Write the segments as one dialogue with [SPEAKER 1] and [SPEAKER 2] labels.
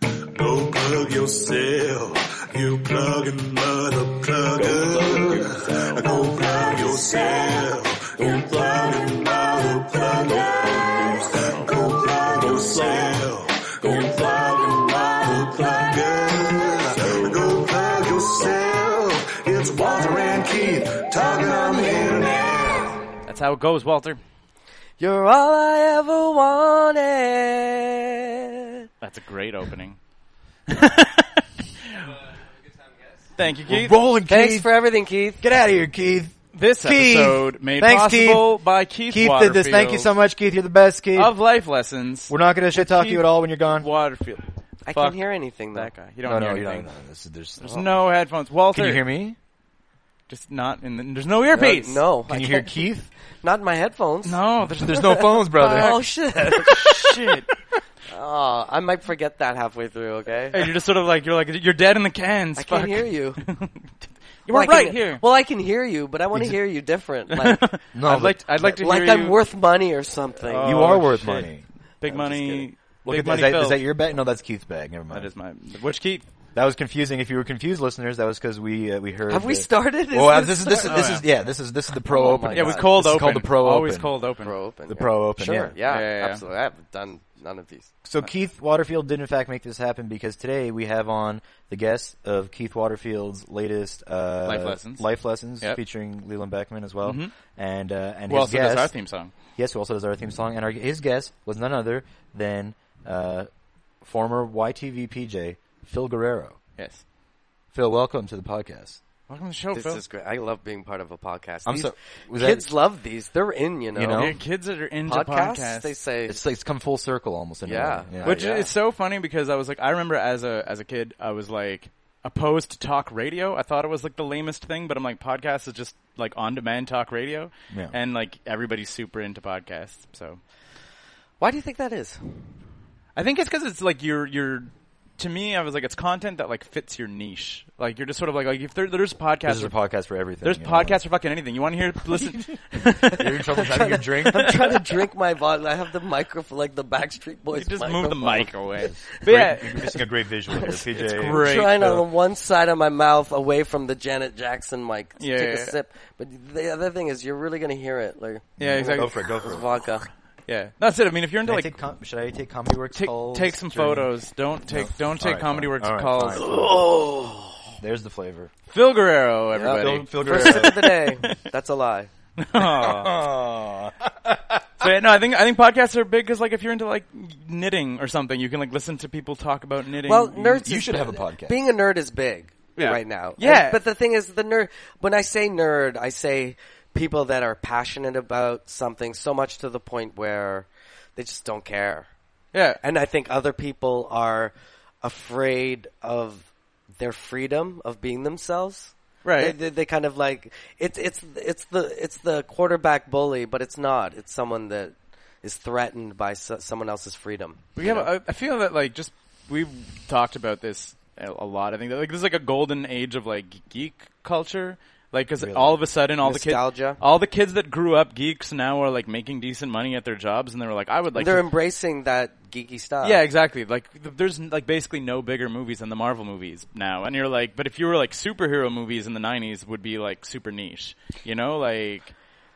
[SPEAKER 1] Go plug yourself. You plug another plugger. Go plug yourself. You plug another plugger. Go plug yourself. Go plug another plugger. Go plug yourself. It's Walter and Keith talking on the internet.
[SPEAKER 2] That's how it goes, Walter.
[SPEAKER 3] You're all I ever wanted.
[SPEAKER 2] That's a great opening. Thank you, Keith.
[SPEAKER 4] Rolling
[SPEAKER 3] Thanks
[SPEAKER 4] Keith.
[SPEAKER 3] for everything, Keith.
[SPEAKER 4] Get out of here, Keith.
[SPEAKER 2] This
[SPEAKER 4] Keith.
[SPEAKER 2] episode made
[SPEAKER 4] Thanks,
[SPEAKER 2] possible by Keith
[SPEAKER 4] Keith did this. Thank you so
[SPEAKER 2] Waterfield
[SPEAKER 4] much, Keith. You're the best, Keith.
[SPEAKER 2] Of life lessons,
[SPEAKER 4] We're not going to shit talk
[SPEAKER 2] Keith-
[SPEAKER 4] you at all when you're gone.
[SPEAKER 2] Waterfield.
[SPEAKER 3] I
[SPEAKER 2] Fuck.
[SPEAKER 3] can't hear anything though.
[SPEAKER 2] That guy. You don't
[SPEAKER 4] No,
[SPEAKER 2] hear
[SPEAKER 4] no, you
[SPEAKER 2] anything.
[SPEAKER 4] don't. No, this, there's,
[SPEAKER 2] There's no headphones. Walter,
[SPEAKER 4] Oh. Can you hear me?
[SPEAKER 2] Just not in. The, there's no
[SPEAKER 3] Uh,
[SPEAKER 2] earpiece.
[SPEAKER 3] no, I
[SPEAKER 4] Can you hear
[SPEAKER 3] can't-
[SPEAKER 4] Keith?
[SPEAKER 3] Not in my headphones.
[SPEAKER 2] no. There's
[SPEAKER 4] There's no phones, brother.
[SPEAKER 3] Oh shit.
[SPEAKER 2] shit.
[SPEAKER 3] oh, I might forget that halfway through. Okay.
[SPEAKER 2] Hey, you're just sort of like you're like you're dead in the cans.
[SPEAKER 3] I
[SPEAKER 2] fuck.
[SPEAKER 3] can't hear you.
[SPEAKER 2] you
[SPEAKER 3] Well,
[SPEAKER 2] were
[SPEAKER 3] I
[SPEAKER 2] right
[SPEAKER 3] can-
[SPEAKER 2] here.
[SPEAKER 3] Well, I can hear you, but I want to hear you different. Like,
[SPEAKER 4] No,
[SPEAKER 2] I'd
[SPEAKER 4] but-
[SPEAKER 2] like to, I'd like to
[SPEAKER 3] like
[SPEAKER 2] hear
[SPEAKER 3] I'm
[SPEAKER 2] you.
[SPEAKER 3] worth money or something.
[SPEAKER 2] Oh,
[SPEAKER 4] you are worth
[SPEAKER 2] shit.
[SPEAKER 4] money.
[SPEAKER 2] big
[SPEAKER 3] I'm just
[SPEAKER 2] money.
[SPEAKER 3] kidding.
[SPEAKER 4] Look
[SPEAKER 2] big
[SPEAKER 4] at that.
[SPEAKER 2] money
[SPEAKER 4] Is that,
[SPEAKER 2] Phil.
[SPEAKER 4] is that your bag? No, that's Keith's bag. Never mind.
[SPEAKER 2] That is my. Which Keith?
[SPEAKER 4] That was confusing. If you were confused, listeners, that was because we uh, we heard.
[SPEAKER 3] Have we
[SPEAKER 4] that-
[SPEAKER 3] started? Is
[SPEAKER 4] Well, uh,
[SPEAKER 3] this
[SPEAKER 4] this is this is
[SPEAKER 2] Oh,
[SPEAKER 4] this
[SPEAKER 2] yeah.
[SPEAKER 4] is yeah. This is this is the pro
[SPEAKER 3] Oh, my
[SPEAKER 4] open.
[SPEAKER 2] Yeah, it was
[SPEAKER 3] God.
[SPEAKER 2] cold
[SPEAKER 4] This is
[SPEAKER 2] open.
[SPEAKER 4] called the pro
[SPEAKER 2] Always
[SPEAKER 4] open.
[SPEAKER 2] cold open.
[SPEAKER 3] Pro open.
[SPEAKER 4] The
[SPEAKER 3] yeah.
[SPEAKER 4] pro open.
[SPEAKER 3] Sure.
[SPEAKER 4] yeah.
[SPEAKER 3] Yeah.
[SPEAKER 2] Yeah, yeah, yeah.
[SPEAKER 3] Absolutely. I haven't done none of these.
[SPEAKER 4] So Keith Waterfield did in fact make this happen because today we have on the guest of Keith Waterfield's latest uh,
[SPEAKER 2] Life Lessons.
[SPEAKER 4] Life Lessons,
[SPEAKER 2] Yep. Mm-hmm.
[SPEAKER 4] featuring Leland Beckman as well, and uh, and
[SPEAKER 2] Who
[SPEAKER 4] his
[SPEAKER 2] also
[SPEAKER 4] guest,
[SPEAKER 2] does our theme song?
[SPEAKER 4] yes, who also does our theme song, and our, his guest was none other than uh, former YTV PJ Phil Guerrero.
[SPEAKER 2] Yes.
[SPEAKER 4] Phil, welcome to the podcast.
[SPEAKER 2] Welcome to the show,
[SPEAKER 3] This
[SPEAKER 2] Phil.
[SPEAKER 3] is great. I love being part of a podcast.
[SPEAKER 4] I'm
[SPEAKER 3] These-
[SPEAKER 4] so- was that-
[SPEAKER 3] kids love these. They're in. You know.
[SPEAKER 4] You know?
[SPEAKER 2] Your kids that are into
[SPEAKER 3] Podcasts, They
[SPEAKER 2] podcasts.
[SPEAKER 3] say
[SPEAKER 4] It's like it's come full circle almost. In a
[SPEAKER 3] Yeah.
[SPEAKER 4] way.
[SPEAKER 2] Which
[SPEAKER 3] yeah.
[SPEAKER 2] is so funny because I was like, I remember as a as a kid, I was like opposed to talk radio. I thought it was like the lamest thing, but I'm like, podcast is just like on demand talk radio,
[SPEAKER 4] Yeah.
[SPEAKER 2] and like everybody's super into podcasts. So
[SPEAKER 3] Why do you think that is?
[SPEAKER 2] I think it's because it's like you're you're. To me, I was like, it's content that like fits your niche. Like you're just sort of like like if there, there's podcasts.
[SPEAKER 4] there's a
[SPEAKER 2] for-
[SPEAKER 4] podcast for everything.
[SPEAKER 2] There's
[SPEAKER 4] you know, like-
[SPEAKER 2] podcasts for fucking anything. You want to hear? Listen.
[SPEAKER 4] You're in trouble having your drink.
[SPEAKER 3] I'm trying to drink my bottle. I have the microphone, like the Backstreet Boys.
[SPEAKER 2] You just
[SPEAKER 3] microphone.
[SPEAKER 2] move the mic away. But yeah,
[SPEAKER 4] You're missing a great visual here, PJ. It's
[SPEAKER 2] great.
[SPEAKER 3] Trying
[SPEAKER 2] though.
[SPEAKER 3] on one side of my mouth, away from the Janet Jackson mic. to
[SPEAKER 2] Yeah,
[SPEAKER 3] take
[SPEAKER 2] yeah,
[SPEAKER 3] a
[SPEAKER 2] yeah.
[SPEAKER 3] sip. But the other thing is, you're really gonna hear it. Like
[SPEAKER 2] yeah, exactly.
[SPEAKER 4] Go for it. Go for it.
[SPEAKER 3] vodka.
[SPEAKER 2] Yeah, that's it. I mean, if you're into
[SPEAKER 4] Should I
[SPEAKER 2] like
[SPEAKER 4] take com- should I take Comedy Works
[SPEAKER 2] take,
[SPEAKER 4] calls?
[SPEAKER 2] take some
[SPEAKER 4] during-
[SPEAKER 2] photos. Don't take don't
[SPEAKER 4] All
[SPEAKER 2] take
[SPEAKER 4] right,
[SPEAKER 2] comedy
[SPEAKER 4] fine.
[SPEAKER 2] works
[SPEAKER 4] All right,
[SPEAKER 2] calls.
[SPEAKER 4] fine. There's the flavor.
[SPEAKER 2] Phil Guerrero, everybody.
[SPEAKER 4] Phil, Phil
[SPEAKER 3] First sip of the day. That's a lie.
[SPEAKER 2] Aw. so yeah, no, I think I think podcasts are big because like if you're into like knitting or something, you can like listen to people talk about knitting.
[SPEAKER 3] Well, nerds.
[SPEAKER 4] you
[SPEAKER 3] is-
[SPEAKER 4] should have a podcast.
[SPEAKER 3] Being a nerd is big
[SPEAKER 2] Yeah.
[SPEAKER 3] right now.
[SPEAKER 2] Yeah.
[SPEAKER 3] And- but the thing is, the nerd. When I say nerd, I say people that are passionate about something so much to the point where they just don't care.
[SPEAKER 2] yeah,
[SPEAKER 3] And I think other people are afraid of their freedom of being themselves.
[SPEAKER 2] Right.
[SPEAKER 3] They, they, they kind of like it's it's it's the it's the quarterback bully, but it's not. It's someone that is threatened by so, someone else's freedom.
[SPEAKER 2] we have. I, I feel that like just we've talked about this a, a lot. I think that like this is like a golden age of like geek culture. Like, because all of a sudden, all the
[SPEAKER 3] Nostalgia.
[SPEAKER 2] kids, all the kids that grew up geeks now are like making decent money at their jobs, and they were like, "I would like
[SPEAKER 3] They're
[SPEAKER 2] to
[SPEAKER 3] embracing that geeky stuff.
[SPEAKER 2] Yeah, exactly. Like th- there's like basically no bigger movies than the Marvel movies now, and you're like, but if you were like superhero movies in the '90s, would be like super niche, you know? Like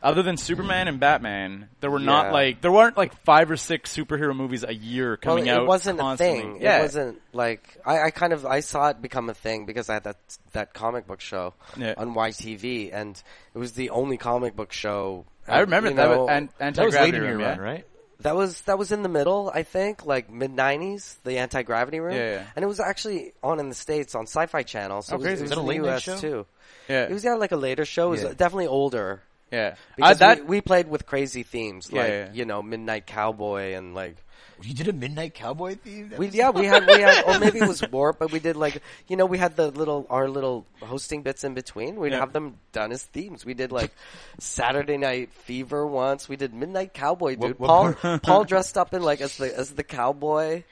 [SPEAKER 2] other than Superman and Batman, there were not
[SPEAKER 3] Yeah.
[SPEAKER 2] like there weren't like five or six superhero movies a year coming
[SPEAKER 3] well,
[SPEAKER 2] out.
[SPEAKER 3] It wasn't
[SPEAKER 2] constantly.
[SPEAKER 3] a thing.
[SPEAKER 2] Yeah,
[SPEAKER 3] It wasn't like I, I kind of I saw it become a thing because I had that that comic book show
[SPEAKER 2] Yeah.
[SPEAKER 3] on YTV, and it was the only comic book show.
[SPEAKER 2] I remember
[SPEAKER 3] you
[SPEAKER 2] that.
[SPEAKER 3] know,
[SPEAKER 2] was an-
[SPEAKER 4] That was
[SPEAKER 2] anti-gravity
[SPEAKER 4] late in your
[SPEAKER 2] room, yeah.
[SPEAKER 4] run, right?
[SPEAKER 3] That was that was in the middle, I think, like mid '90s, the anti gravity room,
[SPEAKER 2] Yeah, yeah.
[SPEAKER 3] and it was actually on in the states on Sci Fi Channel. So
[SPEAKER 2] Oh,
[SPEAKER 3] it was,
[SPEAKER 2] crazy.
[SPEAKER 3] it was
[SPEAKER 2] Is that
[SPEAKER 3] in
[SPEAKER 4] a
[SPEAKER 3] the
[SPEAKER 4] late night
[SPEAKER 3] US
[SPEAKER 4] show?
[SPEAKER 3] too.
[SPEAKER 2] Yeah.
[SPEAKER 3] it was yeah, like a later show. It was
[SPEAKER 4] Yeah.
[SPEAKER 3] definitely older.
[SPEAKER 2] Yeah. I,
[SPEAKER 3] Because
[SPEAKER 2] that
[SPEAKER 3] we, we played with crazy themes,
[SPEAKER 2] Yeah,
[SPEAKER 3] like
[SPEAKER 2] yeah.
[SPEAKER 3] you know, Midnight Cowboy and like
[SPEAKER 4] You did a Midnight Cowboy theme?
[SPEAKER 3] we yeah we had we had or maybe it was Warp, but we did like you know we had the little our little hosting bits in between. We'd
[SPEAKER 2] Yeah.
[SPEAKER 3] have them done as themes. We did like Saturday Night Fever once. We did Midnight Cowboy, dude.
[SPEAKER 4] what
[SPEAKER 3] Paul Paul dressed up in like as the as the cowboy.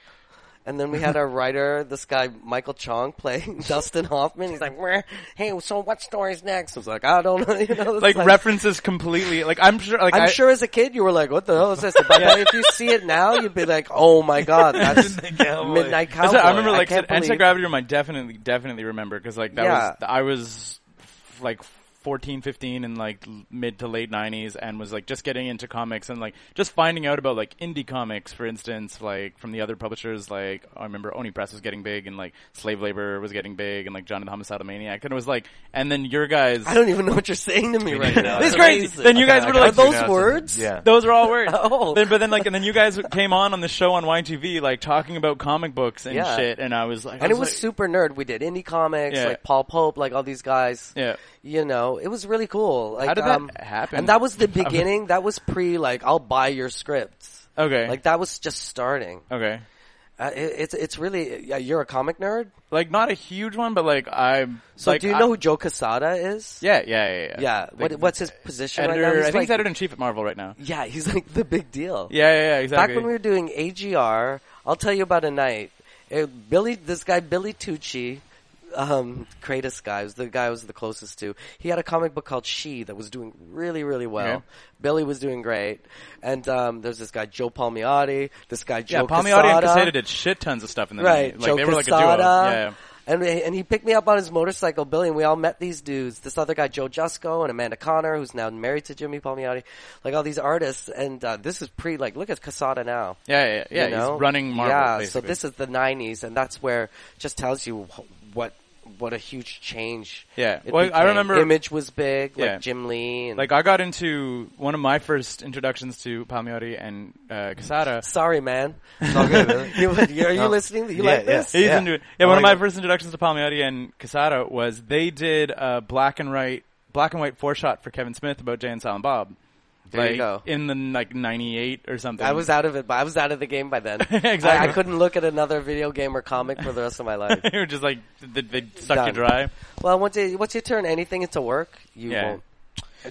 [SPEAKER 3] And then we had our writer, this guy Michael Chong, playing Dustin Hoffman. He's like, "Meh, "Hey, so what story's next?" I was like, "I don't know." You know it's
[SPEAKER 2] like, references completely. Like I'm sure. Like
[SPEAKER 3] I'm
[SPEAKER 2] I,
[SPEAKER 3] sure as a kid you were like, "What the hell is this?" But if you see it now, you'd be like, "Oh my god, that's
[SPEAKER 4] Midnight Cowboy.
[SPEAKER 3] Midnight
[SPEAKER 2] I
[SPEAKER 3] Cowboy."
[SPEAKER 2] said- I remember like
[SPEAKER 3] can't
[SPEAKER 2] Anti
[SPEAKER 3] believe-
[SPEAKER 2] Gravity Remind definitely definitely remember because like that was
[SPEAKER 3] Yeah.
[SPEAKER 2] I was f- like 14, 15 in like l- mid to late nineties and was like just getting into comics and like just finding out about like indie comics for instance like from the other publishers like I remember Oni Press was getting big and like Slave Labor was getting big and like John and the Homicidal Maniac and it was like and then your guys
[SPEAKER 3] I don't even know what you're saying to me right now.
[SPEAKER 2] This is
[SPEAKER 3] It's
[SPEAKER 2] crazy.
[SPEAKER 3] amazing.
[SPEAKER 2] Then you guys were
[SPEAKER 3] are
[SPEAKER 2] like
[SPEAKER 3] those words?
[SPEAKER 4] Yeah.
[SPEAKER 2] Those are all words.
[SPEAKER 3] Oh.
[SPEAKER 2] Then, but then like, and then you guys came on on the show on YTV, like talking about comic books and
[SPEAKER 3] Yeah.
[SPEAKER 2] shit, and I was like, I
[SPEAKER 3] And it was
[SPEAKER 2] like-
[SPEAKER 3] super nerd. We did indie comics,
[SPEAKER 2] Yeah.
[SPEAKER 3] like Paul Pope, like all these guys.
[SPEAKER 2] Yeah.
[SPEAKER 3] You know, it was really cool. Like,
[SPEAKER 2] How did that
[SPEAKER 3] um,
[SPEAKER 2] happen?
[SPEAKER 3] And that was the beginning. that was pre, like, I'll buy your scripts.
[SPEAKER 2] okay,
[SPEAKER 3] Like, that was just starting.
[SPEAKER 2] okay,
[SPEAKER 3] Uh, it, it's, it's really, yeah, you're a comic nerd?
[SPEAKER 2] like not a huge one, but like I'm.
[SPEAKER 3] So
[SPEAKER 2] like,
[SPEAKER 3] do you
[SPEAKER 2] I-
[SPEAKER 3] know who Joe Casada is?
[SPEAKER 2] Yeah, yeah, yeah, yeah.
[SPEAKER 3] Yeah.
[SPEAKER 2] Like,
[SPEAKER 3] What, what's his position
[SPEAKER 2] editor?
[SPEAKER 3] right now?
[SPEAKER 2] I
[SPEAKER 3] He's
[SPEAKER 2] think
[SPEAKER 3] like,
[SPEAKER 2] he's editor in chief at Marvel right now.
[SPEAKER 3] Yeah, he's like the big deal.
[SPEAKER 2] Yeah, yeah, yeah
[SPEAKER 3] Back
[SPEAKER 2] exactly.
[SPEAKER 3] when we were doing AGR, I'll tell you about a night. It, Billy, this guy Billy Tucci, um, Kratos guy, was the guy I was the closest to. He had a comic book called She that was doing really, really well.
[SPEAKER 2] Okay.
[SPEAKER 3] Billy was doing great, and um, there's this guy Joe Palmiotti, this guy
[SPEAKER 2] yeah,
[SPEAKER 3] Joe
[SPEAKER 2] Palmiotti and
[SPEAKER 3] Quesada.
[SPEAKER 2] Casada did shit tons of stuff in the
[SPEAKER 3] Right,
[SPEAKER 2] 90s. Like
[SPEAKER 3] Joe
[SPEAKER 2] they were like a
[SPEAKER 3] Quesada.
[SPEAKER 2] duo. Yeah.
[SPEAKER 3] And, and he picked me up on his motorcycle, Billy, and we all met these dudes. This other guy, Joe Jusco, and Amanda Connor, who's now married to Jimmy Palmiotti. Like all these artists, and uh, this is pre, like, look at Casada now.
[SPEAKER 2] Yeah, yeah, yeah.
[SPEAKER 3] you know?
[SPEAKER 2] He's running Marvel.
[SPEAKER 3] Yeah, so
[SPEAKER 2] basically.
[SPEAKER 3] this is the 90s, and that's where just tells you wh- what what a huge change.
[SPEAKER 2] Yeah.
[SPEAKER 3] it
[SPEAKER 2] Well, I
[SPEAKER 3] became.
[SPEAKER 2] remember-
[SPEAKER 3] Image was big,
[SPEAKER 2] Yeah.
[SPEAKER 3] like Jim Lee. And,
[SPEAKER 2] Like I got into one of my first introductions to Palmiotti and uh, Casada.
[SPEAKER 3] sorry, man. You- are you listening? You
[SPEAKER 4] Yeah,
[SPEAKER 3] like
[SPEAKER 4] yeah.
[SPEAKER 3] this?
[SPEAKER 2] He's
[SPEAKER 4] Yeah.
[SPEAKER 2] into it. Yeah,
[SPEAKER 4] Oh
[SPEAKER 2] one of
[SPEAKER 4] my
[SPEAKER 2] my
[SPEAKER 4] God.
[SPEAKER 2] first introductions to Palmiotti and Casada was they did a black and white black and white four shot for Kevin Smith about Jay and Silent Bob.
[SPEAKER 3] There you
[SPEAKER 2] like,
[SPEAKER 3] go.
[SPEAKER 2] In the like ninety eight or something.
[SPEAKER 3] I was out of it. but I was out of the game by then.
[SPEAKER 2] Exactly.
[SPEAKER 3] I, I couldn't look at another video game or comic for the rest of my life.
[SPEAKER 2] you were just like they, they sucked you
[SPEAKER 3] Done.
[SPEAKER 2] dry.
[SPEAKER 3] Well, once you once you turn anything into work, you
[SPEAKER 2] Yeah.
[SPEAKER 3] won't.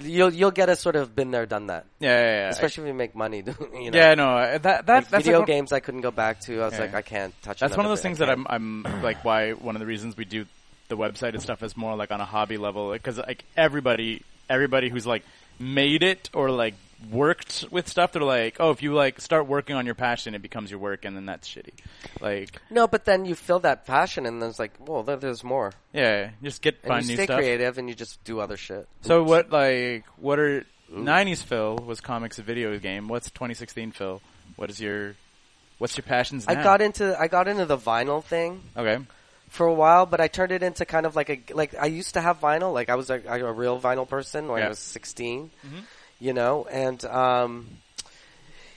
[SPEAKER 3] You'll you'll get a sort of been there, done that.
[SPEAKER 2] Yeah, yeah, yeah.
[SPEAKER 3] Especially if you make money. You know?
[SPEAKER 2] yeah, no, I- that that
[SPEAKER 3] Like
[SPEAKER 2] that's
[SPEAKER 3] video
[SPEAKER 2] like, one-
[SPEAKER 3] games I couldn't go back to. I was
[SPEAKER 2] Yeah.
[SPEAKER 3] like, I can't touch.
[SPEAKER 2] That's one of
[SPEAKER 3] another
[SPEAKER 2] those
[SPEAKER 3] thing.
[SPEAKER 2] things
[SPEAKER 3] I
[SPEAKER 2] that
[SPEAKER 3] can't.
[SPEAKER 2] I'm I'm like why one of the reasons we do the website and stuff is more like on a hobby level because like everybody everybody who's like made it or like worked with stuff they're like oh if you like start working on your passion it becomes your work and then that's shitty like
[SPEAKER 3] No, but then you feel that passion, and then it's like, well, there, there's more.
[SPEAKER 2] yeah just get
[SPEAKER 3] And
[SPEAKER 2] find
[SPEAKER 3] you
[SPEAKER 2] new
[SPEAKER 3] stay
[SPEAKER 2] stuff
[SPEAKER 3] creative, and you just do other shit.
[SPEAKER 2] so what like what are 90s Phil was comics a video game what's 2016 Phil what is your what's your passions
[SPEAKER 3] I
[SPEAKER 2] now?
[SPEAKER 3] got into I got into the vinyl thing.
[SPEAKER 2] okay
[SPEAKER 3] for a while, but I turned it into kind of like a like I used to have vinyl. Like I was a, a real vinyl person when
[SPEAKER 2] Yeah. Mm-hmm.
[SPEAKER 3] I was 16 you know, and um,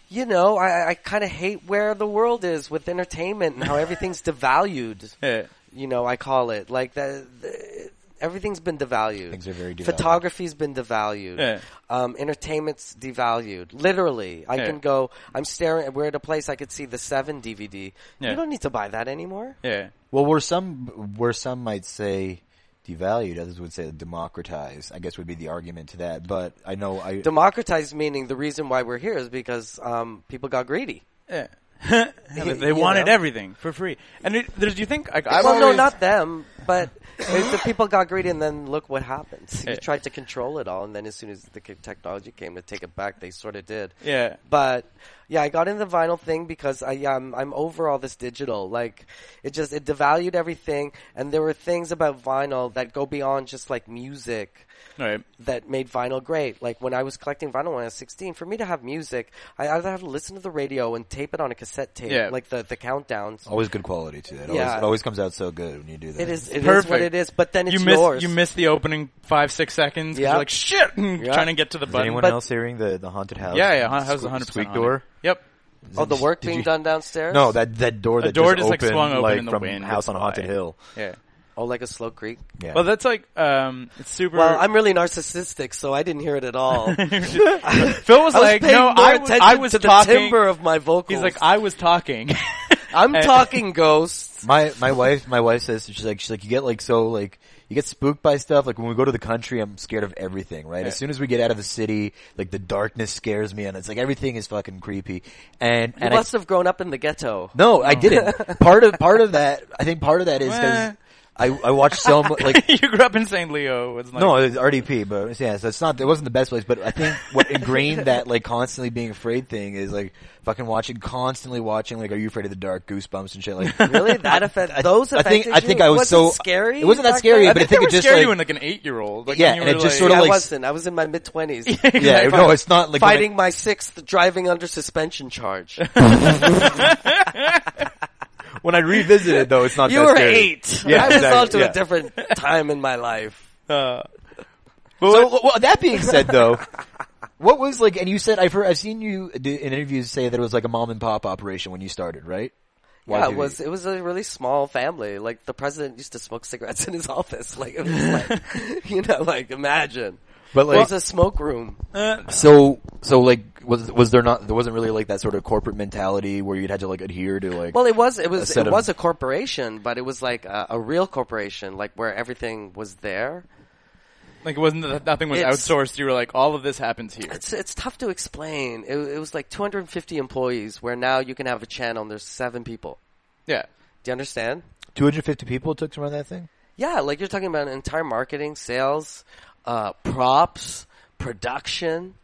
[SPEAKER 3] you know, I, I kind of hate where the world is with entertainment and how everything's devalued.
[SPEAKER 2] yeah
[SPEAKER 3] You know, I call it like that. The, everything's been devalued.
[SPEAKER 4] Things are very devalued.
[SPEAKER 3] Photography's been devalued.
[SPEAKER 2] Yeah.
[SPEAKER 3] Um, entertainment's devalued. Literally, I
[SPEAKER 2] Yeah.
[SPEAKER 3] can go. I'm staring. We're at a place I could see the Seven DVD.
[SPEAKER 2] Yeah.
[SPEAKER 3] You don't need to buy that anymore.
[SPEAKER 2] yeah
[SPEAKER 4] Well, where some where some might say devalued, others would say democratized. I guess would be the argument to that. But I know I
[SPEAKER 3] democratized meaning the reason why we're here is because um, people got greedy.
[SPEAKER 2] Yeah. Eh. they they
[SPEAKER 3] You
[SPEAKER 2] wanted
[SPEAKER 3] know?
[SPEAKER 2] everything for free. And it, there's, do you think? Like, I
[SPEAKER 3] well, no,
[SPEAKER 2] always-
[SPEAKER 3] not them, but it's the people got greedy, and then look what happened.
[SPEAKER 2] Yeah.
[SPEAKER 3] You tried to control it all, and then as soon as the c- technology came to take it back, they sort of did.
[SPEAKER 2] Yeah.
[SPEAKER 3] But yeah, I got in the vinyl thing because I um, I'm over all this digital. Like it just it devalued everything, and there were things about vinyl that go beyond just like music.
[SPEAKER 2] Right.
[SPEAKER 3] that made vinyl great. Like when I was collecting vinyl when I was 16, for me to have music, I either have to listen to the radio and tape it on a cassette tape,
[SPEAKER 2] Yeah. Oh,
[SPEAKER 3] like the, the countdowns.
[SPEAKER 4] always good quality to that. Always,
[SPEAKER 3] Yeah.
[SPEAKER 4] It always comes out so good when you do that.
[SPEAKER 3] It is, it is
[SPEAKER 2] Perfect.
[SPEAKER 3] what it is, but then it's
[SPEAKER 2] You miss
[SPEAKER 3] yours.
[SPEAKER 2] you miss the opening five six seconds. 'cause
[SPEAKER 3] Yeah.
[SPEAKER 2] You're like shit, and
[SPEAKER 3] Yeah.
[SPEAKER 2] trying to get to the
[SPEAKER 4] Is
[SPEAKER 2] button.
[SPEAKER 4] anyone
[SPEAKER 3] But-
[SPEAKER 4] else hearing the the haunted house?
[SPEAKER 2] yeah, yeah. How's
[SPEAKER 4] Squeak-
[SPEAKER 2] 100
[SPEAKER 4] squeak door?
[SPEAKER 2] Yep.
[SPEAKER 3] oh, the work
[SPEAKER 4] Did
[SPEAKER 3] being
[SPEAKER 4] you-
[SPEAKER 3] done downstairs?
[SPEAKER 4] No, that that door that
[SPEAKER 2] door just, like,
[SPEAKER 4] opened,
[SPEAKER 2] swung open
[SPEAKER 4] like,
[SPEAKER 2] in the
[SPEAKER 4] from
[SPEAKER 2] wind.
[SPEAKER 4] House
[SPEAKER 2] It's
[SPEAKER 4] on
[SPEAKER 2] why.
[SPEAKER 4] Haunted Hill.
[SPEAKER 2] Yeah.
[SPEAKER 3] Oh, like a slow creek.
[SPEAKER 4] Yeah.
[SPEAKER 2] Well, that's like um, it's super.
[SPEAKER 3] Well, I'm really narcissistic, so I didn't hear it at all.
[SPEAKER 2] Phil
[SPEAKER 3] I was
[SPEAKER 2] was like,
[SPEAKER 3] paying
[SPEAKER 2] no,
[SPEAKER 3] more
[SPEAKER 2] I was,
[SPEAKER 3] attention
[SPEAKER 2] I was
[SPEAKER 3] to
[SPEAKER 2] talking.
[SPEAKER 3] the timbre of my vocals.
[SPEAKER 2] He's like, I was talking.
[SPEAKER 3] I'm
[SPEAKER 2] and-
[SPEAKER 3] talking ghosts.
[SPEAKER 4] my my wife my wife says she's like she's like you get like so like you get spooked by stuff like when we go to the country I'm scared of everything right as soon as we get out of the city like the darkness scares me and it's like everything is fucking creepy and
[SPEAKER 3] You
[SPEAKER 4] and I-
[SPEAKER 3] must have grown up in the ghetto.
[SPEAKER 4] no I didn't part of part of that I think part of that is because
[SPEAKER 2] Well.
[SPEAKER 4] I I watched so much like
[SPEAKER 2] you grew up in St. Leo. It's like,
[SPEAKER 4] no, it was RDP, but yeah, so it's not, it wasn't the best place, but I think what ingrained that, like, constantly being afraid thing is, like, fucking watching, constantly watching, like, Are You Afraid of the Dark, Goosebumps and shit, like.
[SPEAKER 3] Really? That affect those
[SPEAKER 4] I
[SPEAKER 3] affected
[SPEAKER 4] think, I think
[SPEAKER 3] you?
[SPEAKER 4] I was
[SPEAKER 3] Wasn't
[SPEAKER 4] so,
[SPEAKER 3] scary.
[SPEAKER 4] it wasn't that
[SPEAKER 3] back
[SPEAKER 4] scary,
[SPEAKER 3] then?
[SPEAKER 4] but I
[SPEAKER 2] they
[SPEAKER 4] think
[SPEAKER 2] were
[SPEAKER 4] it just,
[SPEAKER 2] scared
[SPEAKER 4] like,
[SPEAKER 2] you when like an eight year old. Like,
[SPEAKER 4] Yeah,
[SPEAKER 2] when you
[SPEAKER 4] and it
[SPEAKER 2] were,
[SPEAKER 4] just
[SPEAKER 2] like,
[SPEAKER 4] sort
[SPEAKER 3] I
[SPEAKER 4] of like-
[SPEAKER 3] wasn't. I was in my mid twenties,
[SPEAKER 4] yeah,
[SPEAKER 2] Exactly.
[SPEAKER 4] no, it's not like, when I-
[SPEAKER 3] fighting my sixth driving under suspension charge.
[SPEAKER 4] when I, revisit it though, it's not
[SPEAKER 3] you
[SPEAKER 4] that
[SPEAKER 3] were
[SPEAKER 4] scary.
[SPEAKER 3] eight.
[SPEAKER 4] Yeah,
[SPEAKER 3] I was
[SPEAKER 4] exactly,
[SPEAKER 3] on to
[SPEAKER 4] yeah.
[SPEAKER 3] a different time in my life.
[SPEAKER 2] uh,
[SPEAKER 4] So, well, well, that being said, though, what was like? And you said I've heard, I've seen you do, in interviews say that it was like a mom and pop operation when you started, right?
[SPEAKER 3] yeah,
[SPEAKER 4] YTV.
[SPEAKER 3] it was it was a really small family. Like the president used to smoke cigarettes in his office. Like it was like you know, like imagine.
[SPEAKER 4] But
[SPEAKER 3] It
[SPEAKER 4] like,
[SPEAKER 3] was a smoke room.
[SPEAKER 2] uh,
[SPEAKER 4] so so like was was there not there wasn't really like that sort of corporate mentality where you'd had to like adhere to like
[SPEAKER 3] Well, it was it
[SPEAKER 4] A
[SPEAKER 3] was
[SPEAKER 4] set
[SPEAKER 3] it
[SPEAKER 4] of-
[SPEAKER 3] was a corporation, but it was like a, a real corporation, like where everything was there.
[SPEAKER 2] like it wasn't that nothing was
[SPEAKER 3] It's-
[SPEAKER 2] outsourced. You were like, all of this happens here.
[SPEAKER 3] It's it's tough to explain. It, it was like 250 employees, where now you can have a channel and there's seven people.
[SPEAKER 2] Yeah.
[SPEAKER 3] Do you understand?
[SPEAKER 4] 250 people it took to run that thing.
[SPEAKER 3] Yeah, like you're talking about entire marketing, sales, uh, props, production.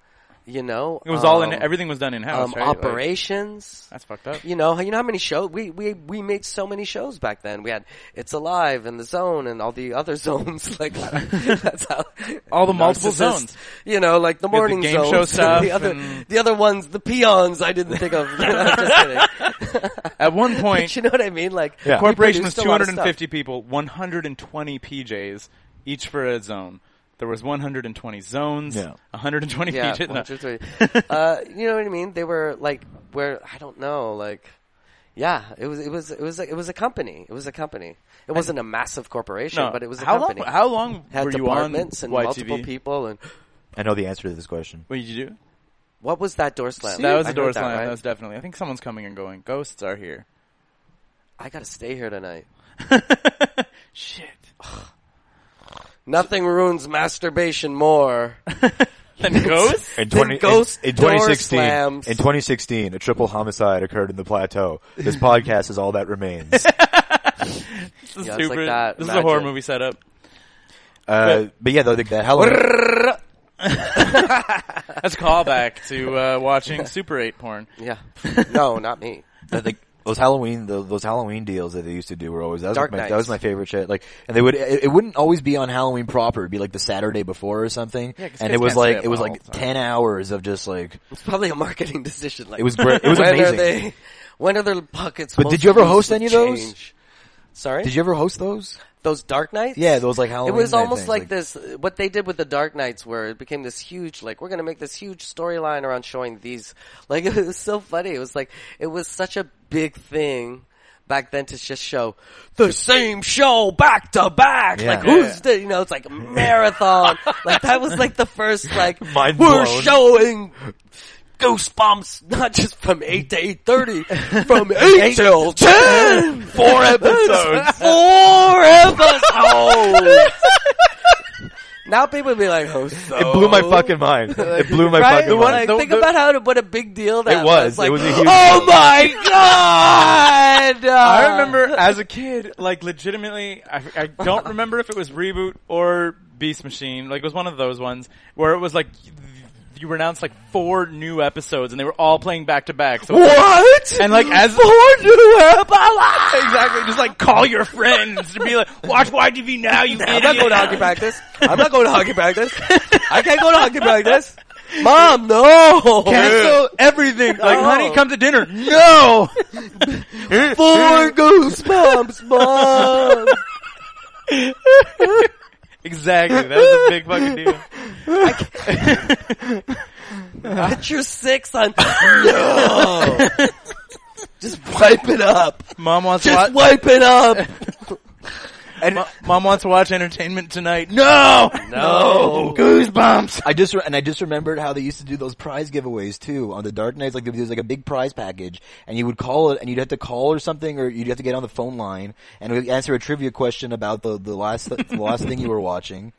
[SPEAKER 3] You know,
[SPEAKER 2] It was all in.
[SPEAKER 3] um,
[SPEAKER 2] Everything was done in house.
[SPEAKER 3] um,
[SPEAKER 2] right? Like,
[SPEAKER 3] operations.
[SPEAKER 2] that's fucked up.
[SPEAKER 3] you know, you know how many shows we, we we made so many shows back then. We had It's Alive and the Zone and all the other zones. Like that's how
[SPEAKER 2] All the multiple
[SPEAKER 3] narcissist-
[SPEAKER 2] zones.
[SPEAKER 3] You know, like the
[SPEAKER 2] the
[SPEAKER 3] morning
[SPEAKER 2] game
[SPEAKER 3] zone,
[SPEAKER 2] show stuff
[SPEAKER 3] the other
[SPEAKER 2] and-
[SPEAKER 3] the other ones, the peons. I didn't think of. I'm just kidding.
[SPEAKER 2] At one point,
[SPEAKER 3] But you know what I mean? Like
[SPEAKER 4] Yeah.
[SPEAKER 3] we
[SPEAKER 2] corporation was
[SPEAKER 3] produced a lot of stuff.
[SPEAKER 2] 250 people, 120 PJs, each for a zone. There was 120 zones,
[SPEAKER 4] Yeah.
[SPEAKER 2] 120
[SPEAKER 3] Yeah,
[SPEAKER 2] PJs. no.
[SPEAKER 3] one, two, three. uh, you know what I mean? They were like where I don't know, like. Yeah, it was it was it was a, it was a company. It was a company. It wasn't a massive corporation,
[SPEAKER 2] No.
[SPEAKER 3] but it was a
[SPEAKER 2] how
[SPEAKER 3] company.
[SPEAKER 2] Long, how long
[SPEAKER 3] had
[SPEAKER 2] were you on
[SPEAKER 3] departments and
[SPEAKER 2] YTV?
[SPEAKER 3] multiple people. And
[SPEAKER 4] I know the answer to this question.
[SPEAKER 2] What did you do?
[SPEAKER 3] what was that door slam?
[SPEAKER 2] That was
[SPEAKER 3] I
[SPEAKER 2] a door
[SPEAKER 3] heard that,
[SPEAKER 2] slam. That,
[SPEAKER 3] right?
[SPEAKER 2] was definitely. I think someone's coming and going. Ghosts are here.
[SPEAKER 3] I gotta stay here tonight.
[SPEAKER 2] Shit.
[SPEAKER 3] Nothing ruins masturbation more.
[SPEAKER 2] Then ghosts.
[SPEAKER 4] In
[SPEAKER 3] Then
[SPEAKER 4] 20,
[SPEAKER 3] ghost
[SPEAKER 4] in, in
[SPEAKER 3] door
[SPEAKER 4] 2016,
[SPEAKER 3] slams.
[SPEAKER 4] in 2016, a triple homicide occurred in the plateau. This podcast is all that remains.
[SPEAKER 2] This is
[SPEAKER 3] Yeah, it's like
[SPEAKER 2] stupid.
[SPEAKER 3] that.
[SPEAKER 2] This is a horror
[SPEAKER 3] Imagine.
[SPEAKER 2] movie setup.
[SPEAKER 4] Uh, but yeah, though the, the Halloween.
[SPEAKER 2] That's a callback to uh, watching Super 8 porn.
[SPEAKER 3] yeah. No, not me.
[SPEAKER 4] that, like those Halloween, the, those Halloween deals that they used to do were always that was
[SPEAKER 3] Dark
[SPEAKER 4] like my, that
[SPEAKER 3] Knights.
[SPEAKER 4] was my favorite shit. Like, and they would it, it wouldn't always be on Halloween proper; it'd be like the Saturday before or something.
[SPEAKER 2] 'cause
[SPEAKER 4] and
[SPEAKER 2] kids
[SPEAKER 4] it was
[SPEAKER 2] can't stay
[SPEAKER 4] like
[SPEAKER 2] up
[SPEAKER 4] it was
[SPEAKER 2] all
[SPEAKER 4] like
[SPEAKER 2] the time.
[SPEAKER 4] ten hours of just like
[SPEAKER 3] It's probably a marketing decision. Like
[SPEAKER 4] it was great. It was
[SPEAKER 3] when
[SPEAKER 4] amazing.
[SPEAKER 3] Are they, when are their pockets?
[SPEAKER 4] But did
[SPEAKER 3] most
[SPEAKER 4] you ever
[SPEAKER 3] used
[SPEAKER 4] host
[SPEAKER 3] with
[SPEAKER 4] any of those?
[SPEAKER 3] change? Sorry,
[SPEAKER 4] Did you ever host those?
[SPEAKER 3] those Dark Knights?
[SPEAKER 4] Yeah, those, like, Halloween
[SPEAKER 3] It was
[SPEAKER 4] night
[SPEAKER 3] almost
[SPEAKER 4] things,
[SPEAKER 3] like,
[SPEAKER 4] like-
[SPEAKER 3] this. What they did with the Dark Knights, where it became this huge, like we're gonna make this huge storyline around showing these. Like it was so funny. It was like it was such a big thing back then to just show the same show back to back.
[SPEAKER 4] Yeah.
[SPEAKER 3] Like who's the, you know, it's like marathon. like that was like the first like
[SPEAKER 4] Mind
[SPEAKER 3] we're
[SPEAKER 4] blown.
[SPEAKER 3] showing. Goosebumps, not just from 8 to 8.30, from 8 till 10! Four episodes! Four episodes! now people be like, oh, so.
[SPEAKER 4] It blew my fucking mind. It blew my
[SPEAKER 3] Right?
[SPEAKER 4] fucking
[SPEAKER 3] Like,
[SPEAKER 4] mind.
[SPEAKER 3] think about how what a big deal that
[SPEAKER 4] It was.
[SPEAKER 3] Like,
[SPEAKER 4] It was a huge
[SPEAKER 3] Oh my god!
[SPEAKER 2] I remember as a kid, like legitimately, I, I don't remember if it was Reboot or Beast Machine. Like it was one of those ones where it was like you were announced like four new episodes and they were all playing back to back. So
[SPEAKER 3] what?
[SPEAKER 2] And like as
[SPEAKER 3] Four new episodes!
[SPEAKER 2] exactly, just like call your friends to be like, watch YTV now, you
[SPEAKER 3] I'm not going to hockey
[SPEAKER 2] idiot.
[SPEAKER 3] practice. I'm not going to hockey practice. I can't go to hockey practice. Mom, no!
[SPEAKER 2] Cancel everything. Like,
[SPEAKER 3] No.
[SPEAKER 2] honey, come to dinner. Oh. No.
[SPEAKER 3] No! Four goosebumps, mom!
[SPEAKER 2] Exactly. That was a big fucking deal.
[SPEAKER 3] Picture six on. No! Just wipe it up!
[SPEAKER 2] Mom wants to
[SPEAKER 3] Just
[SPEAKER 2] watch.
[SPEAKER 3] wipe it up!
[SPEAKER 4] And
[SPEAKER 2] Mom wants to watch Entertainment Tonight. No,
[SPEAKER 3] No.
[SPEAKER 2] goosebumps.
[SPEAKER 4] I just re- and I just remembered how they used to do those prize giveaways too on the Dark Knights. Like there was like a big prize package, and you would call it, and you'd have to call or something, or you'd have to get on the phone line and we'd answer a trivia question about the the last the last thing you were watching,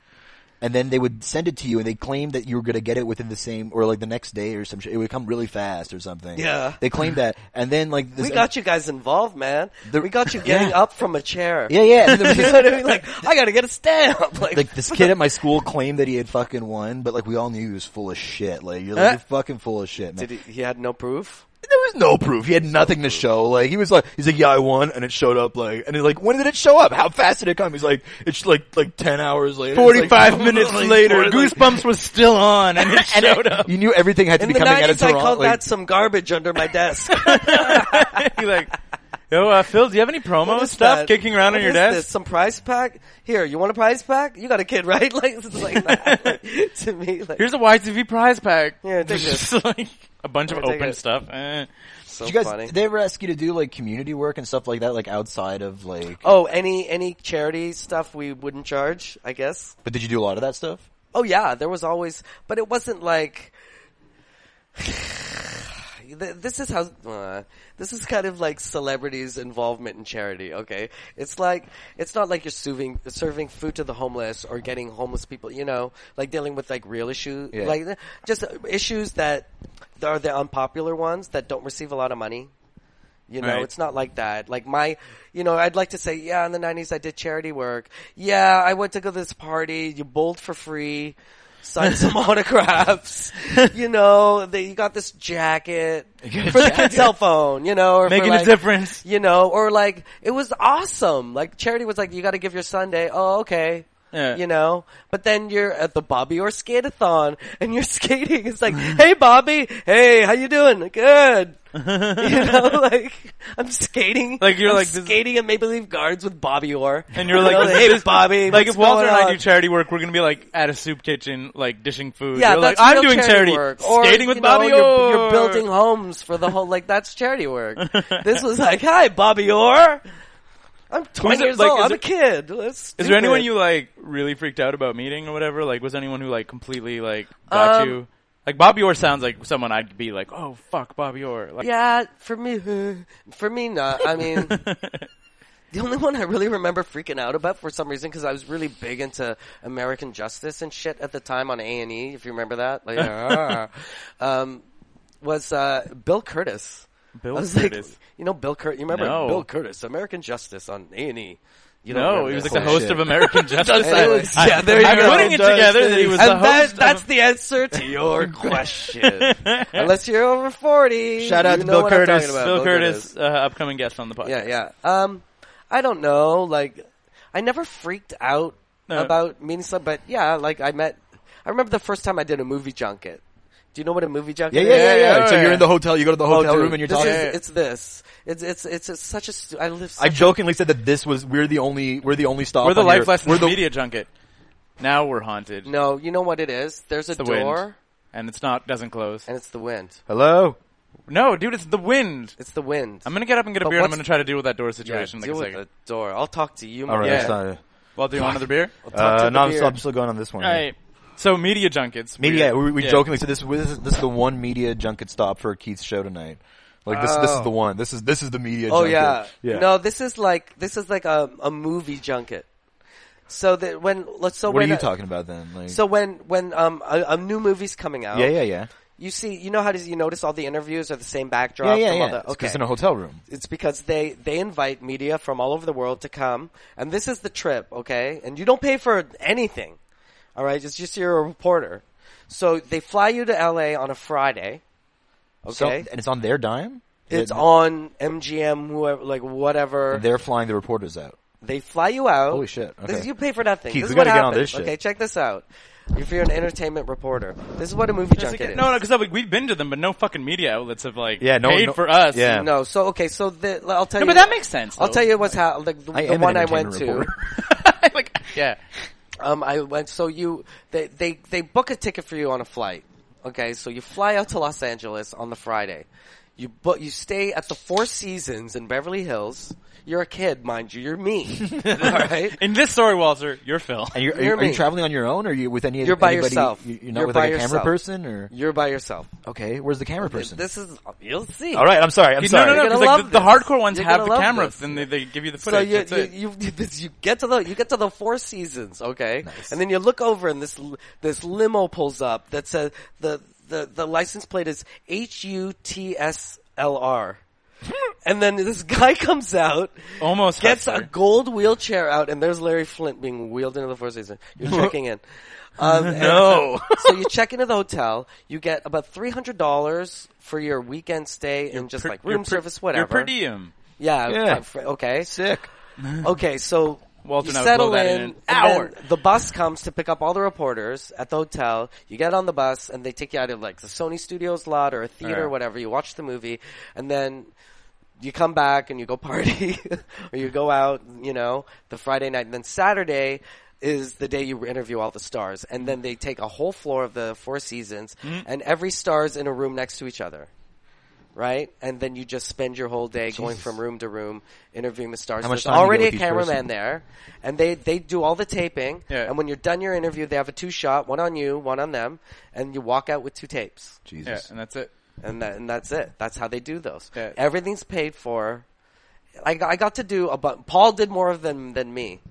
[SPEAKER 4] and then they would send it to you, and they claimed that you were going to get it within the same or like the next day or some shit. It would come really fast or something.
[SPEAKER 3] Yeah.
[SPEAKER 4] they claimed that, and then like this,
[SPEAKER 3] We got you guys involved, man.
[SPEAKER 4] The-
[SPEAKER 3] we got you getting
[SPEAKER 4] Yeah.
[SPEAKER 3] up from a chair.
[SPEAKER 4] Yeah, yeah. and then there was
[SPEAKER 3] you know
[SPEAKER 4] this-
[SPEAKER 3] what I mean? Like, I gotta get a stamp. Like,
[SPEAKER 4] like this kid at my school claimed that he had fucking won, but like we all knew he was full of shit. Like you're, like,
[SPEAKER 2] Huh?
[SPEAKER 4] you're fucking full of shit, man.
[SPEAKER 3] did he, he had no proof?
[SPEAKER 4] Uh, there was no proof. He had nothing to show. Like he was like, he's like, yeah, I won, and it showed up. Like, and he's like, when did it show up? How fast did it come? He's like, it's like like ten hours later. It's, like,
[SPEAKER 2] Forty-five minutes
[SPEAKER 4] like,
[SPEAKER 2] later,
[SPEAKER 4] like-
[SPEAKER 2] Goosebumps was still on, and it showed up.
[SPEAKER 4] You knew everything had to
[SPEAKER 3] In
[SPEAKER 4] be
[SPEAKER 3] the
[SPEAKER 4] coming out of
[SPEAKER 3] nineties, I
[SPEAKER 4] Toronto.
[SPEAKER 3] called
[SPEAKER 4] like,
[SPEAKER 3] that some garbage under my desk.
[SPEAKER 2] You're like, yo, uh, Phil, do you have any promo
[SPEAKER 3] What is
[SPEAKER 2] stuff
[SPEAKER 3] that?
[SPEAKER 2] kicking around
[SPEAKER 3] What
[SPEAKER 2] on your
[SPEAKER 3] is
[SPEAKER 2] desk?
[SPEAKER 3] This? Some prize pack? Here, you want a prize pack? You got a kid, right? Like, it's like that. to me, like,
[SPEAKER 2] Here's a YTV prize pack.
[SPEAKER 3] Yeah, take
[SPEAKER 2] Just, like a bunch of
[SPEAKER 3] Yeah, take
[SPEAKER 2] open
[SPEAKER 3] it.
[SPEAKER 2] stuff. Eh.
[SPEAKER 3] so
[SPEAKER 4] did you guys,
[SPEAKER 3] funny.
[SPEAKER 4] did they ever ask you to do like community work and stuff like that, like outside of like?
[SPEAKER 3] oh, any any charity stuff we wouldn't charge, I guess.
[SPEAKER 4] But did you do a lot of that stuff?
[SPEAKER 3] Oh yeah, there was always, but it wasn't like. Th- This is how uh, this is kind of like celebrities' involvement in charity. Okay, it's like it's not like you're serving serving food to the homeless or getting homeless people. You know, like dealing with like real issues,
[SPEAKER 4] Yeah.
[SPEAKER 3] like just uh, issues that are the unpopular ones that don't receive a lot of money. You know,
[SPEAKER 2] Right.
[SPEAKER 3] it's not like that. Like my, you know, I'd like to say, yeah, in the nineties I did charity work. Yeah, I went to go to this party. You bowled for free, signed some autographs. You know, they, you got this jacket
[SPEAKER 4] got a
[SPEAKER 3] for the kid's cell phone. You know, or for,
[SPEAKER 2] Making a
[SPEAKER 3] like-
[SPEAKER 2] difference.
[SPEAKER 3] You know, or like it was awesome. Like charity was like, you got to give your Sunday. Oh, okay.
[SPEAKER 2] Yeah.
[SPEAKER 3] You know, but then you're at the Bobby or skateathon and you're skating. It's like, hey Bobby, hey, how you doing? Good. you know, like I'm skating.
[SPEAKER 2] Like, you're
[SPEAKER 3] I'm
[SPEAKER 2] like this-
[SPEAKER 3] skating at Maple Leaf Gardens with Bobby Orr.
[SPEAKER 2] And you're
[SPEAKER 3] You
[SPEAKER 2] like,
[SPEAKER 3] know,
[SPEAKER 2] this-
[SPEAKER 3] hey
[SPEAKER 2] this-
[SPEAKER 3] Bobby.
[SPEAKER 2] Like
[SPEAKER 3] what's
[SPEAKER 2] if Walter and
[SPEAKER 3] going
[SPEAKER 2] I
[SPEAKER 3] on?
[SPEAKER 2] do charity work, we're gonna be like at a soup kitchen, like dishing food.
[SPEAKER 3] yeah,
[SPEAKER 2] You're like,
[SPEAKER 3] that's
[SPEAKER 2] I'm
[SPEAKER 3] real
[SPEAKER 2] doing charity,
[SPEAKER 3] work. Or,
[SPEAKER 2] skating with
[SPEAKER 3] you know,
[SPEAKER 2] Bobby.
[SPEAKER 3] You're,
[SPEAKER 2] Orr.
[SPEAKER 3] you're building homes for the whole. Like that's charity work. this was like, hi Bobby Orr. I'm 20
[SPEAKER 2] it-
[SPEAKER 3] years
[SPEAKER 2] like,
[SPEAKER 3] old.
[SPEAKER 2] is
[SPEAKER 3] I'm
[SPEAKER 2] it-
[SPEAKER 3] a kid. Let's
[SPEAKER 2] Is there anyone you like really freaked out about meeting or whatever? Like, was anyone who like completely like got
[SPEAKER 3] Um,
[SPEAKER 2] you? Like Bobby Orr sounds like someone I'd be like, oh fuck, Bobby Orr. Like,
[SPEAKER 3] Yeah, for me, for me, not. I mean, the only one I really remember freaking out about for some reason because I was really big into American Justice and shit at the time on A and E. If you remember that, like, ah. um, was uh, Bill Curtis.
[SPEAKER 2] Bill
[SPEAKER 3] I was
[SPEAKER 2] Curtis.
[SPEAKER 3] Like, you know Bill Curtis. You remember
[SPEAKER 2] No.
[SPEAKER 3] Bill Curtis, American Justice on A and E. You don't
[SPEAKER 2] No,
[SPEAKER 3] remember
[SPEAKER 2] he was
[SPEAKER 3] this.
[SPEAKER 2] like the
[SPEAKER 4] Oh,
[SPEAKER 2] host
[SPEAKER 4] shit.
[SPEAKER 2] of American Justice.
[SPEAKER 3] Anyway,
[SPEAKER 2] I-
[SPEAKER 3] yeah, there you
[SPEAKER 2] I'm
[SPEAKER 3] go.
[SPEAKER 2] putting it together that he was
[SPEAKER 3] and
[SPEAKER 2] the
[SPEAKER 3] that,
[SPEAKER 2] host.
[SPEAKER 3] that's the answer to your question. Unless you're over 40.
[SPEAKER 4] Shout out
[SPEAKER 3] you
[SPEAKER 4] to
[SPEAKER 3] know
[SPEAKER 4] Bill
[SPEAKER 3] what I'm
[SPEAKER 4] Curtis.
[SPEAKER 3] talking about,
[SPEAKER 2] Bill Curtis, uh, upcoming guest on the podcast.
[SPEAKER 3] Yeah, yeah. Um, I don't know. Like, I never freaked out
[SPEAKER 2] No.
[SPEAKER 3] about meeting some, but yeah, like I met. I remember the first time I did a movie junket. Do you know what a movie junket
[SPEAKER 4] Yeah,
[SPEAKER 3] is?
[SPEAKER 4] yeah, yeah, yeah. Oh,
[SPEAKER 2] yeah,
[SPEAKER 4] so
[SPEAKER 2] yeah.
[SPEAKER 4] you're in the hotel. You go to the hotel
[SPEAKER 3] dude,
[SPEAKER 4] room and you're
[SPEAKER 3] this
[SPEAKER 4] talking.
[SPEAKER 3] Is, it's this. It's it's it's, it's such a. Stu- I live.
[SPEAKER 4] I
[SPEAKER 3] Such
[SPEAKER 4] jokingly said that this was we're the only we're the only stop.
[SPEAKER 2] We're the
[SPEAKER 4] on
[SPEAKER 2] life
[SPEAKER 4] your-
[SPEAKER 2] lessons
[SPEAKER 4] We're the
[SPEAKER 2] media junket. Now we're haunted.
[SPEAKER 3] no, you know what it is. There's a
[SPEAKER 2] the wind.
[SPEAKER 3] door,
[SPEAKER 2] And it's not doesn't close.
[SPEAKER 3] and it's the wind.
[SPEAKER 4] hello.
[SPEAKER 2] No, dude, it's the wind.
[SPEAKER 3] It's the wind.
[SPEAKER 2] I'm gonna get up and get a
[SPEAKER 3] But
[SPEAKER 2] beer. and I'm
[SPEAKER 3] what's-
[SPEAKER 2] gonna try to deal with that door
[SPEAKER 3] yeah,
[SPEAKER 2] situation.
[SPEAKER 3] deal
[SPEAKER 2] like
[SPEAKER 3] with
[SPEAKER 2] a
[SPEAKER 3] the
[SPEAKER 2] second.
[SPEAKER 3] door. I'll talk to you.
[SPEAKER 4] All right,
[SPEAKER 3] man.
[SPEAKER 4] that's not.
[SPEAKER 2] Well, do you want another beer?
[SPEAKER 3] I'll talk to
[SPEAKER 4] Uh,
[SPEAKER 3] the
[SPEAKER 4] no, I'm
[SPEAKER 3] beer.
[SPEAKER 4] still, I'm still going on this one.
[SPEAKER 2] All right. So media junkets.
[SPEAKER 4] Media.
[SPEAKER 2] Weird.
[SPEAKER 4] We, we
[SPEAKER 2] Yeah.
[SPEAKER 4] jokingly said this, this is this is the one media junket stop for Keith's show tonight. Like this this is
[SPEAKER 3] Oh.
[SPEAKER 4] the one. This is this is the media.
[SPEAKER 3] Oh
[SPEAKER 4] junket.
[SPEAKER 3] yeah.
[SPEAKER 4] yeah.
[SPEAKER 3] No, this is like this is like a a movie junket. So that when let's so
[SPEAKER 4] what are
[SPEAKER 3] when
[SPEAKER 4] you
[SPEAKER 3] a-
[SPEAKER 4] talking about then? Like,
[SPEAKER 3] So when when um a, a new movie's coming out,
[SPEAKER 4] yeah, yeah, yeah,
[SPEAKER 3] You see, you know how does you notice all the interviews are the same
[SPEAKER 4] yeah,
[SPEAKER 3] backdrop?
[SPEAKER 4] yeah,
[SPEAKER 3] from all
[SPEAKER 4] yeah.
[SPEAKER 3] the-
[SPEAKER 4] It's 'cause
[SPEAKER 3] okay,
[SPEAKER 4] it's in a hotel room.
[SPEAKER 3] it's because they they invite media from all over the world to come, and this is the trip, okay? And you don't pay for anything, all right? It's just you're a reporter, so they fly you to L.A. on a Friday,
[SPEAKER 4] So,
[SPEAKER 3] okay?
[SPEAKER 4] and it's on their dime.
[SPEAKER 3] it's
[SPEAKER 4] They-
[SPEAKER 3] on MGM, whoever, like whatever.
[SPEAKER 4] They're flying the reporters out.
[SPEAKER 3] They fly you out.
[SPEAKER 4] Holy shit, okay.
[SPEAKER 3] This, you pay for nothing.
[SPEAKER 4] Keith,
[SPEAKER 3] this
[SPEAKER 4] we
[SPEAKER 3] is what
[SPEAKER 4] gotta get on
[SPEAKER 3] happens.
[SPEAKER 4] this shit.
[SPEAKER 3] Okay, check this out. If you're an entertainment reporter, this is what a movie
[SPEAKER 2] It's like-
[SPEAKER 3] junket is.
[SPEAKER 2] no, no, because like, we've been to them, but no fucking media outlets have like
[SPEAKER 4] Yeah, no-
[SPEAKER 2] paid
[SPEAKER 4] no-
[SPEAKER 2] for us.
[SPEAKER 4] yeah.
[SPEAKER 3] No, so okay, so the, I'll tell
[SPEAKER 2] No,
[SPEAKER 3] you.
[SPEAKER 2] but that makes sense,
[SPEAKER 3] I'll
[SPEAKER 2] though.
[SPEAKER 3] tell you what's how like the,
[SPEAKER 4] I
[SPEAKER 3] the
[SPEAKER 4] am
[SPEAKER 3] one
[SPEAKER 4] an
[SPEAKER 3] I went
[SPEAKER 4] entertainment
[SPEAKER 3] to.
[SPEAKER 4] reporter.
[SPEAKER 2] like yeah.
[SPEAKER 3] Um, I went. So you they they they book a ticket for you on a flight. Okay, so you fly out to Los Angeles on the Friday. You but you stay at the Four Seasons in Beverly Hills. You're a kid, mind you. You're me. All right.
[SPEAKER 2] In this story, Walter, you're Phil.
[SPEAKER 4] And you're, are,
[SPEAKER 3] You're
[SPEAKER 4] you, are you
[SPEAKER 3] me.
[SPEAKER 4] traveling on your own, or are you with any?
[SPEAKER 3] You're by
[SPEAKER 4] anybody-
[SPEAKER 3] yourself.
[SPEAKER 4] you- You're not
[SPEAKER 3] You're
[SPEAKER 4] with like
[SPEAKER 3] by
[SPEAKER 4] a camera
[SPEAKER 3] yourself.
[SPEAKER 4] person, or
[SPEAKER 3] You're by yourself.
[SPEAKER 4] okay, where's the camera person?
[SPEAKER 3] This is you'll see.
[SPEAKER 4] All right, I'm sorry. I'm
[SPEAKER 2] No,
[SPEAKER 4] sorry.
[SPEAKER 2] no, no,
[SPEAKER 3] You're
[SPEAKER 2] 'cause,
[SPEAKER 3] gonna
[SPEAKER 2] like,
[SPEAKER 3] love
[SPEAKER 2] the, the
[SPEAKER 3] this.
[SPEAKER 2] hardcore ones
[SPEAKER 3] You're
[SPEAKER 2] have
[SPEAKER 3] gonna
[SPEAKER 2] the
[SPEAKER 3] love
[SPEAKER 2] camera,
[SPEAKER 3] this.
[SPEAKER 2] and they, they give you the
[SPEAKER 3] So
[SPEAKER 2] footage.
[SPEAKER 3] you,
[SPEAKER 2] That's
[SPEAKER 3] you,
[SPEAKER 2] it.
[SPEAKER 3] you you get to the you get to the Four Seasons, okay, and then you look over and this l- this limo pulls up that says the the the license plate is H U T S L R, and then this guy comes out,
[SPEAKER 2] Almost
[SPEAKER 3] gets
[SPEAKER 2] hustler.
[SPEAKER 3] a gold wheelchair out, and there's Larry Flint being wheeled into the Four Seasons. You're checking in. Um, and
[SPEAKER 2] No.
[SPEAKER 3] so you check into the hotel. You get about three hundred dollars for your weekend stay and just
[SPEAKER 2] Per-
[SPEAKER 3] like
[SPEAKER 2] you're
[SPEAKER 3] room
[SPEAKER 2] per-
[SPEAKER 3] service, whatever.
[SPEAKER 2] You're per diem.
[SPEAKER 3] Yeah.
[SPEAKER 4] Yeah.
[SPEAKER 3] uh, fr- Okay.
[SPEAKER 4] sick.
[SPEAKER 3] Okay. So
[SPEAKER 2] Walter
[SPEAKER 3] you
[SPEAKER 2] and I would
[SPEAKER 3] settle
[SPEAKER 2] blow that in
[SPEAKER 3] in.
[SPEAKER 2] an
[SPEAKER 3] and
[SPEAKER 2] hour.
[SPEAKER 3] then The bus comes to pick up all the reporters at the hotel. You get on the bus, and they take you out of like the Sony Studios lot or a theater,
[SPEAKER 2] Alright.
[SPEAKER 3] whatever. You watch the movie, and then. You come back and you go party, or you go out, you know, the Friday night, and then Saturday is the day you interview all the stars, and then they take a whole floor of the Four Seasons,
[SPEAKER 2] Hmm.
[SPEAKER 3] and every star's in a room next to each other right? And then you just spend your whole day going from room to room interviewing with stars.
[SPEAKER 4] How much
[SPEAKER 3] There's
[SPEAKER 4] time do you
[SPEAKER 3] already
[SPEAKER 4] get
[SPEAKER 3] a
[SPEAKER 4] with each
[SPEAKER 3] cameraman
[SPEAKER 4] person?
[SPEAKER 3] there, and they they do all the taping.
[SPEAKER 2] Yeah.
[SPEAKER 3] And when you're done your interview, they have a two shot, one on you, one on them, and you walk out with two tapes,
[SPEAKER 2] Yeah,
[SPEAKER 4] Jesus.
[SPEAKER 2] and that's it.
[SPEAKER 3] and that, and that's it. That's how they do those.
[SPEAKER 2] Yeah.
[SPEAKER 3] Everything's paid for. I got- I got to do a but Paul did more of them than me.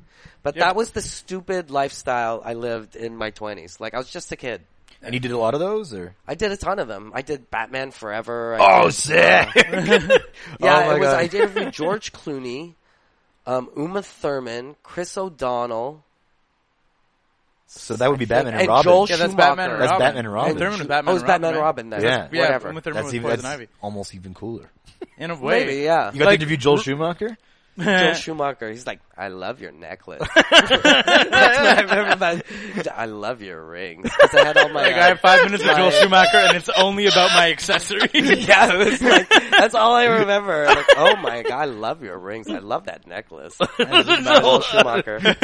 [SPEAKER 3] But
[SPEAKER 2] Yeah.
[SPEAKER 3] that was the stupid lifestyle I lived in my 20s. Like, I was just a kid.
[SPEAKER 4] And you did a lot of those, or
[SPEAKER 3] I did a ton of them. I did Batman Forever. I
[SPEAKER 4] oh, sick.
[SPEAKER 3] Yeah,
[SPEAKER 4] Oh my
[SPEAKER 3] it was.
[SPEAKER 4] God.
[SPEAKER 3] I interviewed George Clooney, um, Uma Thurman, Chris O'Donnell,
[SPEAKER 4] so that would be Batman and,
[SPEAKER 3] and
[SPEAKER 4] Robin.
[SPEAKER 3] Joel
[SPEAKER 2] Yeah, that's
[SPEAKER 3] Schumacher.
[SPEAKER 2] Batman and
[SPEAKER 4] That's
[SPEAKER 2] Robin.
[SPEAKER 4] Batman and Robin.
[SPEAKER 2] Uma Thurman and Batman
[SPEAKER 3] oh, it was
[SPEAKER 2] and
[SPEAKER 3] Batman
[SPEAKER 2] Robin,
[SPEAKER 3] Robin then.
[SPEAKER 4] Yeah.
[SPEAKER 2] Yeah,
[SPEAKER 3] whatever.
[SPEAKER 2] Uma Thurman
[SPEAKER 4] that's
[SPEAKER 2] was
[SPEAKER 4] even,
[SPEAKER 2] Poison
[SPEAKER 4] that's
[SPEAKER 2] Ivy.
[SPEAKER 4] almost even cooler.
[SPEAKER 2] In a way.
[SPEAKER 3] Maybe, yeah.
[SPEAKER 4] You got
[SPEAKER 2] Like-
[SPEAKER 4] to interview Joel Schumacher.
[SPEAKER 3] Joel Schumacher. He's like, I love your necklace. That's what I remember about. I love your ring. 'Cause I had all my.
[SPEAKER 2] Like,
[SPEAKER 3] uh,
[SPEAKER 2] I have five minutes with Joel
[SPEAKER 3] my-
[SPEAKER 2] Schumacher, and it's only about my accessories.
[SPEAKER 3] Yeah, it was like, that's all I remember. Like, oh my god, I love your rings. I love that necklace. Joel Schumacher.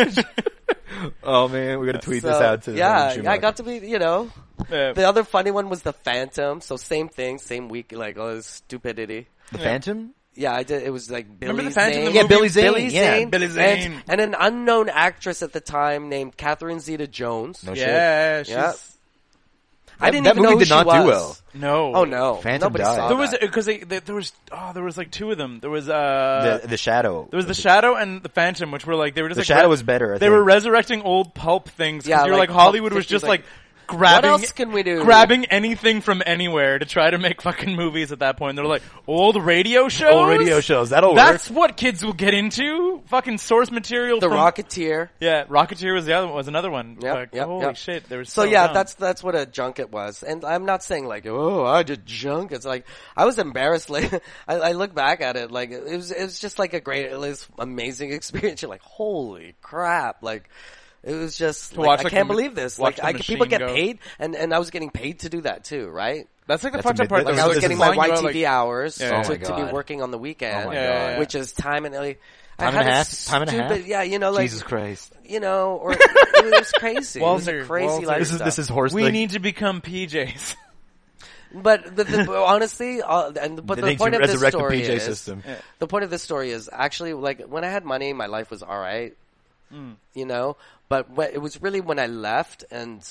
[SPEAKER 4] Oh man, we got to tweet this
[SPEAKER 3] So,
[SPEAKER 4] out to Joel
[SPEAKER 3] yeah,
[SPEAKER 4] Schumacher.
[SPEAKER 3] I got to be, you know,
[SPEAKER 2] Yeah.
[SPEAKER 3] The other funny one was the Phantom. So same thing, same week, like all this stupidity.
[SPEAKER 4] the Phantom.
[SPEAKER 3] Yeah, I did. It was like Billy
[SPEAKER 2] Remember the Phantom,
[SPEAKER 3] Zane.
[SPEAKER 2] the Yeah, movie?
[SPEAKER 4] Billy Zane,
[SPEAKER 3] Billy
[SPEAKER 4] yeah.
[SPEAKER 3] Zane,
[SPEAKER 2] Billy
[SPEAKER 3] and-
[SPEAKER 2] Zane.
[SPEAKER 3] and, an unknown actress at the time named Catherine Zeta-Jones.
[SPEAKER 4] No shit.
[SPEAKER 2] yeah, she's...
[SPEAKER 3] Yeah. I
[SPEAKER 4] That-
[SPEAKER 3] didn't
[SPEAKER 4] that
[SPEAKER 3] even
[SPEAKER 4] movie
[SPEAKER 3] know who
[SPEAKER 4] did
[SPEAKER 3] she
[SPEAKER 4] not do
[SPEAKER 3] was.
[SPEAKER 4] well.
[SPEAKER 2] No.
[SPEAKER 3] Oh no,
[SPEAKER 4] Phantom
[SPEAKER 3] Nobody
[SPEAKER 4] died.
[SPEAKER 3] Saw
[SPEAKER 2] There was,
[SPEAKER 3] that.
[SPEAKER 2] because they, they, there was, oh, there was like two of them. There was, uh...
[SPEAKER 4] the, the Shadow.
[SPEAKER 2] there was the Shadow and the Phantom, which were like they were just
[SPEAKER 4] The
[SPEAKER 2] like
[SPEAKER 4] Shadow was better, I
[SPEAKER 2] they
[SPEAKER 4] think.
[SPEAKER 2] were resurrecting old pulp things.
[SPEAKER 3] Yeah,
[SPEAKER 2] because you're
[SPEAKER 3] like
[SPEAKER 2] like,
[SPEAKER 3] Pulp
[SPEAKER 2] Hollywood was
[SPEAKER 3] Fiction's
[SPEAKER 2] just like,
[SPEAKER 3] like,
[SPEAKER 2] grabbing.
[SPEAKER 3] "What else can we do?"
[SPEAKER 2] Grabbing anything from anywhere to try to make fucking movies. At that point, they're like old radio shows.
[SPEAKER 4] old radio shows. That'll
[SPEAKER 2] That's
[SPEAKER 4] work.
[SPEAKER 2] what kids will get into. Fucking source material.
[SPEAKER 3] the
[SPEAKER 2] from,
[SPEAKER 3] Rocketeer.
[SPEAKER 2] Yeah, Rocketeer was the other was another one.
[SPEAKER 3] Yep,
[SPEAKER 2] Like,
[SPEAKER 3] yep,
[SPEAKER 2] holy
[SPEAKER 3] yep.
[SPEAKER 2] shit, there was
[SPEAKER 3] So
[SPEAKER 2] so
[SPEAKER 3] yeah,
[SPEAKER 2] dumb.
[SPEAKER 3] that's that's what a junket was, and I'm not saying like oh I did junkets. Like I was embarrassed. Like I, I look back at it, like it was it was just like a great, it was amazing experience. You're like holy crap, like. It was just like,
[SPEAKER 2] watch,
[SPEAKER 3] I
[SPEAKER 2] like,
[SPEAKER 3] can't
[SPEAKER 2] the ma-
[SPEAKER 3] believe this. Like
[SPEAKER 2] watch the
[SPEAKER 3] I, people
[SPEAKER 2] machine
[SPEAKER 3] get
[SPEAKER 2] go.
[SPEAKER 3] paid, and and I was getting paid to do that too, right?
[SPEAKER 2] that's like the
[SPEAKER 4] that's
[SPEAKER 2] fucked
[SPEAKER 4] a
[SPEAKER 2] up part.
[SPEAKER 4] mid-
[SPEAKER 3] Like
[SPEAKER 4] This
[SPEAKER 3] I
[SPEAKER 4] is-
[SPEAKER 3] was
[SPEAKER 4] this
[SPEAKER 3] getting
[SPEAKER 4] is
[SPEAKER 3] my
[SPEAKER 4] like-
[SPEAKER 2] finding out,
[SPEAKER 3] YTV hours
[SPEAKER 2] Yeah.
[SPEAKER 4] Oh my
[SPEAKER 3] to, to be
[SPEAKER 4] God.
[SPEAKER 3] working on the weekend,
[SPEAKER 4] Oh my
[SPEAKER 2] Yeah, God. yeah,
[SPEAKER 3] which is time and like, I
[SPEAKER 4] Time
[SPEAKER 3] had
[SPEAKER 4] and a half?
[SPEAKER 3] s-
[SPEAKER 4] Time and a half?
[SPEAKER 3] stupid- Yeah, you know, like
[SPEAKER 4] Jesus Christ.
[SPEAKER 3] you know, or it was crazy. it
[SPEAKER 2] Walter,
[SPEAKER 3] was a crazy
[SPEAKER 2] Walter.
[SPEAKER 3] lifestyle.
[SPEAKER 4] This is this is horse.
[SPEAKER 2] we
[SPEAKER 4] like,
[SPEAKER 2] need to become PJs.
[SPEAKER 3] But, but, the, but honestly, uh, and but
[SPEAKER 4] They
[SPEAKER 3] the
[SPEAKER 4] need to
[SPEAKER 3] point of this
[SPEAKER 4] resurrect the
[SPEAKER 3] story
[SPEAKER 4] PJ
[SPEAKER 3] is
[SPEAKER 4] system. Yeah.
[SPEAKER 3] the point of this story is actually like when I had money, my life was all right, you know. But wh- it was really when I left, and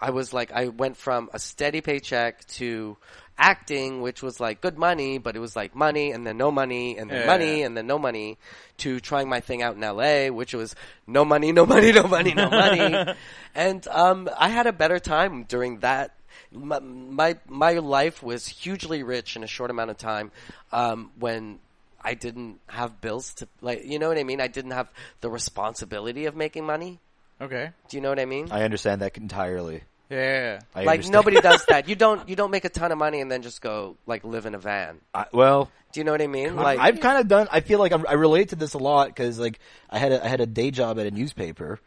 [SPEAKER 3] I was like, I went from a steady paycheck to acting, which was like good money, but it was like money and then no money and then
[SPEAKER 2] Yeah.
[SPEAKER 3] money and then no money, to trying my thing out in L.A., which was no money, no money, no money, no money, and um, I had a better time during that my, my my life was hugely rich in a short amount of time um, when I didn't have bills to like you know what I mean. I didn't have the responsibility of making money.
[SPEAKER 2] Okay.
[SPEAKER 3] Do you know what I mean?
[SPEAKER 4] I understand that entirely.
[SPEAKER 2] Yeah.
[SPEAKER 4] I
[SPEAKER 3] like
[SPEAKER 4] understand.
[SPEAKER 3] nobody does that. You don't you don't make a ton of money and then just go like live in a van.
[SPEAKER 4] I, well,
[SPEAKER 3] Do you know what I mean? Like
[SPEAKER 4] I've kind of done. I feel like I'm, I relate to this a lot because like I had a, I had a day job at a newspaper,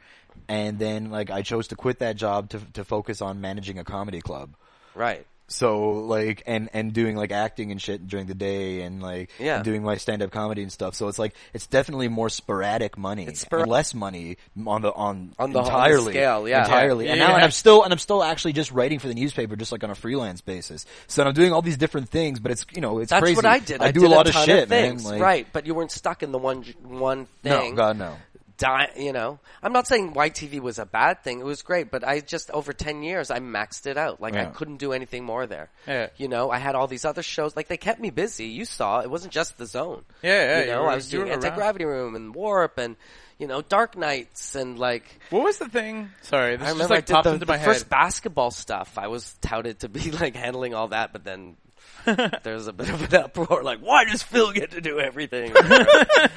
[SPEAKER 4] and then like I chose to quit that job to to focus on managing a comedy club.
[SPEAKER 3] right.
[SPEAKER 4] So like and and doing like acting and shit during the day and like
[SPEAKER 3] Yeah.
[SPEAKER 4] and doing my stand up comedy and stuff. So it's like it's definitely more sporadic money,
[SPEAKER 3] It's spora-
[SPEAKER 4] and less money on the on,
[SPEAKER 3] On the- on the
[SPEAKER 4] entirely
[SPEAKER 3] scale, yeah.
[SPEAKER 4] entirely.
[SPEAKER 2] Yeah.
[SPEAKER 4] And
[SPEAKER 2] Yeah,
[SPEAKER 4] now
[SPEAKER 2] yeah.
[SPEAKER 4] and I'm still and I'm still actually just writing for the newspaper, just like on a freelance basis. So I'm doing all these different things, but it's you know it's
[SPEAKER 3] That's
[SPEAKER 4] crazy.
[SPEAKER 3] what I did. I,
[SPEAKER 4] do
[SPEAKER 3] did
[SPEAKER 4] a lot of
[SPEAKER 3] ton
[SPEAKER 4] shit,
[SPEAKER 3] things,
[SPEAKER 4] man. Like,
[SPEAKER 3] right? But you weren't stuck in the one one
[SPEAKER 4] No,
[SPEAKER 3] thing.
[SPEAKER 4] God no.
[SPEAKER 3] Di- you know, I'm not saying YTV was a bad thing. It was great, but I just over ten years I maxed it out. Like I
[SPEAKER 4] Yeah.
[SPEAKER 3] couldn't do anything more there.
[SPEAKER 2] Yeah.
[SPEAKER 3] You know, I had all these other shows. Like they kept me busy. You saw it wasn't just the zone.
[SPEAKER 2] Yeah, yeah,
[SPEAKER 3] You know,
[SPEAKER 2] you were-
[SPEAKER 3] I was
[SPEAKER 2] you
[SPEAKER 3] doing
[SPEAKER 2] were around.
[SPEAKER 3] anti gravity room and warp and you know dark nights and like
[SPEAKER 2] What was the thing? Sorry, this
[SPEAKER 3] I
[SPEAKER 2] just
[SPEAKER 3] remember
[SPEAKER 2] like
[SPEAKER 3] I did
[SPEAKER 2] popped
[SPEAKER 3] the,
[SPEAKER 2] into
[SPEAKER 3] the
[SPEAKER 2] my head.
[SPEAKER 3] first basketball stuff. I was touted to be like handling all that, but then there was a bit of an uproar. Like, why does Phil get to do everything?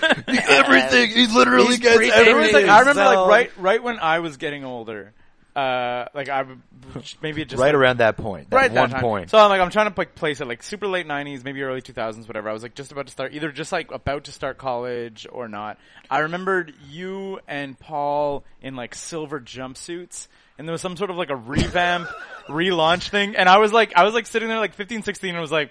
[SPEAKER 4] Everything. He literally
[SPEAKER 3] He's
[SPEAKER 4] gets
[SPEAKER 3] pre-
[SPEAKER 2] It was,
[SPEAKER 4] everything.
[SPEAKER 2] like, I remember
[SPEAKER 3] So-
[SPEAKER 2] like right right when I was getting older. Uh, like I would- maybe it just
[SPEAKER 4] right
[SPEAKER 2] like,
[SPEAKER 4] around that point. That
[SPEAKER 2] right
[SPEAKER 4] one
[SPEAKER 2] that time.
[SPEAKER 4] point.
[SPEAKER 2] So I'm like, I'm trying to like place it like super late '90s, maybe early 2000s, whatever. I was like just about to start, either just like about to start college or not. I remembered you and Paul in like silver jumpsuits. And there was some sort of like a revamp, relaunch thing, and I was like, I was like sitting there like 15, 16, and was like,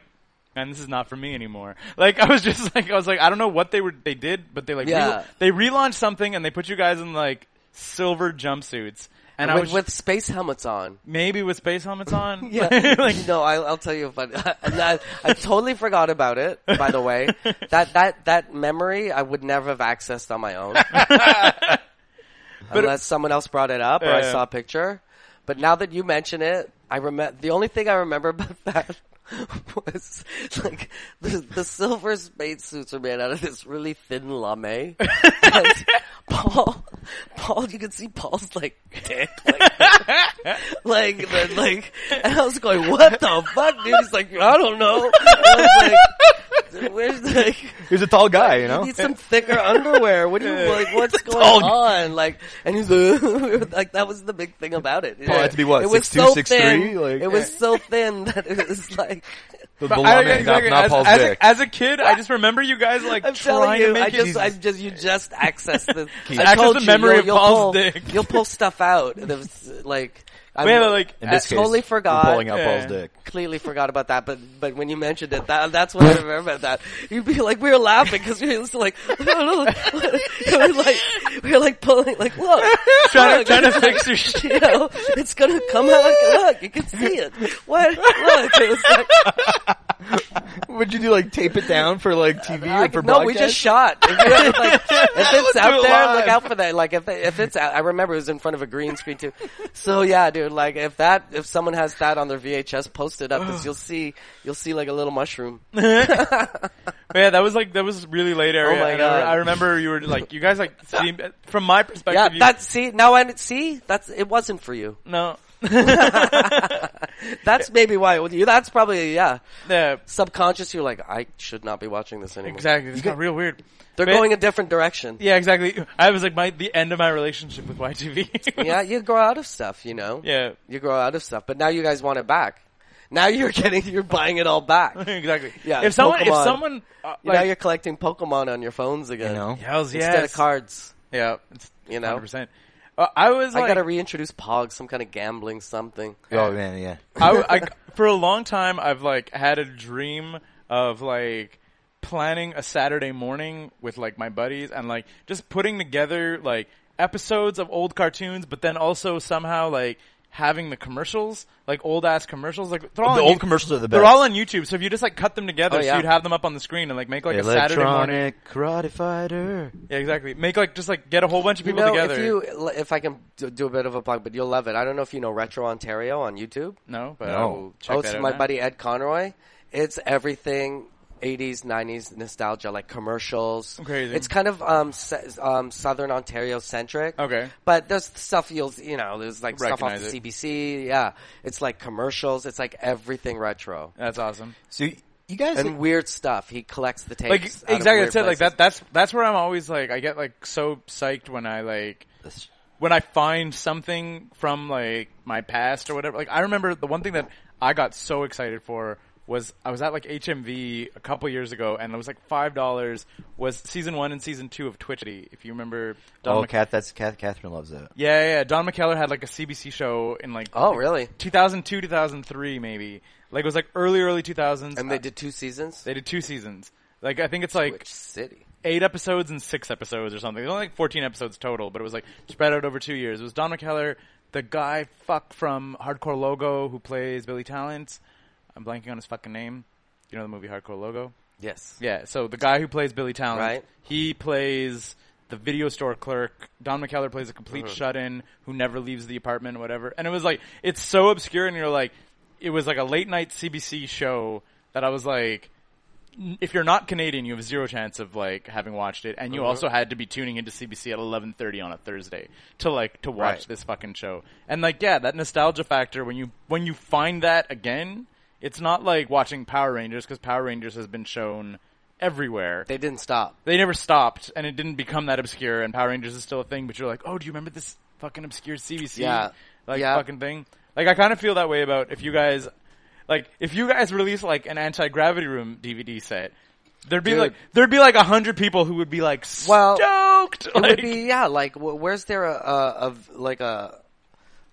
[SPEAKER 2] man, this is not for me anymore. Like I was just like, I was like, I don't know what they were, they did, but they like,
[SPEAKER 3] Yeah.
[SPEAKER 2] re- they relaunched something, and they put you guys in like silver jumpsuits, and I
[SPEAKER 3] with,
[SPEAKER 2] was
[SPEAKER 3] with space helmets on.
[SPEAKER 2] maybe with space helmets on,
[SPEAKER 3] Yeah.
[SPEAKER 2] like,
[SPEAKER 3] no, I, I'll tell you. But I, I totally forgot about it. By the way, that that that memory I would never have accessed on my own, unless someone else brought it up or I
[SPEAKER 2] Yeah.
[SPEAKER 3] saw a picture. But now that you mention it, I remember the only thing I remember about that. Was like the, the silver spade suits are made out of this really thin lame. And Paul, Paul, you can see Paul's like dick, like like, the, like, and I was going, what the fuck, dude? He's like, I don't know. I was like, where's like,
[SPEAKER 4] he was a tall guy, you know.
[SPEAKER 3] I need some thicker underwear. What do you, like, what's going on? Like, and he's like, like, that was the big thing about it.
[SPEAKER 4] Paul had to be what,
[SPEAKER 3] It was
[SPEAKER 4] 6'2",,
[SPEAKER 3] so
[SPEAKER 4] 6'3"?
[SPEAKER 3] thin.
[SPEAKER 4] Like-
[SPEAKER 3] it was so thin that it was like,
[SPEAKER 4] The
[SPEAKER 2] But
[SPEAKER 4] baloney,
[SPEAKER 2] I-
[SPEAKER 4] not-
[SPEAKER 2] exactly.
[SPEAKER 4] not
[SPEAKER 2] as,
[SPEAKER 4] Paul's
[SPEAKER 2] as,
[SPEAKER 4] dick.
[SPEAKER 2] A, as a kid, I just remember you guys like
[SPEAKER 3] I'm telling
[SPEAKER 2] trying to
[SPEAKER 3] you,
[SPEAKER 2] make
[SPEAKER 3] I just,
[SPEAKER 2] it.
[SPEAKER 3] I just, you just access the, I
[SPEAKER 2] Access
[SPEAKER 3] told
[SPEAKER 2] the
[SPEAKER 3] you,
[SPEAKER 2] memory
[SPEAKER 3] you'll-
[SPEAKER 2] of
[SPEAKER 3] you'll
[SPEAKER 2] Paul's
[SPEAKER 3] pull-
[SPEAKER 2] dick.
[SPEAKER 3] You'll pull stuff out. There was, like, I
[SPEAKER 2] Wait, but, like,
[SPEAKER 4] In this
[SPEAKER 3] I
[SPEAKER 4] case,
[SPEAKER 3] totally
[SPEAKER 4] we're
[SPEAKER 3] forgot.
[SPEAKER 4] pulling out
[SPEAKER 2] Yeah.
[SPEAKER 4] Paul's dick.
[SPEAKER 3] clearly forgot about that, but but when you mentioned it, that that's what I remember about that. You'd be like, we were laughing because we were just like, I don't know. we were like, we were like pulling, like, look,
[SPEAKER 2] trying,
[SPEAKER 3] look,
[SPEAKER 2] trying to fix your shit.
[SPEAKER 3] you know, it's gonna come out. Look, you can see it. What? Look, it was like,
[SPEAKER 4] Would you do like tape it down for like TV
[SPEAKER 3] I
[SPEAKER 4] or for
[SPEAKER 3] can- no, we
[SPEAKER 4] broadcast?
[SPEAKER 3] just shot. If, you have, like, if it's out
[SPEAKER 4] it
[SPEAKER 3] there,
[SPEAKER 4] live.
[SPEAKER 3] look out for that. Like if if it's out, I remember it was in front of a green screen too. So yeah, dude. Like if that if someone has that on their VHS, post it up because you'll see you'll see like a little mushroom.
[SPEAKER 2] Yeah, that was like that was really late area.
[SPEAKER 3] Oh my
[SPEAKER 2] and I, re-
[SPEAKER 3] God.
[SPEAKER 2] I remember you were like you guys like seemed, from my perspective.
[SPEAKER 3] Yeah,
[SPEAKER 2] you,
[SPEAKER 3] that's see now I see that's it wasn't for you.
[SPEAKER 2] no.
[SPEAKER 3] That's maybe why it was you. That's probably yeah.
[SPEAKER 2] Yeah,
[SPEAKER 3] Subconscious, you're like, I should not be watching this anymore.
[SPEAKER 2] exactly. This got real weird.
[SPEAKER 3] They're
[SPEAKER 2] Man.
[SPEAKER 3] going a different direction.
[SPEAKER 2] Yeah, exactly. I was like my the end of my relationship with YTV.
[SPEAKER 3] Yeah, you grow out of stuff, you know.
[SPEAKER 2] yeah,
[SPEAKER 3] you grow out of stuff, but now you guys want it back. Now you're getting, you're buying it all back. You
[SPEAKER 2] exactly.
[SPEAKER 3] Yeah,
[SPEAKER 2] if someone,
[SPEAKER 3] Pokemon.
[SPEAKER 2] if someone, uh,
[SPEAKER 3] now
[SPEAKER 2] like,
[SPEAKER 3] you're collecting Pokemon on your phones again.
[SPEAKER 4] You know?
[SPEAKER 2] hells yes.
[SPEAKER 3] Instead of cards,
[SPEAKER 2] Yeah, it's,
[SPEAKER 3] You know?
[SPEAKER 2] 100%. Uh, I was like,
[SPEAKER 3] I gotta reintroduce Pog, some kind of gambling something.
[SPEAKER 4] Oh man, yeah.
[SPEAKER 2] I, I- for a long time, I've like had a dream of like planning a Saturday morning with like my buddies and like just putting together like episodes of old cartoons, but then also somehow like having the commercials, like old ass commercials, like they're all
[SPEAKER 4] The
[SPEAKER 2] on
[SPEAKER 4] old
[SPEAKER 2] Youtube.
[SPEAKER 4] commercials are the
[SPEAKER 2] They're
[SPEAKER 4] best.
[SPEAKER 2] all on YouTube, so if you just like cut them together,
[SPEAKER 3] Oh, yeah.
[SPEAKER 2] so you'd have them up on the screen and like make like a Saturday morning.
[SPEAKER 4] Electronic karate fighter.
[SPEAKER 2] Yeah, exactly. Make like just like get a whole bunch of people
[SPEAKER 3] you know,
[SPEAKER 2] together.
[SPEAKER 3] if you, if I can do- do a bit of a plug, but you'll love it. I don't know if you know Retro Ontario on YouTube.
[SPEAKER 2] no, but I
[SPEAKER 4] No.
[SPEAKER 2] will check
[SPEAKER 3] oh,
[SPEAKER 2] that
[SPEAKER 3] it's
[SPEAKER 2] out
[SPEAKER 3] my
[SPEAKER 2] now.
[SPEAKER 3] buddy Ed Conroy. It's everything 80s, 90s nostalgia, like commercials.
[SPEAKER 2] Crazy.
[SPEAKER 3] It's kind of um, se- um, Southern Ontario centric.
[SPEAKER 2] Okay.
[SPEAKER 3] But there's stuff you'll, you know, there's like stuff
[SPEAKER 2] Recognize
[SPEAKER 3] off
[SPEAKER 2] it.
[SPEAKER 3] the CBC. Yeah. It's like commercials. It's like everything retro.
[SPEAKER 2] That's awesome.
[SPEAKER 4] So y- you guys,
[SPEAKER 3] And weird stuff. He collects the tapes.
[SPEAKER 2] like
[SPEAKER 3] out of
[SPEAKER 2] exactly
[SPEAKER 3] weird
[SPEAKER 2] that's it like
[SPEAKER 3] places.
[SPEAKER 2] that that's that's where i'm always like i get like so psyched when i like
[SPEAKER 4] Oh,
[SPEAKER 2] when i find something from like my past or whatever like i remember the one thing that i got so excited for was I was at like HMV a couple years ago, and it was like five dollars. Was season one and season two of Twitchity, if you remember. Don
[SPEAKER 4] Oh,
[SPEAKER 2] Mc-
[SPEAKER 4] Kat, that's Kat, Catherine loves that.
[SPEAKER 2] yeah, yeah, yeah. Don McKellar had like a CBC show in like
[SPEAKER 3] Oh, really?
[SPEAKER 2] 2002, 2003, maybe. Like it was like early, early 2000s.
[SPEAKER 3] And they did two seasons.
[SPEAKER 2] They did two seasons. Like I think it's like
[SPEAKER 3] Which city?
[SPEAKER 2] eight episodes and six episodes or something. There's only like 14 episodes total, but it was like spread out over two years. It was Don McKellar, the guy fuck from Hardcore Logo who plays Billy Talent. I'm blanking on his fucking name. You know the movie Hardcore Logo?
[SPEAKER 3] Yes.
[SPEAKER 2] Yeah, so the guy who plays Billy Talent,
[SPEAKER 3] Right.
[SPEAKER 2] he plays the video store clerk. Don McKellar plays a complete shut-in who never leaves the apartment, whatever. And it was like, it's so obscure, and you're like, it was like a late night CBC show that I was like, n- if you're not Canadian, you have zero chance of like having watched it, and you also had to be tuning into CBC at 11:30 on a Thursday to like to watch
[SPEAKER 3] Right.
[SPEAKER 2] this fucking show. And like, yeah, that nostalgia factor when you when you find that again, it's not like watching Power Rangers because Power Rangers has been shown everywhere. They,
[SPEAKER 3] They didn't stop.
[SPEAKER 2] never stopped, and it didn't become that obscure. And Power Rangers is still a thing, but you're like, oh, do you remember this fucking obscure CBC
[SPEAKER 3] Yeah.
[SPEAKER 2] like
[SPEAKER 3] Yeah.
[SPEAKER 2] fucking thing? Like, I kind of feel that way about if you guys like if you guys release like an anti gravity room DVD set. There'd be
[SPEAKER 3] Dude.
[SPEAKER 2] like there'd be like a hundred people who would be like stoked.
[SPEAKER 3] Well, It
[SPEAKER 2] like,
[SPEAKER 3] would be yeah. Like wh- where's there a, a of like a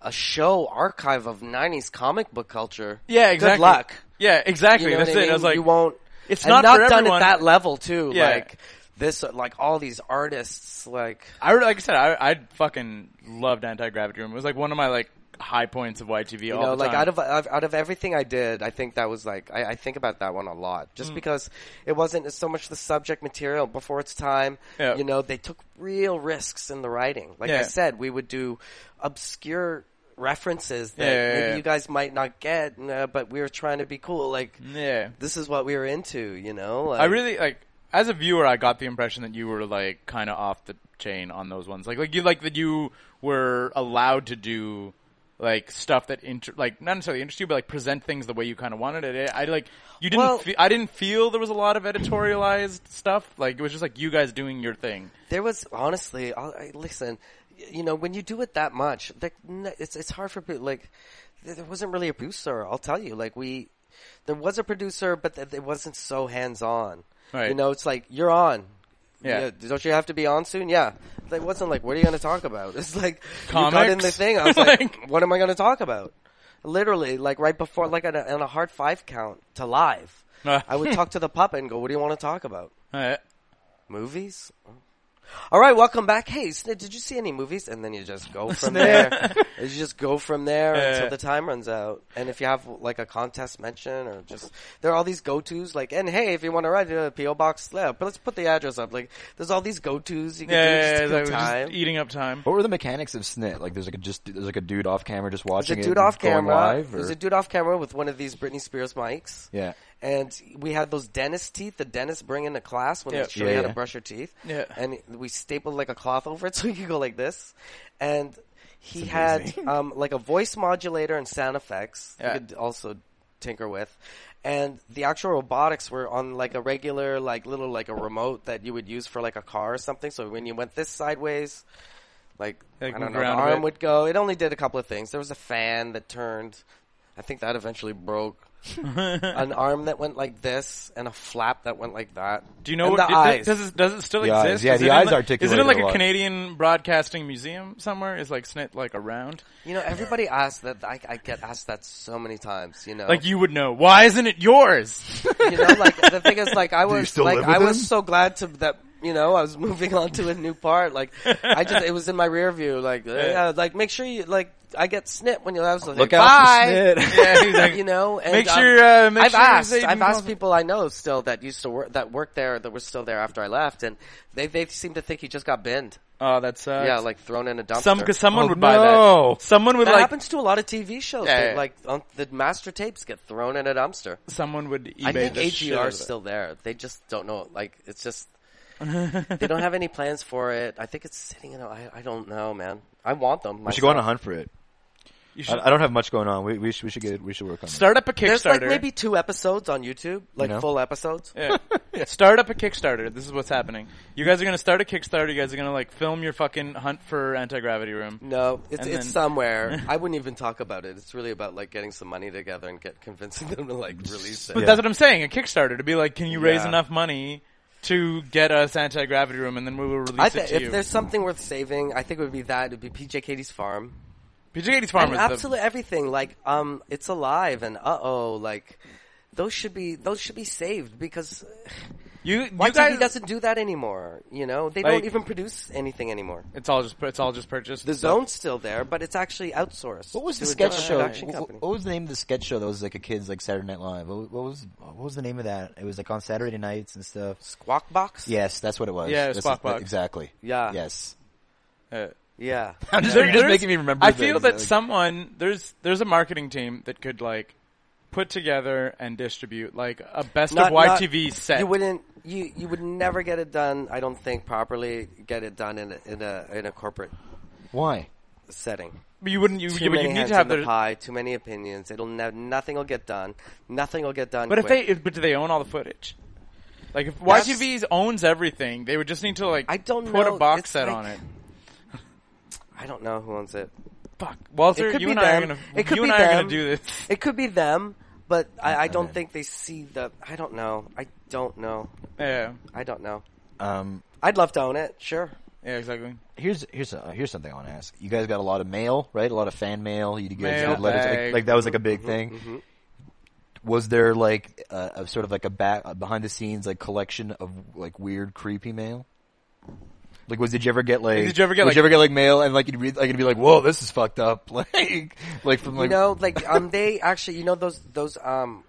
[SPEAKER 3] a show archive of '90s comic book culture?
[SPEAKER 2] yeah, exactly.
[SPEAKER 3] Good luck.
[SPEAKER 2] Yeah, exactly.
[SPEAKER 3] You know
[SPEAKER 2] That's
[SPEAKER 3] what I
[SPEAKER 2] it.
[SPEAKER 3] mean?
[SPEAKER 2] I was like,
[SPEAKER 3] you won't.
[SPEAKER 2] It's
[SPEAKER 3] and
[SPEAKER 2] not
[SPEAKER 3] not
[SPEAKER 2] for
[SPEAKER 3] done
[SPEAKER 2] everyone.
[SPEAKER 3] at that level too.
[SPEAKER 2] Yeah.
[SPEAKER 3] Like this, like all these artists. Like
[SPEAKER 2] I re- like I said, I I fucking loved Anti Gravity Room. It was like one of my like high points of YTV.
[SPEAKER 3] you
[SPEAKER 2] all
[SPEAKER 3] know,
[SPEAKER 2] the
[SPEAKER 3] like
[SPEAKER 2] time.
[SPEAKER 3] out of of- out of everything I did, I think that was like I, I think about that one a lot,
[SPEAKER 2] Mm.
[SPEAKER 3] just because it wasn't so much the subject material before its time.
[SPEAKER 2] Yeah.
[SPEAKER 3] You know, they took real risks in the writing. Like I
[SPEAKER 2] Yeah.
[SPEAKER 3] said, we would do obscure references that
[SPEAKER 2] Yeah, yeah,
[SPEAKER 3] maybe
[SPEAKER 2] yeah.
[SPEAKER 3] you guys might not get, uh, but we were trying to be cool. Like
[SPEAKER 2] yeah.
[SPEAKER 3] this is what we were into. You know, like,
[SPEAKER 2] Mm. I really like as a viewer, I got the impression that you were like kind of off the chain on those ones. Like, like you like that you were allowed to do like stuff that inter- like not necessarily interest you, but like present things the way you kind of wanted it. I like you didn't.
[SPEAKER 3] Well-
[SPEAKER 2] fe- I didn't feel there was a lot of editorialized stuff. Like it was just like you guys doing your thing.
[SPEAKER 3] There was honestly, I, I, listen, y- you know, when you do it that much, like n- it's it's hard for people. Like th- there wasn't really a producer. I'll tell you, like we, there was a producer, but th- it wasn't so hands on.
[SPEAKER 2] Right.
[SPEAKER 3] You know, it's like you're on.
[SPEAKER 2] Yeah.
[SPEAKER 3] Don't you have to be on soon? Yeah. Like, it wasn't like, what are you going to talk about? It's like, you got in the
[SPEAKER 2] Comics?
[SPEAKER 3] thing. I was like,
[SPEAKER 2] Like-
[SPEAKER 3] what am I going to talk about? Literally, like right before, like on a, on a hard five count to live,
[SPEAKER 2] Uh.
[SPEAKER 3] I would talk to the puppet and go, what do you want to talk about?
[SPEAKER 2] Uh,
[SPEAKER 3] Movies? Oh. All right, welcome back. Hey, Sn- did you see any movies? And then you just go from there. you just go from there until
[SPEAKER 2] Yeah.
[SPEAKER 3] the time runs out. And if you have like a contest mention or just there are all these go tos. Like, and hey, if you want to write a PO box, yeah, but let's put the address up. Like, there's all these go tos you can
[SPEAKER 2] yeah,
[SPEAKER 3] do
[SPEAKER 2] yeah,
[SPEAKER 3] just
[SPEAKER 2] yeah,
[SPEAKER 3] to
[SPEAKER 2] like, it
[SPEAKER 3] kill
[SPEAKER 2] was
[SPEAKER 3] time.
[SPEAKER 2] just e- eating up time.
[SPEAKER 4] What were the mechanics of Snit? Like, there's like a just there's like a dude off camera just
[SPEAKER 3] There's a
[SPEAKER 4] watching
[SPEAKER 3] dude
[SPEAKER 4] it,
[SPEAKER 3] off
[SPEAKER 4] going
[SPEAKER 3] camera.
[SPEAKER 4] live, or-
[SPEAKER 3] There's a dude off camera with one of these Britney Spears mics.
[SPEAKER 4] Yeah.
[SPEAKER 3] And we had those dentist teeth. The dentist bring into class when
[SPEAKER 2] Yeah.
[SPEAKER 3] they show you
[SPEAKER 4] Yeah,
[SPEAKER 3] how to
[SPEAKER 4] yeah.
[SPEAKER 3] brush your teeth.
[SPEAKER 2] Yeah.
[SPEAKER 3] And we stapled like a cloth over it so you could go like this. And he had um, like a voice modulator and sound effects. You
[SPEAKER 2] Yeah.
[SPEAKER 3] could also tinker with. And the actual robotics were on like a regular, like little, like a remote that you would use for like a car or something. So when you went this sideways, like,
[SPEAKER 2] Like,
[SPEAKER 3] I don't
[SPEAKER 2] move
[SPEAKER 3] know, the
[SPEAKER 2] around a
[SPEAKER 3] arm
[SPEAKER 2] bit.
[SPEAKER 3] would go. It only did a couple of things. There was a fan that turned. I think that eventually broke. An arm that went like this and a flap that went like that.
[SPEAKER 2] Do you know
[SPEAKER 3] And
[SPEAKER 2] what
[SPEAKER 3] the
[SPEAKER 2] it-
[SPEAKER 3] eyes?
[SPEAKER 2] Does, it, does it still
[SPEAKER 4] The eyes,
[SPEAKER 2] exist?
[SPEAKER 4] yeah,
[SPEAKER 2] is
[SPEAKER 4] the
[SPEAKER 2] it in
[SPEAKER 4] eyes
[SPEAKER 2] like-
[SPEAKER 4] articulate
[SPEAKER 2] Is it in like
[SPEAKER 4] a
[SPEAKER 2] a
[SPEAKER 4] lot.
[SPEAKER 2] Canadian broadcasting museum somewhere? Is like snit like around?
[SPEAKER 3] you know, everybody asks that. I, I get asked that so many times. You know,
[SPEAKER 2] Like you would know. Why isn't it yours?
[SPEAKER 3] you know, like the thing is, like I was,
[SPEAKER 4] still
[SPEAKER 3] like
[SPEAKER 4] live with
[SPEAKER 3] I
[SPEAKER 4] him?
[SPEAKER 3] was so glad to that. You know, I was moving on to a new part. Like I just, it was in my rear view. Like, yeah, like make sure you like. I get snip when you. I was like,
[SPEAKER 4] Look out
[SPEAKER 3] bye.
[SPEAKER 4] for Snit.
[SPEAKER 2] yeah, he's like,
[SPEAKER 3] you know, and
[SPEAKER 2] Make
[SPEAKER 3] um,
[SPEAKER 2] sure, uh, make
[SPEAKER 3] I've
[SPEAKER 2] sure
[SPEAKER 3] asked,
[SPEAKER 2] they
[SPEAKER 3] I've
[SPEAKER 2] do
[SPEAKER 3] asked
[SPEAKER 2] all the-
[SPEAKER 3] people I know still that used to work, that worked there, that were still there after I left, and they they seem to think he just got binned.
[SPEAKER 2] oh, that's uh,
[SPEAKER 3] Yeah, like thrown in a dumpster.
[SPEAKER 2] some because someone
[SPEAKER 4] Oh,
[SPEAKER 2] would buy
[SPEAKER 4] no.
[SPEAKER 2] that. Someone would
[SPEAKER 3] that
[SPEAKER 2] like
[SPEAKER 3] happens to a lot of TV shows.
[SPEAKER 2] Yeah,
[SPEAKER 3] They,
[SPEAKER 2] yeah.
[SPEAKER 3] Like on, the master tapes get thrown in a dumpster.
[SPEAKER 2] someone would eBay
[SPEAKER 3] I think
[SPEAKER 2] the shit
[SPEAKER 3] AGR
[SPEAKER 2] out
[SPEAKER 3] is
[SPEAKER 2] of it.
[SPEAKER 3] still there. They just don't know. Like it's just they don't have any plans for it. I think it's sitting in. A, I I don't know, man. I want them.
[SPEAKER 4] we should go on a hunt for it.
[SPEAKER 2] You should
[SPEAKER 4] I, I don't have much going on. We, we should we should get it. We should work on it.
[SPEAKER 2] start up a
[SPEAKER 3] There's
[SPEAKER 2] Kickstarter.
[SPEAKER 3] like maybe two episodes on YouTube, like
[SPEAKER 4] You know?
[SPEAKER 3] full episodes.
[SPEAKER 2] Yeah. Start up a Kickstarter. This is what's happening. You guys are gonna start a Kickstarter. You guys are gonna like film your fucking hunt for anti gravity room.
[SPEAKER 3] No, it's
[SPEAKER 2] And
[SPEAKER 3] it's
[SPEAKER 2] then-
[SPEAKER 3] somewhere. I wouldn't even talk about it. It's really about like getting some money together and get convincing them to like release it.
[SPEAKER 2] But
[SPEAKER 4] Yeah.
[SPEAKER 2] that's what I'm saying. A Kickstarter to be like, can you raise
[SPEAKER 4] Yeah.
[SPEAKER 2] enough money to get us anti gravity room, and then we will release
[SPEAKER 3] I
[SPEAKER 2] it
[SPEAKER 3] th-
[SPEAKER 2] to
[SPEAKER 3] if
[SPEAKER 2] you.
[SPEAKER 3] there's something worth saving, I think it would be that. It'd be PJ Katie's farm.
[SPEAKER 2] PJ Katie's farm
[SPEAKER 3] And
[SPEAKER 2] was
[SPEAKER 3] absolutely everything. Like, um, it's alive and uh oh, like those should be those should be saved because
[SPEAKER 2] the you. You
[SPEAKER 3] YTV
[SPEAKER 2] guys,
[SPEAKER 3] doesn't do that anymore. You know, they
[SPEAKER 2] Like-
[SPEAKER 3] don't even produce anything anymore.
[SPEAKER 2] it's all just it's all just purchased.
[SPEAKER 3] The zone's still there, but it's actually outsourced.
[SPEAKER 4] What was the
[SPEAKER 3] to a
[SPEAKER 4] sketch
[SPEAKER 3] different
[SPEAKER 4] show?
[SPEAKER 3] production
[SPEAKER 4] What,
[SPEAKER 3] company.
[SPEAKER 4] what was the name of the sketch show that was like a kids like Saturday Night Live? What, what was what was the name of that? It was like on Saturday nights and stuff.
[SPEAKER 3] Squawk Box.
[SPEAKER 4] Yes, that's what it was.
[SPEAKER 2] Yeah, it was
[SPEAKER 4] That's-
[SPEAKER 2] Squawk Box.
[SPEAKER 4] Exactly.
[SPEAKER 3] Yeah.
[SPEAKER 4] Yes.
[SPEAKER 2] Uh,
[SPEAKER 3] yeah.
[SPEAKER 4] I'm just,
[SPEAKER 2] There-
[SPEAKER 4] you're just
[SPEAKER 2] there's-
[SPEAKER 4] making me remember.
[SPEAKER 2] I feel
[SPEAKER 4] things,
[SPEAKER 2] that
[SPEAKER 4] like-
[SPEAKER 2] someone there's there's a marketing team that could like put together and distribute like a best of YTV set.
[SPEAKER 3] You wouldn't. You you would never get it done. I don't think properly get it done in a, in a in a corporate
[SPEAKER 4] why?
[SPEAKER 3] setting.
[SPEAKER 2] you wouldn't. You,
[SPEAKER 3] Too
[SPEAKER 2] you,
[SPEAKER 3] many
[SPEAKER 2] you need
[SPEAKER 3] hands
[SPEAKER 2] to have
[SPEAKER 3] in the,
[SPEAKER 2] their
[SPEAKER 3] pie. Too many opinions. It'll ne- nothing will get done. Nothing will get done.
[SPEAKER 2] But if they,
[SPEAKER 3] quick.
[SPEAKER 2] if, but do they own all the footage? Like if
[SPEAKER 3] That's-
[SPEAKER 2] YTV owns everything, they would just need to like
[SPEAKER 3] I don't
[SPEAKER 2] put
[SPEAKER 3] know.
[SPEAKER 2] a box
[SPEAKER 3] It's
[SPEAKER 2] set
[SPEAKER 3] like-
[SPEAKER 2] on it.
[SPEAKER 3] I don't know who owns it.
[SPEAKER 2] Fuck, Walter,
[SPEAKER 3] It could
[SPEAKER 2] you
[SPEAKER 3] be
[SPEAKER 2] and I are
[SPEAKER 3] them.
[SPEAKER 2] gonna,
[SPEAKER 3] It could
[SPEAKER 2] you
[SPEAKER 3] be
[SPEAKER 2] and I are
[SPEAKER 3] them.
[SPEAKER 2] gonna do this.
[SPEAKER 3] It could be them, but I, I don't think they see the. I don't know. I don't know.
[SPEAKER 2] Yeah,
[SPEAKER 3] I don't know.
[SPEAKER 4] Um,
[SPEAKER 3] I'd love to own it. Sure.
[SPEAKER 2] yeah, exactly.
[SPEAKER 4] here's here's a, here's something I want to ask. You guys got a lot of mail, right? A lot of fan mail. You guys
[SPEAKER 2] Mail
[SPEAKER 4] got letters.
[SPEAKER 2] bag. Mm-hmm,
[SPEAKER 4] Like, like that was like a big thing. Was there like a, a sort of like a back a behind the scenes like collection of like weird creepy mail? Like was did you ever get like
[SPEAKER 2] Did you ever get, like-
[SPEAKER 4] you ever get like mail and like you'd read like it'd be like whoa this is fucked up like like from
[SPEAKER 3] you
[SPEAKER 4] like
[SPEAKER 3] know, like um, they actually, you know, those those um,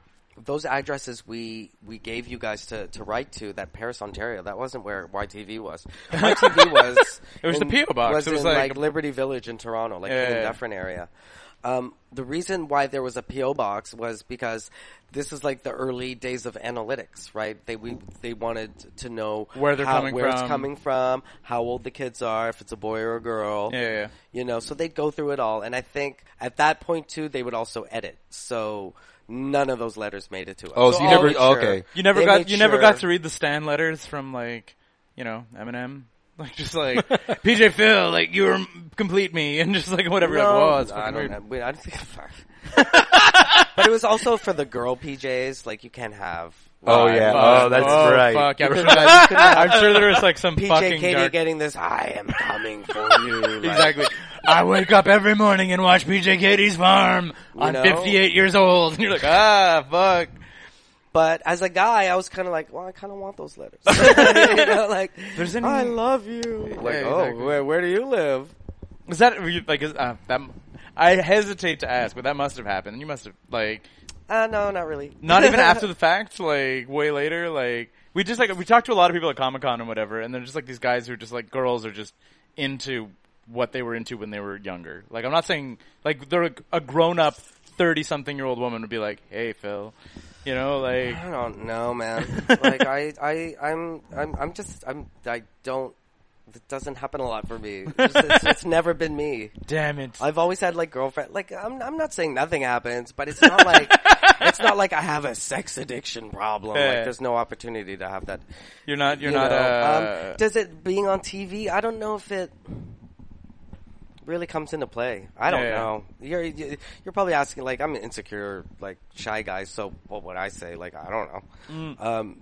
[SPEAKER 3] those addresses we we gave you guys to to write to that Paris, Ontario. That wasn't where YTV was. YTV was
[SPEAKER 2] It was the
[SPEAKER 3] in-
[SPEAKER 2] P.O. box.
[SPEAKER 3] Was
[SPEAKER 2] It was
[SPEAKER 3] in,
[SPEAKER 2] like-
[SPEAKER 3] like, Liberty Village in Toronto, like
[SPEAKER 2] Yeah,
[SPEAKER 3] in
[SPEAKER 2] yeah,
[SPEAKER 3] a
[SPEAKER 2] yeah.
[SPEAKER 3] different area. Um, the reason why there was a PO box was because this is like the early days of analytics, right? They we they wanted to know
[SPEAKER 2] Where they're
[SPEAKER 3] how-
[SPEAKER 2] coming
[SPEAKER 3] where
[SPEAKER 2] from.
[SPEAKER 3] it's coming from, how old the kids are, if it's a boy or a girl
[SPEAKER 2] Yeah, yeah, yeah.
[SPEAKER 3] you know so they'd go through it all and i think at that point too they would also edit so none of those letters made it to us
[SPEAKER 4] Oh, so you
[SPEAKER 3] They
[SPEAKER 4] never-
[SPEAKER 3] made sure-
[SPEAKER 4] okay.
[SPEAKER 2] You never
[SPEAKER 3] they
[SPEAKER 2] got,
[SPEAKER 3] made
[SPEAKER 2] you never got
[SPEAKER 3] sure-
[SPEAKER 2] to read the Stan letters from like, you know, Eminem. Like just like PJ Phil, like you were complete me, and just like whatever. like,
[SPEAKER 3] No,
[SPEAKER 2] whoa, that's
[SPEAKER 3] I
[SPEAKER 2] fucking
[SPEAKER 3] don't
[SPEAKER 2] weird.
[SPEAKER 3] know. We- I don't think- but it was also for the girl PJs. Like you can have.
[SPEAKER 4] oh
[SPEAKER 3] Why?
[SPEAKER 4] yeah
[SPEAKER 2] Fuck.
[SPEAKER 4] oh that's
[SPEAKER 2] Oh,
[SPEAKER 4] right
[SPEAKER 2] Fuck, I'm, sure that, I'm sure there was like some
[SPEAKER 3] PJ
[SPEAKER 2] fucking
[SPEAKER 3] Katie
[SPEAKER 2] dark
[SPEAKER 3] getting this. I am coming for you. like,
[SPEAKER 2] Exactly. I wake up every morning and watch PJ Katie's farm. I'm
[SPEAKER 3] know?
[SPEAKER 2] 58 years old. And you're like, ah, fuck.
[SPEAKER 3] But as a guy, I was kind of like, well, I kind of want those letters. you know, like,
[SPEAKER 2] There's any-
[SPEAKER 3] I love you. Like,
[SPEAKER 2] Yeah,
[SPEAKER 3] oh,
[SPEAKER 2] exactly.
[SPEAKER 3] where, where do you live?
[SPEAKER 2] Is that, were you- like, is, uh, that, I hesitate to ask, but that must have happened. You must have, like,
[SPEAKER 3] Uh, no, not really.
[SPEAKER 2] not even after the fact, like, way later, like, we just, like, we talked to a lot of people at Comic Con and whatever, and they're just, like, these guys who are just, like, girls are just into what they were into when they were younger. Like, I'm not saying, like, they're a, a grown up 30 something year old woman would be like, hey, Phil. You know, like,
[SPEAKER 3] I don't know, man. like I, I, I'm, I'm, I'm just, I'm, I don't. It doesn't happen a lot for me. It's, just- it's, it's never been me.
[SPEAKER 2] damn it.
[SPEAKER 3] I've always had like girlfriend. Like I'm, I'm not saying nothing happens, but it's not like it's not like I have a sex addiction problem.
[SPEAKER 2] Yeah.
[SPEAKER 3] Like there's no opportunity to have that.
[SPEAKER 2] You're not. You're
[SPEAKER 3] you
[SPEAKER 2] not.
[SPEAKER 3] know?
[SPEAKER 2] uh,
[SPEAKER 3] um, does it being on TV? I don't know if it really comes into play. I don't
[SPEAKER 2] Yeah.
[SPEAKER 3] know. You're you- you're probably asking like I'm an insecure like shy guy, so what would I say? Like I don't know.
[SPEAKER 2] Mm.
[SPEAKER 3] Um,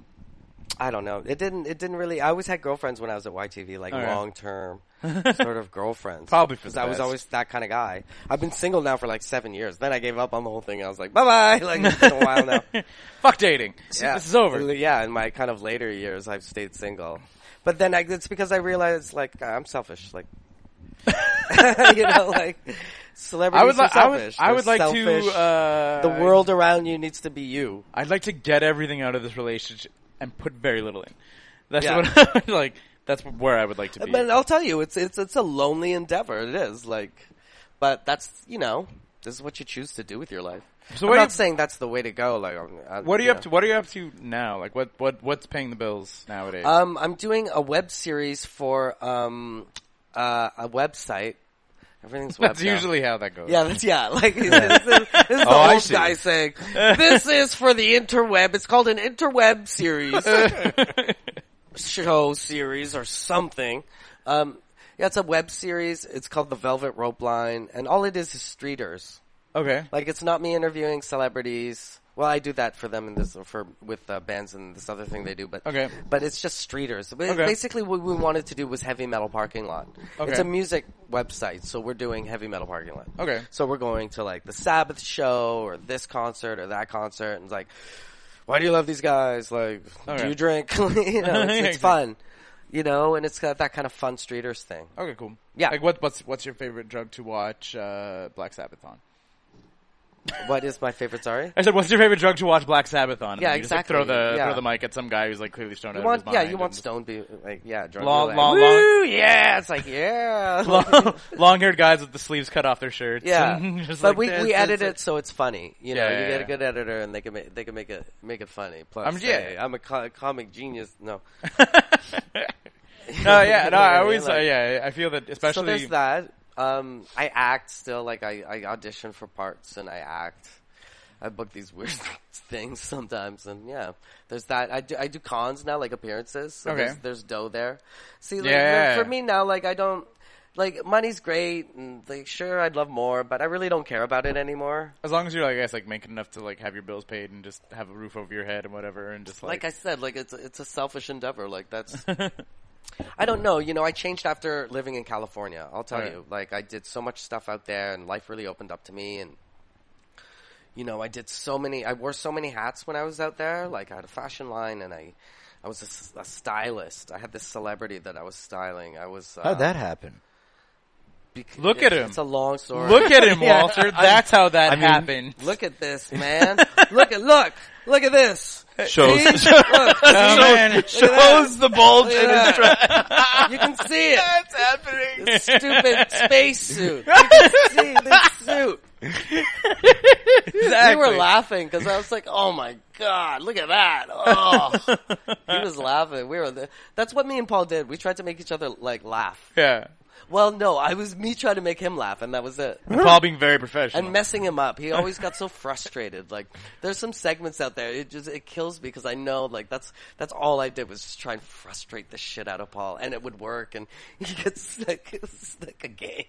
[SPEAKER 3] I don't know. It didn't. It didn't really. I always had girlfriends when I was at YTV, like
[SPEAKER 2] Okay.
[SPEAKER 3] long term sort of girlfriends.
[SPEAKER 2] Oh, Probably for
[SPEAKER 3] because
[SPEAKER 2] the
[SPEAKER 3] I was
[SPEAKER 2] best.
[SPEAKER 3] always that kind of guy. I've been single now for like seven years. Then I gave up on the whole thing. I was like, bye bye. Like it's been a while now.
[SPEAKER 2] fuck dating. This is over.
[SPEAKER 3] Yeah, in my kind of later years, I've stayed single. But then I, it's because I realized, like, I'm selfish. Like, you know, like, celebrities
[SPEAKER 2] I would.
[SPEAKER 3] are
[SPEAKER 2] Li- I would.
[SPEAKER 3] selfish.
[SPEAKER 2] I would
[SPEAKER 3] They're
[SPEAKER 2] like to.
[SPEAKER 3] selfish.
[SPEAKER 2] Uh,
[SPEAKER 3] the world around you needs to be you.
[SPEAKER 2] I'd like to get everything out of this relationship and put very little in. That's
[SPEAKER 3] Yeah.
[SPEAKER 2] what. I would like. That's where I would like to be.
[SPEAKER 3] But I'll tell you, it's, it's, it's a lonely endeavor. It is, like, but that's, you know, this is what you choose to do with your life.
[SPEAKER 2] So
[SPEAKER 3] I'm
[SPEAKER 2] what are
[SPEAKER 3] not
[SPEAKER 2] you-
[SPEAKER 3] saying that's the way to go. Like, I'm, I,
[SPEAKER 2] what are you
[SPEAKER 3] know.
[SPEAKER 2] up to? What are you up to now? Like what? What? What's paying the bills nowadays?
[SPEAKER 3] Um, I'm doing a web series for um, uh, a website. Everything's
[SPEAKER 2] That's
[SPEAKER 3] web now.
[SPEAKER 2] usually how that goes.
[SPEAKER 3] Yeah, that's yeah. Like this is, this is the
[SPEAKER 4] Oh, I
[SPEAKER 3] old
[SPEAKER 4] see.
[SPEAKER 3] guy saying, "This is for the interweb. It's called an interweb series, show series, or something." Um, yeah, it's a web series. It's called the Velvet Rope Line, and all it is is streeters.
[SPEAKER 2] Okay.
[SPEAKER 3] Like it's not me interviewing celebrities. Well, I do that for them and this for with uh, bands and this other thing they do, but
[SPEAKER 2] Okay.
[SPEAKER 3] but it's just streeters. But
[SPEAKER 2] Okay.
[SPEAKER 3] Basically, what we wanted to do was heavy metal parking lot. It's
[SPEAKER 2] Okay.
[SPEAKER 3] a music website, so we're doing heavy metal parking lot.
[SPEAKER 2] Okay.
[SPEAKER 3] So we're going to like the Sabbath show or this concert or that concert, and it's like, why do you love these guys? Like, do
[SPEAKER 2] Okay.
[SPEAKER 3] you drink? you know, it's, it's
[SPEAKER 2] Exactly.
[SPEAKER 3] fun. You know, and it's got that kind of fun streeters thing.
[SPEAKER 2] Okay, cool.
[SPEAKER 3] Yeah.
[SPEAKER 2] Like, what, what's what's your favorite drug to watch uh, Black Sabbath on?
[SPEAKER 3] What is my favorite? Sorry.
[SPEAKER 2] I said, what's your favorite drug to watch Black Sabbath on? And
[SPEAKER 3] Yeah,
[SPEAKER 2] then you just, like,
[SPEAKER 3] exactly.
[SPEAKER 2] throw the
[SPEAKER 3] Yeah.
[SPEAKER 2] throw the mic at some guy who's like clearly stoned
[SPEAKER 3] You
[SPEAKER 2] out
[SPEAKER 3] want,
[SPEAKER 2] of his
[SPEAKER 3] yeah,
[SPEAKER 2] mind.
[SPEAKER 3] you want
[SPEAKER 2] and-
[SPEAKER 3] stone be like, yeah, drunk. you're
[SPEAKER 2] Long-
[SPEAKER 3] like,
[SPEAKER 2] long-
[SPEAKER 3] Woo,
[SPEAKER 2] long-
[SPEAKER 3] yeah, it's like, yeah,
[SPEAKER 2] long, long-haired guys with the sleeves cut off their shirts.
[SPEAKER 3] yeah.
[SPEAKER 2] and just
[SPEAKER 3] but
[SPEAKER 2] like
[SPEAKER 3] we
[SPEAKER 2] this,
[SPEAKER 3] we
[SPEAKER 2] this,
[SPEAKER 3] edit
[SPEAKER 2] this.
[SPEAKER 3] it so it's funny. You know,
[SPEAKER 2] Yeah,
[SPEAKER 3] you
[SPEAKER 2] yeah,
[SPEAKER 3] get a
[SPEAKER 2] yeah.
[SPEAKER 3] good editor, and they can make they can make it make it funny. Plus,
[SPEAKER 2] I'm- yeah.
[SPEAKER 3] hey, I'm a co- comic genius. No,
[SPEAKER 2] No, yeah,
[SPEAKER 3] You
[SPEAKER 2] no,
[SPEAKER 3] know what I
[SPEAKER 2] I
[SPEAKER 3] mean?
[SPEAKER 2] always, uh,
[SPEAKER 3] Like-
[SPEAKER 2] yeah, I feel that
[SPEAKER 3] so
[SPEAKER 2] especially.
[SPEAKER 3] there's that. Um, I act still. Like I I audition for parts, and I act. I book these weird things sometimes, and yeah, there's that. I do I do cons now, like appearances. So
[SPEAKER 2] Okay.
[SPEAKER 3] there's, there's dough there. See, like,
[SPEAKER 2] Yeah.
[SPEAKER 3] for me now, like I don't like money's great, and like sure I'd love more, but I really don't care about it anymore.
[SPEAKER 2] as long as you're, like, I guess, like making enough to like have your bills paid and just have a roof over your head and whatever, and just like,
[SPEAKER 3] Like I said, like it's it's a selfish endeavor. Like that's. I don't know. You know, I changed after living in California. I'll tell
[SPEAKER 2] Right.
[SPEAKER 3] you. Like I did so much stuff out there, and life really opened up to me. And you know, I did so many. I wore so many hats when I was out there. Like I had a fashion line, and I, I was a s- a, stylist. I had this celebrity that I was styling. I was. Uh,
[SPEAKER 4] How'd that happen?
[SPEAKER 3] bec-
[SPEAKER 2] Look at him.
[SPEAKER 3] It's a long story.
[SPEAKER 2] look at him, Walter. That's how that
[SPEAKER 4] I mean-
[SPEAKER 2] happened.
[SPEAKER 3] Look at this, man. look at look. Look at this.
[SPEAKER 4] Shows,
[SPEAKER 3] See? Look.
[SPEAKER 2] Oh, man.
[SPEAKER 4] shows the bulge
[SPEAKER 3] Look
[SPEAKER 4] in his
[SPEAKER 3] at
[SPEAKER 4] dress.
[SPEAKER 3] that. you can see it.
[SPEAKER 2] That's happening.
[SPEAKER 3] This stupid space suit. You can see this suit. We were laughing because I was like, "Oh my god, look at that!" Oh, he was laughing. We were. The, that's what me and Paul did. We tried to make each other like laugh.
[SPEAKER 2] Yeah.
[SPEAKER 3] Well, no, I was me trying to make him laugh, and that was it.
[SPEAKER 2] And Paul being very professional.
[SPEAKER 3] And messing him up. He always got so frustrated. Like, there's some segments out there. It just it kills me because I know like that's that's all I did was just try and frustrate the shit out of Paul, and it would work. And he gets like it's like a game.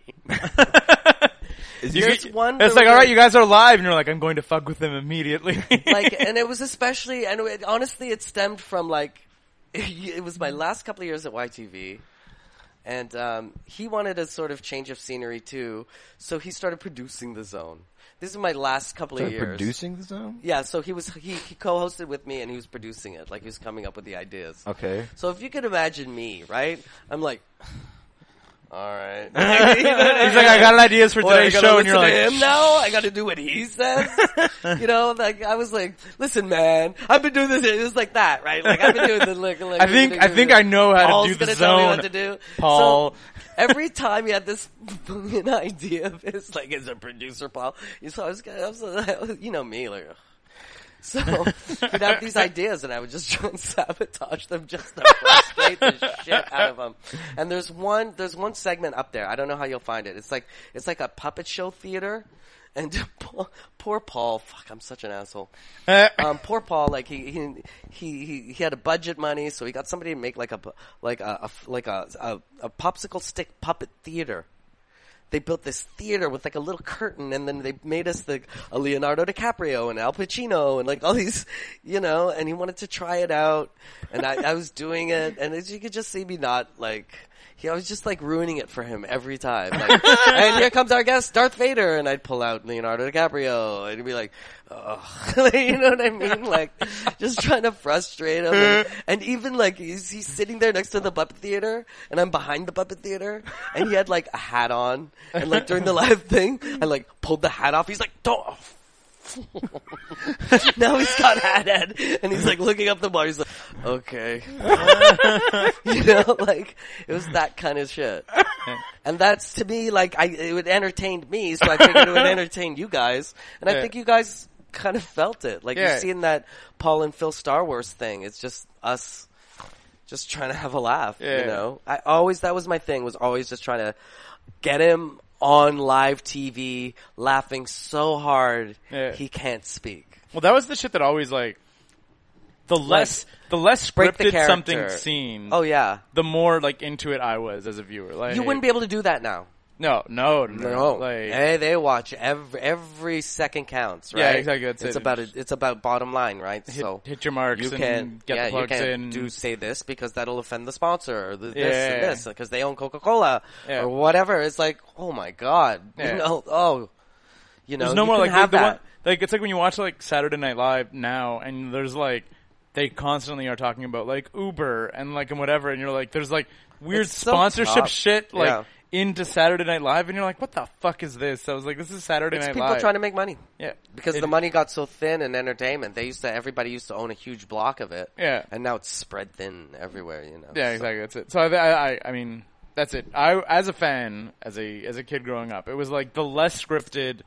[SPEAKER 2] You-
[SPEAKER 3] There's one that
[SPEAKER 2] It's like,
[SPEAKER 3] was
[SPEAKER 2] all right,
[SPEAKER 3] like-
[SPEAKER 2] you guys are live, and you're like, I'm going to fuck with them immediately.
[SPEAKER 3] like, and it was especially, and it, honestly, it stemmed from like, it was my last couple of years at YTV, and um, he wanted a sort of change of scenery too, so he started producing the zone. This is my last couple of years.
[SPEAKER 4] Producing the zone?
[SPEAKER 3] Yeah, so he was he, he co-hosted with me and he was producing it, like he was coming up with the ideas.
[SPEAKER 4] Okay.
[SPEAKER 3] So if you could imagine me, right? I'm like, all right. You know what I
[SPEAKER 2] He's like, I got ideas for
[SPEAKER 3] What, I
[SPEAKER 2] today's
[SPEAKER 3] gotta
[SPEAKER 2] show, and
[SPEAKER 3] listen
[SPEAKER 2] you're like,
[SPEAKER 3] to him now. I got to do what he says. you know, like I was like, listen, man, I've been doing this. It was like that, right? Like I've been doing this. Like, like,
[SPEAKER 2] I think- I think I know how to
[SPEAKER 3] Paul's
[SPEAKER 2] do the
[SPEAKER 3] gonna tell me what
[SPEAKER 2] zone,
[SPEAKER 3] to do.
[SPEAKER 2] Paul.
[SPEAKER 3] So, every time he had this fucking idea of his, like as a producer, Paul. You saw, I was, I was, you know me, like. ugh. So he'd have these ideas, and I would just try and sabotage them just to frustrate the shit out of them. And there's one, there's one segment up there. I don't know how you'll find it. It's like it's like a puppet show theater. And poor, poor Paul, fuck, I'm such an asshole. Um, poor Paul, like he, he he he he had a budget money, so he got somebody to make like a pu- like a, a f- like a, a a popsicle stick puppet theater they built this theater with like a little curtain and then they made us the a Leonardo DiCaprio and Al Pacino and like all these, you know, and he wanted to try it out and I, I was doing it and as you could just see me not like, he, I was just like ruining it for him every time. Like, and here comes our guest, Darth Vader, and I'd pull out Leonardo DiCaprio and he'd be like, oh, you know what I mean? Like, just trying to frustrate him. And, and even like, he's, he's sitting there next to the puppet theater and I'm behind the puppet theater and he had like a hat on and like during the live thing, I like pulled the hat off. He's like, don't. now he's got hat head and he's like looking up the bar. He's like, okay. you know, like it was that kind of shit. And that's to me like I it would entertain me, so I figured it would entertain you guys. And I
[SPEAKER 2] Yeah.
[SPEAKER 3] think you guys kind of felt it. Like
[SPEAKER 2] Yeah.
[SPEAKER 3] you've seen that Paul and Phil Star Wars thing. It's just us just trying to have a laugh.
[SPEAKER 2] Yeah.
[SPEAKER 3] You know? I always that was my thing was always just trying to get him on live TV laughing so hard
[SPEAKER 2] Yeah.
[SPEAKER 3] he can't speak.
[SPEAKER 2] Well, that was the shit that always like the less the less
[SPEAKER 3] break the
[SPEAKER 2] scripted something
[SPEAKER 3] character.
[SPEAKER 2] seen.
[SPEAKER 3] Oh yeah.
[SPEAKER 2] the more like into it I was as a viewer. Like
[SPEAKER 3] You wouldn't be able to do that now.
[SPEAKER 2] No, no, no.
[SPEAKER 3] No,
[SPEAKER 2] Like,
[SPEAKER 3] hey, they watch every every second counts, right?
[SPEAKER 2] Yeah, exactly, that's
[SPEAKER 3] it's
[SPEAKER 2] it.
[SPEAKER 3] about it's about bottom line, right?
[SPEAKER 2] hit,
[SPEAKER 3] so
[SPEAKER 2] hit your marks
[SPEAKER 3] you
[SPEAKER 2] and
[SPEAKER 3] can
[SPEAKER 2] get
[SPEAKER 3] yeah,
[SPEAKER 2] the
[SPEAKER 3] you
[SPEAKER 2] plugs
[SPEAKER 3] can't
[SPEAKER 2] in.
[SPEAKER 3] do say this because that'll offend the sponsor or the, this
[SPEAKER 2] Yeah.
[SPEAKER 3] and this because they own Coca Cola
[SPEAKER 2] Yeah.
[SPEAKER 3] or whatever. It's like, oh my god,
[SPEAKER 2] Yeah.
[SPEAKER 3] you know, oh, you know,
[SPEAKER 2] There's no
[SPEAKER 3] you
[SPEAKER 2] more
[SPEAKER 3] can
[SPEAKER 2] like
[SPEAKER 3] have
[SPEAKER 2] the, the
[SPEAKER 3] that.
[SPEAKER 2] one, like it's like when you watch like Saturday Night Live now, and there's like they constantly are talking about like Uber and like and whatever, and you're like there's like weird
[SPEAKER 3] It's so
[SPEAKER 2] sponsorship
[SPEAKER 3] tough.
[SPEAKER 2] shit like
[SPEAKER 3] Yeah.
[SPEAKER 2] into Saturday Night Live, and you're like, what the fuck is this? I was like, this is Saturday
[SPEAKER 3] It's
[SPEAKER 2] Night
[SPEAKER 3] people
[SPEAKER 2] Live.
[SPEAKER 3] trying to make money
[SPEAKER 2] yeah,
[SPEAKER 3] because
[SPEAKER 2] It-
[SPEAKER 3] the money got so thin in entertainment. They used to everybody used to own a huge block of it,
[SPEAKER 2] Yeah.
[SPEAKER 3] and now it's spread thin everywhere. You know,
[SPEAKER 2] Yeah,
[SPEAKER 3] So-
[SPEAKER 2] exactly. That's it. So I, I, I- I mean, that's it. I, as a fan, as a as a kid growing up, it was like the less scripted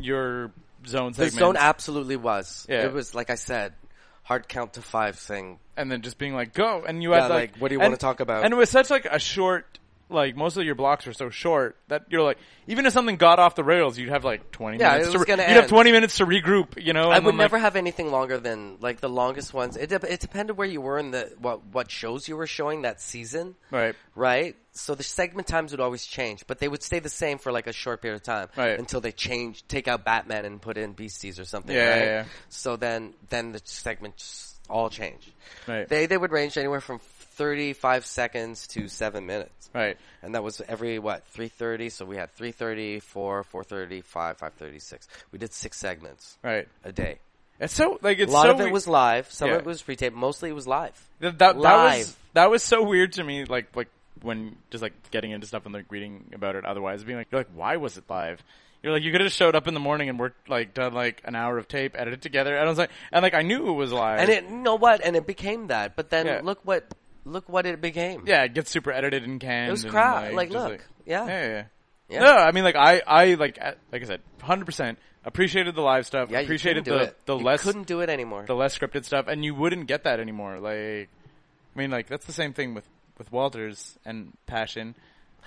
[SPEAKER 2] your zone
[SPEAKER 3] The
[SPEAKER 2] segments,
[SPEAKER 3] zone absolutely was.
[SPEAKER 2] Yeah.
[SPEAKER 3] It was like I said, hard count to five thing.
[SPEAKER 2] and then just being like, go, and you
[SPEAKER 3] Yeah,
[SPEAKER 2] had like,
[SPEAKER 3] like, what do you
[SPEAKER 2] and-
[SPEAKER 3] wanna talk about?
[SPEAKER 2] And it was such like a short. Like most of your blocks are so short that you're like, even if something got off the rails, you'd have like twenty.
[SPEAKER 3] Yeah,
[SPEAKER 2] minutes
[SPEAKER 3] it
[SPEAKER 2] to
[SPEAKER 3] was
[SPEAKER 2] re-
[SPEAKER 3] gonna
[SPEAKER 2] You'd have
[SPEAKER 3] end.
[SPEAKER 2] twenty minutes to regroup. You know,
[SPEAKER 3] I
[SPEAKER 2] and
[SPEAKER 3] would
[SPEAKER 2] then,
[SPEAKER 3] never
[SPEAKER 2] like,
[SPEAKER 3] have anything longer than like the longest ones. It dep it depended where you were in the what what shows you were showing that season.
[SPEAKER 2] Right.
[SPEAKER 3] Right. So the segment times would always change, but they would stay the same for like a short period of time
[SPEAKER 2] Right.
[SPEAKER 3] until they change, take out Batman and put in Beasties or something.
[SPEAKER 2] Yeah,
[SPEAKER 3] right?
[SPEAKER 2] yeah, yeah.
[SPEAKER 3] So then then the segments all change.
[SPEAKER 2] Right.
[SPEAKER 3] They they would range anywhere from 35 seconds to 7 minutes.
[SPEAKER 2] Right.
[SPEAKER 3] and that was every what 3.30 so we had 3.30 4 4.30 5 5.30 6 we did six segments
[SPEAKER 2] Right.
[SPEAKER 3] a day
[SPEAKER 2] It's so like
[SPEAKER 3] a
[SPEAKER 2] it's
[SPEAKER 3] lot
[SPEAKER 2] so
[SPEAKER 3] of it
[SPEAKER 2] we-
[SPEAKER 3] was live some
[SPEAKER 2] Yeah.
[SPEAKER 3] of it was pre tape mostly it was live
[SPEAKER 2] Th- that, that was
[SPEAKER 3] Live.
[SPEAKER 2] that was so weird to me. Like like when just like getting into stuff and like reading about it. Otherwise, being like, you're like, why was it live? You're like, you could have showed up in the morning and worked like done like an hour of tape, edited together, and I was like, and like I knew it was live.
[SPEAKER 3] and it you know what and it became that but then
[SPEAKER 2] Yeah.
[SPEAKER 3] look what look what it became
[SPEAKER 2] yeah, it gets super edited and canned.
[SPEAKER 3] was
[SPEAKER 2] and,
[SPEAKER 3] crap. Like,
[SPEAKER 2] just,
[SPEAKER 3] look. Yeah.
[SPEAKER 2] yeah, yeah.
[SPEAKER 3] Yeah.
[SPEAKER 2] No, I mean, like I, I like, uh, like I said, hundred percent appreciated the live stuff.
[SPEAKER 3] yeah you
[SPEAKER 2] appreciated
[SPEAKER 3] couldn't do
[SPEAKER 2] the
[SPEAKER 3] it.
[SPEAKER 2] the
[SPEAKER 3] You
[SPEAKER 2] less
[SPEAKER 3] couldn't do it anymore
[SPEAKER 2] the less scripted stuff, and you wouldn't get that anymore. Like, I mean, like that's the same thing with with Walters and Passion.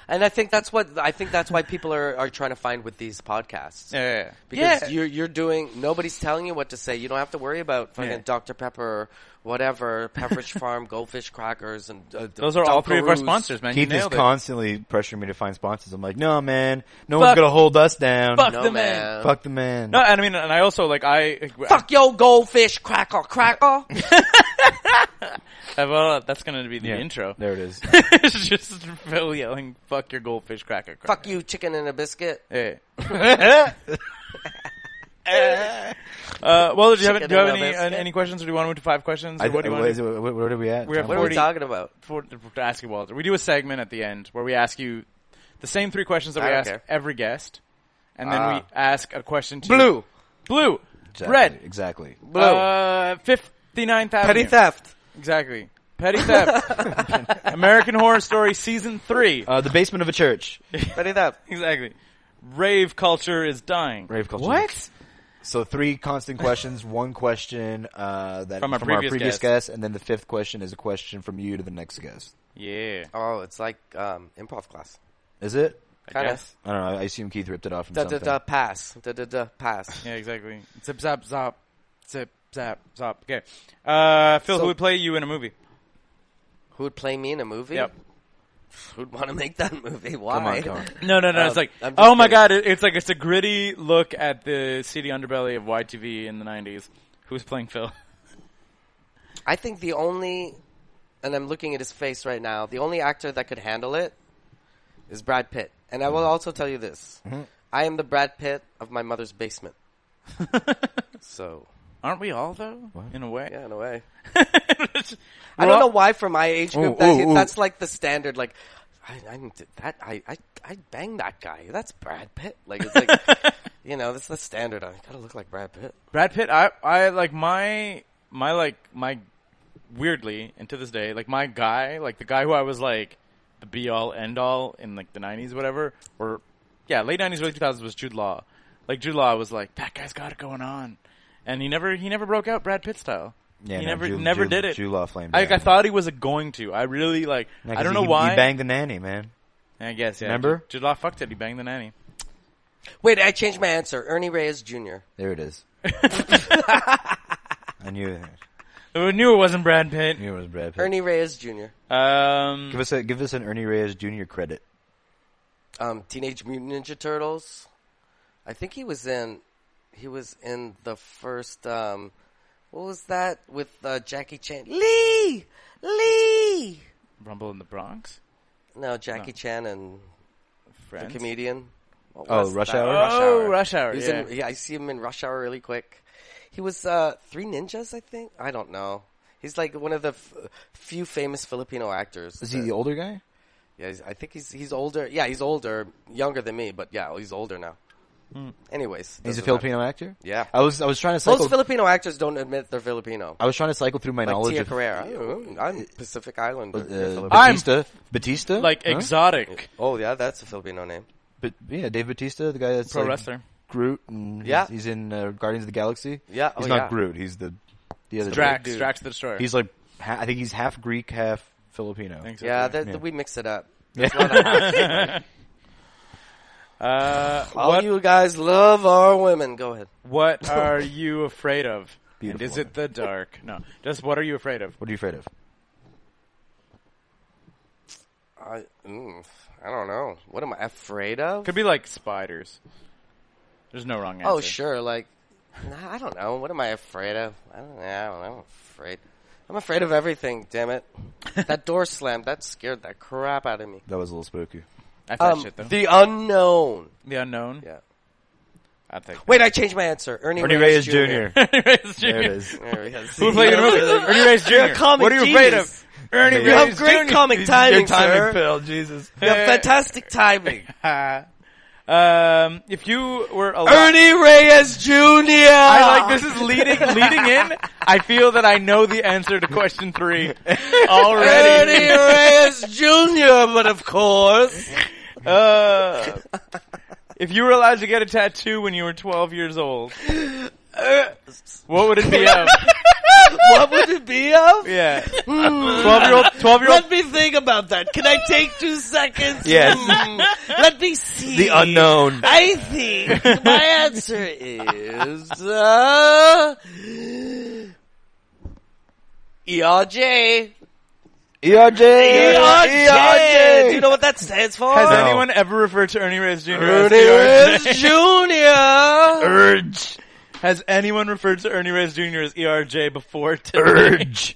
[SPEAKER 3] and i think that's what i think that's why people are are trying to find with these podcasts
[SPEAKER 2] Yeah, yeah, yeah.
[SPEAKER 3] Because
[SPEAKER 2] Yeah.
[SPEAKER 3] you're you're doing nobody's telling you what to say. You don't have to worry about fucking
[SPEAKER 2] Yeah.
[SPEAKER 3] Dr Pepper, whatever Pepperidge Farm, Goldfish crackers, and uh,
[SPEAKER 2] Those are all three of our
[SPEAKER 3] Dunkaroos.
[SPEAKER 2] sponsors, man.
[SPEAKER 4] Keith
[SPEAKER 2] you
[SPEAKER 4] is
[SPEAKER 2] nailed it.
[SPEAKER 4] constantly pressuring me to find sponsors. I'm like, no, man, no
[SPEAKER 2] Fuck.
[SPEAKER 4] one's gonna hold us down.
[SPEAKER 2] Fuck
[SPEAKER 3] No
[SPEAKER 2] the man.
[SPEAKER 3] man.
[SPEAKER 4] Fuck the man.
[SPEAKER 2] Uh, No, and I mean, and I also like I
[SPEAKER 3] Fuck yo Goldfish cracker cracker.
[SPEAKER 2] Uh, well, that's gonna be the
[SPEAKER 4] Yeah.
[SPEAKER 2] intro.
[SPEAKER 4] There it is.
[SPEAKER 2] it's just Phil yelling, "Fuck your goldfish cracker." cracker.
[SPEAKER 3] Fuck you chicken and a biscuit.
[SPEAKER 2] Hey. uh, well, do you
[SPEAKER 3] Chicken
[SPEAKER 2] have, do you have
[SPEAKER 3] and a
[SPEAKER 2] any
[SPEAKER 3] biscuit.
[SPEAKER 2] any any questions, or do you want to move to five questions? Or
[SPEAKER 4] I,
[SPEAKER 2] what do you
[SPEAKER 4] what,
[SPEAKER 2] want
[SPEAKER 4] is
[SPEAKER 2] to
[SPEAKER 4] it, what, what, what are we at?
[SPEAKER 2] We have
[SPEAKER 4] Tom?
[SPEAKER 3] What are we
[SPEAKER 2] 40
[SPEAKER 3] talking about?
[SPEAKER 2] for, to ask you, Walter? We do a segment at the end where we ask you the same three questions that
[SPEAKER 3] I
[SPEAKER 2] we
[SPEAKER 3] don't
[SPEAKER 2] ask
[SPEAKER 3] care.
[SPEAKER 2] every guest, and then we
[SPEAKER 4] Ah.
[SPEAKER 2] ask a question to
[SPEAKER 3] Blue.
[SPEAKER 2] Uh, blue,
[SPEAKER 4] Exactly,
[SPEAKER 2] red,
[SPEAKER 4] Exactly. Oh,
[SPEAKER 3] Blue.
[SPEAKER 2] Uh, 59th Avenue.
[SPEAKER 3] Petty theft.
[SPEAKER 2] Exactly. Petty Theft. American Horror Story Season
[SPEAKER 3] Oh.
[SPEAKER 2] 3.
[SPEAKER 4] Uh, the basement of a church.
[SPEAKER 3] Petty theft.
[SPEAKER 2] exactly. Rave culture is dying.
[SPEAKER 4] Rave culture.
[SPEAKER 2] What?
[SPEAKER 4] So three constant questions, one question uh, that
[SPEAKER 2] From our previous guest.
[SPEAKER 4] guest, and then the fifth question is a question from you to the next guest.
[SPEAKER 2] Yeah.
[SPEAKER 3] Oh, it's like um, improv class.
[SPEAKER 4] Is it?
[SPEAKER 3] Kind of.
[SPEAKER 2] guess.
[SPEAKER 4] I don't know. I assume Keith ripped it off from
[SPEAKER 3] Da da
[SPEAKER 4] something.
[SPEAKER 3] da pass. Da da da pass.
[SPEAKER 2] Yeah, exactly. Zip, zap, zop. Zip, zap, zop. Okay. Uh, Phil,
[SPEAKER 3] So-
[SPEAKER 2] who would play you in a movie?
[SPEAKER 3] Who would play me in a movie?
[SPEAKER 2] Yep.
[SPEAKER 3] Who'd want to make that movie? Why?
[SPEAKER 4] Come on, come on.
[SPEAKER 2] No, no, no.
[SPEAKER 3] Um,
[SPEAKER 2] it's like,
[SPEAKER 3] I'm just
[SPEAKER 2] oh my
[SPEAKER 3] kidding.
[SPEAKER 2] god, it, it's like, it's a gritty look at the seedy underbelly of YTV in the 90s. Who's playing Phil?
[SPEAKER 3] I think the only, and I'm looking at his face right now, the only actor that could handle it is Brad Pitt. And I will also tell you this
[SPEAKER 4] Mm-hmm.
[SPEAKER 3] I am the Brad Pitt of my mother's basement. so,
[SPEAKER 2] Aren't we all, though? In a way.
[SPEAKER 3] yeah, in a way. I
[SPEAKER 2] We're
[SPEAKER 3] don't
[SPEAKER 2] all-
[SPEAKER 3] know why for my age group,
[SPEAKER 4] Ooh,
[SPEAKER 3] that,
[SPEAKER 4] ooh, ooh.
[SPEAKER 3] that's like the standard, like, I, I, did that, I, I, I banged that guy. That's Brad Pitt. Like, it's like, you know, that's the standard. I gotta look like Brad Pitt.
[SPEAKER 2] Brad Pitt, I, I like my, my like my, weirdly and to this day, like my guy, like the guy who I was like the be all end all in like the nineties, whatever, or yeah, late nineties, early two thousands was Jude Law. Like Jude Law was like that guy's got it going on, and he never he never broke out Brad Pitt style.
[SPEAKER 4] Yeah,
[SPEAKER 2] he
[SPEAKER 4] no,
[SPEAKER 2] never
[SPEAKER 4] Jude-
[SPEAKER 2] never
[SPEAKER 4] Jude-
[SPEAKER 2] did it.
[SPEAKER 4] Jude Law flamed
[SPEAKER 2] Like
[SPEAKER 4] out.
[SPEAKER 2] I thought he was going to. I really like.
[SPEAKER 4] Yeah, 'cause
[SPEAKER 2] I don't
[SPEAKER 4] he-
[SPEAKER 2] know why.
[SPEAKER 4] He banged the nanny, man.
[SPEAKER 2] I guess, yeah.
[SPEAKER 4] Remember?
[SPEAKER 2] Jude Law fucked it. He banged the nanny.
[SPEAKER 3] Wait, I changed my answer. Ernie Reyes Jr.
[SPEAKER 4] There it is. I knew it.
[SPEAKER 2] Who knew it wasn't Brad Pitt?
[SPEAKER 4] Knew it was Brad Pitt.
[SPEAKER 3] Ernie Reyes Jr.
[SPEAKER 2] Um,
[SPEAKER 4] Give us a, give us an Ernie Reyes Jr. credit.
[SPEAKER 3] Um, Teenage Mutant Ninja Turtles. I think he was in. He was in the first. Um, what was that with uh, Jackie Chan? Lee, Lee.
[SPEAKER 2] Rumble in the Bronx.
[SPEAKER 3] No, Jackie Chan and the
[SPEAKER 2] Friends.
[SPEAKER 3] comedian. What
[SPEAKER 4] Oh,
[SPEAKER 3] was
[SPEAKER 4] Rush
[SPEAKER 3] that?
[SPEAKER 4] Hour?
[SPEAKER 3] Rush
[SPEAKER 2] Oh,
[SPEAKER 3] Hour.
[SPEAKER 2] Rush Hour,
[SPEAKER 3] He was in- yeah, I see him in Rush Hour really quick. He was uh, Three Ninjas, I think. I don't know. He's like one of the f- few famous Filipino actors.
[SPEAKER 4] Is he
[SPEAKER 3] that-
[SPEAKER 4] the older guy?
[SPEAKER 3] Yeah, he's, I think he's he's older. Yeah, he's older, younger than me, but yeah, he's older now. Anyways,
[SPEAKER 4] He's a
[SPEAKER 3] doesn't matter.
[SPEAKER 4] Filipino actor.
[SPEAKER 3] Yeah.
[SPEAKER 4] I was I was trying to
[SPEAKER 3] Most
[SPEAKER 4] cycle.
[SPEAKER 3] Filipino actors don't admit they're Filipino.
[SPEAKER 4] I was trying to cycle through my
[SPEAKER 3] Like
[SPEAKER 4] knowledge
[SPEAKER 3] Tia
[SPEAKER 4] of
[SPEAKER 3] Carrera. Oh, I'm Pacific Islander.
[SPEAKER 4] uh,
[SPEAKER 3] You're Filipino.
[SPEAKER 2] I'm-
[SPEAKER 4] Batista. Batista,
[SPEAKER 2] Like
[SPEAKER 4] Huh?
[SPEAKER 2] exotic
[SPEAKER 3] oh yeah, that's a Filipino name.
[SPEAKER 4] But yeah, Dave Batista, the guy that's
[SPEAKER 2] pro
[SPEAKER 4] like
[SPEAKER 2] wrestler.
[SPEAKER 4] Groot, and
[SPEAKER 3] Yeah.
[SPEAKER 4] he's, he's in uh, Guardians of the Galaxy.
[SPEAKER 3] Yeah,
[SPEAKER 4] he's
[SPEAKER 3] oh,
[SPEAKER 4] not
[SPEAKER 3] yeah.
[SPEAKER 4] Groot. He's the the other
[SPEAKER 2] Drax,
[SPEAKER 4] dude.
[SPEAKER 2] Drax the Destroyer.
[SPEAKER 4] He's like ha- I think he's half Greek, half Filipino.
[SPEAKER 2] Thanks,
[SPEAKER 3] Yeah,
[SPEAKER 2] everybody.
[SPEAKER 3] that, we mix it up.
[SPEAKER 2] Uh,
[SPEAKER 3] All
[SPEAKER 2] what
[SPEAKER 3] you guys love our women. Go ahead.
[SPEAKER 2] What are you afraid of? And
[SPEAKER 4] Beautiful.
[SPEAKER 2] is it the dark? No, just what are you afraid of?
[SPEAKER 4] What are you afraid of?
[SPEAKER 3] I mm, I don't know. What am I afraid of?
[SPEAKER 2] Could be like spiders. There's no wrong answer.
[SPEAKER 3] Oh sure, like nah, I don't know. What am I afraid of? I don't know. I don't know. I'm afraid. I'm afraid of everything. Damn it! that door slammed. That scared the crap out of me.
[SPEAKER 4] That was a little spooky.
[SPEAKER 2] I thought
[SPEAKER 3] Um,
[SPEAKER 2] shit though. The,
[SPEAKER 3] the unknown.
[SPEAKER 2] unknown.
[SPEAKER 3] Yeah.
[SPEAKER 2] I think.
[SPEAKER 3] Wait, I changed my answer. Ernie,
[SPEAKER 4] Ernie
[SPEAKER 3] Reyes,
[SPEAKER 4] Reyes Jr.
[SPEAKER 3] Jr.
[SPEAKER 2] Reyes Jr.
[SPEAKER 4] There it is.
[SPEAKER 3] There we go. See,
[SPEAKER 2] Who played
[SPEAKER 3] you
[SPEAKER 2] in
[SPEAKER 3] know,
[SPEAKER 2] the movie? Ernie Reyes Jr.
[SPEAKER 3] You're a comic
[SPEAKER 2] what are you afraid
[SPEAKER 3] genius.
[SPEAKER 2] of? Ernie
[SPEAKER 4] You
[SPEAKER 3] You have
[SPEAKER 2] Reyes
[SPEAKER 3] great
[SPEAKER 2] Jr.
[SPEAKER 3] comic timing,
[SPEAKER 4] Your timing,
[SPEAKER 3] sir.
[SPEAKER 4] Phil. Jesus.
[SPEAKER 3] You have fantastic timing.
[SPEAKER 2] Um, if you were alive,
[SPEAKER 3] Ernie Reyes Jr. Ah.
[SPEAKER 2] I like this is leading leading in. I feel that I know the answer to question three already.
[SPEAKER 3] Ernie Reyes Jr. But of course,
[SPEAKER 2] Uh, if you were allowed to get a tattoo when you were 12 years old, what would it be of?
[SPEAKER 3] what would it be of?
[SPEAKER 2] Yeah. 12 year old, 12 year old.
[SPEAKER 3] Let me think about that. Can I take two seconds?
[SPEAKER 4] Yes.
[SPEAKER 3] Hmm. Let me see.
[SPEAKER 4] The unknown.
[SPEAKER 3] I think my answer is uh, E ERJ.
[SPEAKER 4] ERJ. E
[SPEAKER 3] E ERJ. Do you know what that stands for?
[SPEAKER 2] Has
[SPEAKER 4] No.
[SPEAKER 2] anyone ever referred to Ernie Reyes Jr. as E
[SPEAKER 3] Ernie
[SPEAKER 2] ERJ?
[SPEAKER 3] Reyes Jr.
[SPEAKER 4] Urge.
[SPEAKER 2] Has anyone referred to Ernie Reyes Jr. as ERJ before today?
[SPEAKER 4] Urge.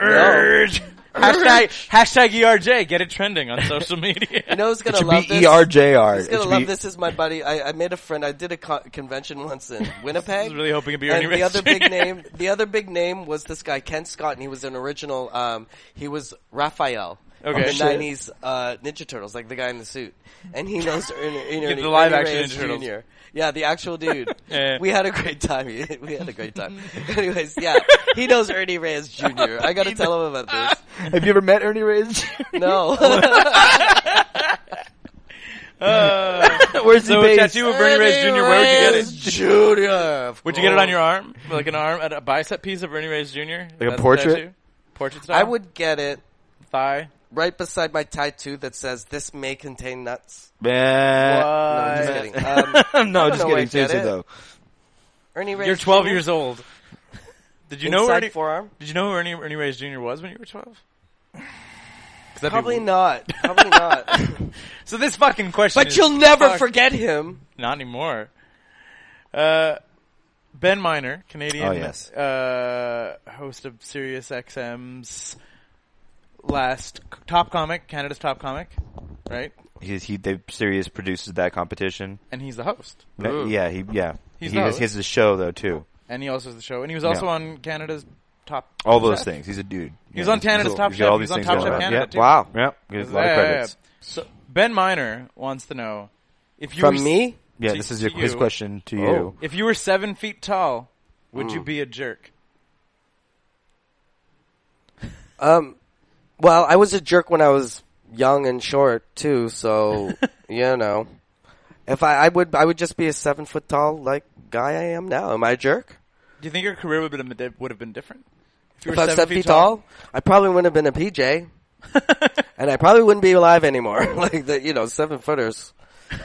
[SPEAKER 2] Urge. Hashtag, hashtag ERJ. Get it trending on social
[SPEAKER 3] You
[SPEAKER 2] media.
[SPEAKER 3] know who's
[SPEAKER 4] It
[SPEAKER 3] gonna
[SPEAKER 4] should
[SPEAKER 3] love
[SPEAKER 4] be E
[SPEAKER 3] this?
[SPEAKER 4] ERJR.
[SPEAKER 3] Who's
[SPEAKER 4] It
[SPEAKER 3] gonna
[SPEAKER 4] should
[SPEAKER 3] love
[SPEAKER 4] be-
[SPEAKER 3] this is my buddy. I, I made a friend. I did a co- convention once in Winnipeg.
[SPEAKER 2] I was really hoping it'd be Ernie
[SPEAKER 3] and the
[SPEAKER 2] Reyes
[SPEAKER 3] other
[SPEAKER 2] Jr.
[SPEAKER 3] big name, the other big name was this guy Ken Scott, and he was an original. Um, he was Raphael
[SPEAKER 2] Okay.
[SPEAKER 3] from the
[SPEAKER 2] Shit.
[SPEAKER 3] nineties uh, Ninja Turtles, like the guy in the suit, and he knows Ernie, Ernie,
[SPEAKER 2] the live
[SPEAKER 3] Ernie
[SPEAKER 2] action
[SPEAKER 3] Reyes
[SPEAKER 2] Ninja Turtles.
[SPEAKER 3] Jr. Yeah, the actual dude.
[SPEAKER 2] Yeah.
[SPEAKER 3] We had a great time. we had a great time. Anyways, yeah, he knows Ernie Reyes Jr. I gotta tell him about this.
[SPEAKER 4] Have you ever met Ernie Reyes? Jr.?
[SPEAKER 3] No,
[SPEAKER 4] Where's
[SPEAKER 2] So
[SPEAKER 4] he
[SPEAKER 2] a
[SPEAKER 4] based?
[SPEAKER 2] tattoo of Ernie Reyes Jr. Where would you get it?
[SPEAKER 3] Jr. of
[SPEAKER 2] Would you get it
[SPEAKER 3] course.
[SPEAKER 2] on your arm? Like an arm, a bicep piece of Ernie Reyes Jr.?
[SPEAKER 4] a
[SPEAKER 2] That's
[SPEAKER 4] portrait?
[SPEAKER 2] tattoo? Portrait style?
[SPEAKER 3] I would get it
[SPEAKER 2] Thigh.
[SPEAKER 3] right beside my tattoo that says "This may contain nuts."
[SPEAKER 2] Uh,
[SPEAKER 4] Bah.
[SPEAKER 3] No, I'm just
[SPEAKER 2] What?
[SPEAKER 3] kidding. Um,
[SPEAKER 4] no,
[SPEAKER 3] don't
[SPEAKER 4] just
[SPEAKER 3] know where
[SPEAKER 4] kidding.
[SPEAKER 3] I'd get
[SPEAKER 4] Seriously
[SPEAKER 3] it.
[SPEAKER 4] though.
[SPEAKER 3] Ernie Reyes.
[SPEAKER 2] You're 12 years old. Did you know
[SPEAKER 3] Inside
[SPEAKER 2] Ernie?
[SPEAKER 3] forearm?
[SPEAKER 2] Did you know who Ernie, Ernie Reyes Jr. was when you were 12?
[SPEAKER 3] Probably not. Probably not.
[SPEAKER 2] So this fucking question.
[SPEAKER 3] but
[SPEAKER 2] is
[SPEAKER 3] you'll never
[SPEAKER 2] fucked.
[SPEAKER 3] forget him.
[SPEAKER 2] Not anymore. Uh, ben Miner, Canadian
[SPEAKER 4] Oh, yes.
[SPEAKER 2] uh, host of Sirius XM's last top comic, Canada's top comic, right?
[SPEAKER 4] He, he, they, Sirius produces that competition.
[SPEAKER 2] And he's the host.
[SPEAKER 4] No, yeah, he, yeah.
[SPEAKER 2] He's
[SPEAKER 4] he,
[SPEAKER 2] not-
[SPEAKER 4] has, he has a show though too.
[SPEAKER 2] And he also has the show. And he was also
[SPEAKER 4] Yeah.
[SPEAKER 2] on Canada's top.
[SPEAKER 4] All those
[SPEAKER 2] Chef.
[SPEAKER 4] things. He's a dude.
[SPEAKER 2] He was on Canada's Top Chef. He was on Top Chef Canada, too.
[SPEAKER 4] Wow. Yep. He has a lot
[SPEAKER 2] Yeah,
[SPEAKER 4] of
[SPEAKER 2] yeah, yeah.
[SPEAKER 4] credits.
[SPEAKER 2] So Ben Miner wants to know if you were
[SPEAKER 3] From
[SPEAKER 2] s-
[SPEAKER 3] me?
[SPEAKER 4] Yeah,
[SPEAKER 2] To-
[SPEAKER 4] this is your,
[SPEAKER 2] to
[SPEAKER 4] his
[SPEAKER 2] you.
[SPEAKER 4] question to you.
[SPEAKER 3] Oh.
[SPEAKER 2] If you were seven feet tall, would
[SPEAKER 3] Mm.
[SPEAKER 2] you be a jerk?
[SPEAKER 3] Um, well, I was a jerk when I was young and short too, so you know. If I, I would, I would just be a seven foot tall like guy I am now. Am I a jerk?
[SPEAKER 2] Do you think your career would have been, would have been different? you
[SPEAKER 3] If I was seven feet tall, I probably wouldn't have been a PJ. and I probably wouldn't be alive anymore. like the, you know, seven footers.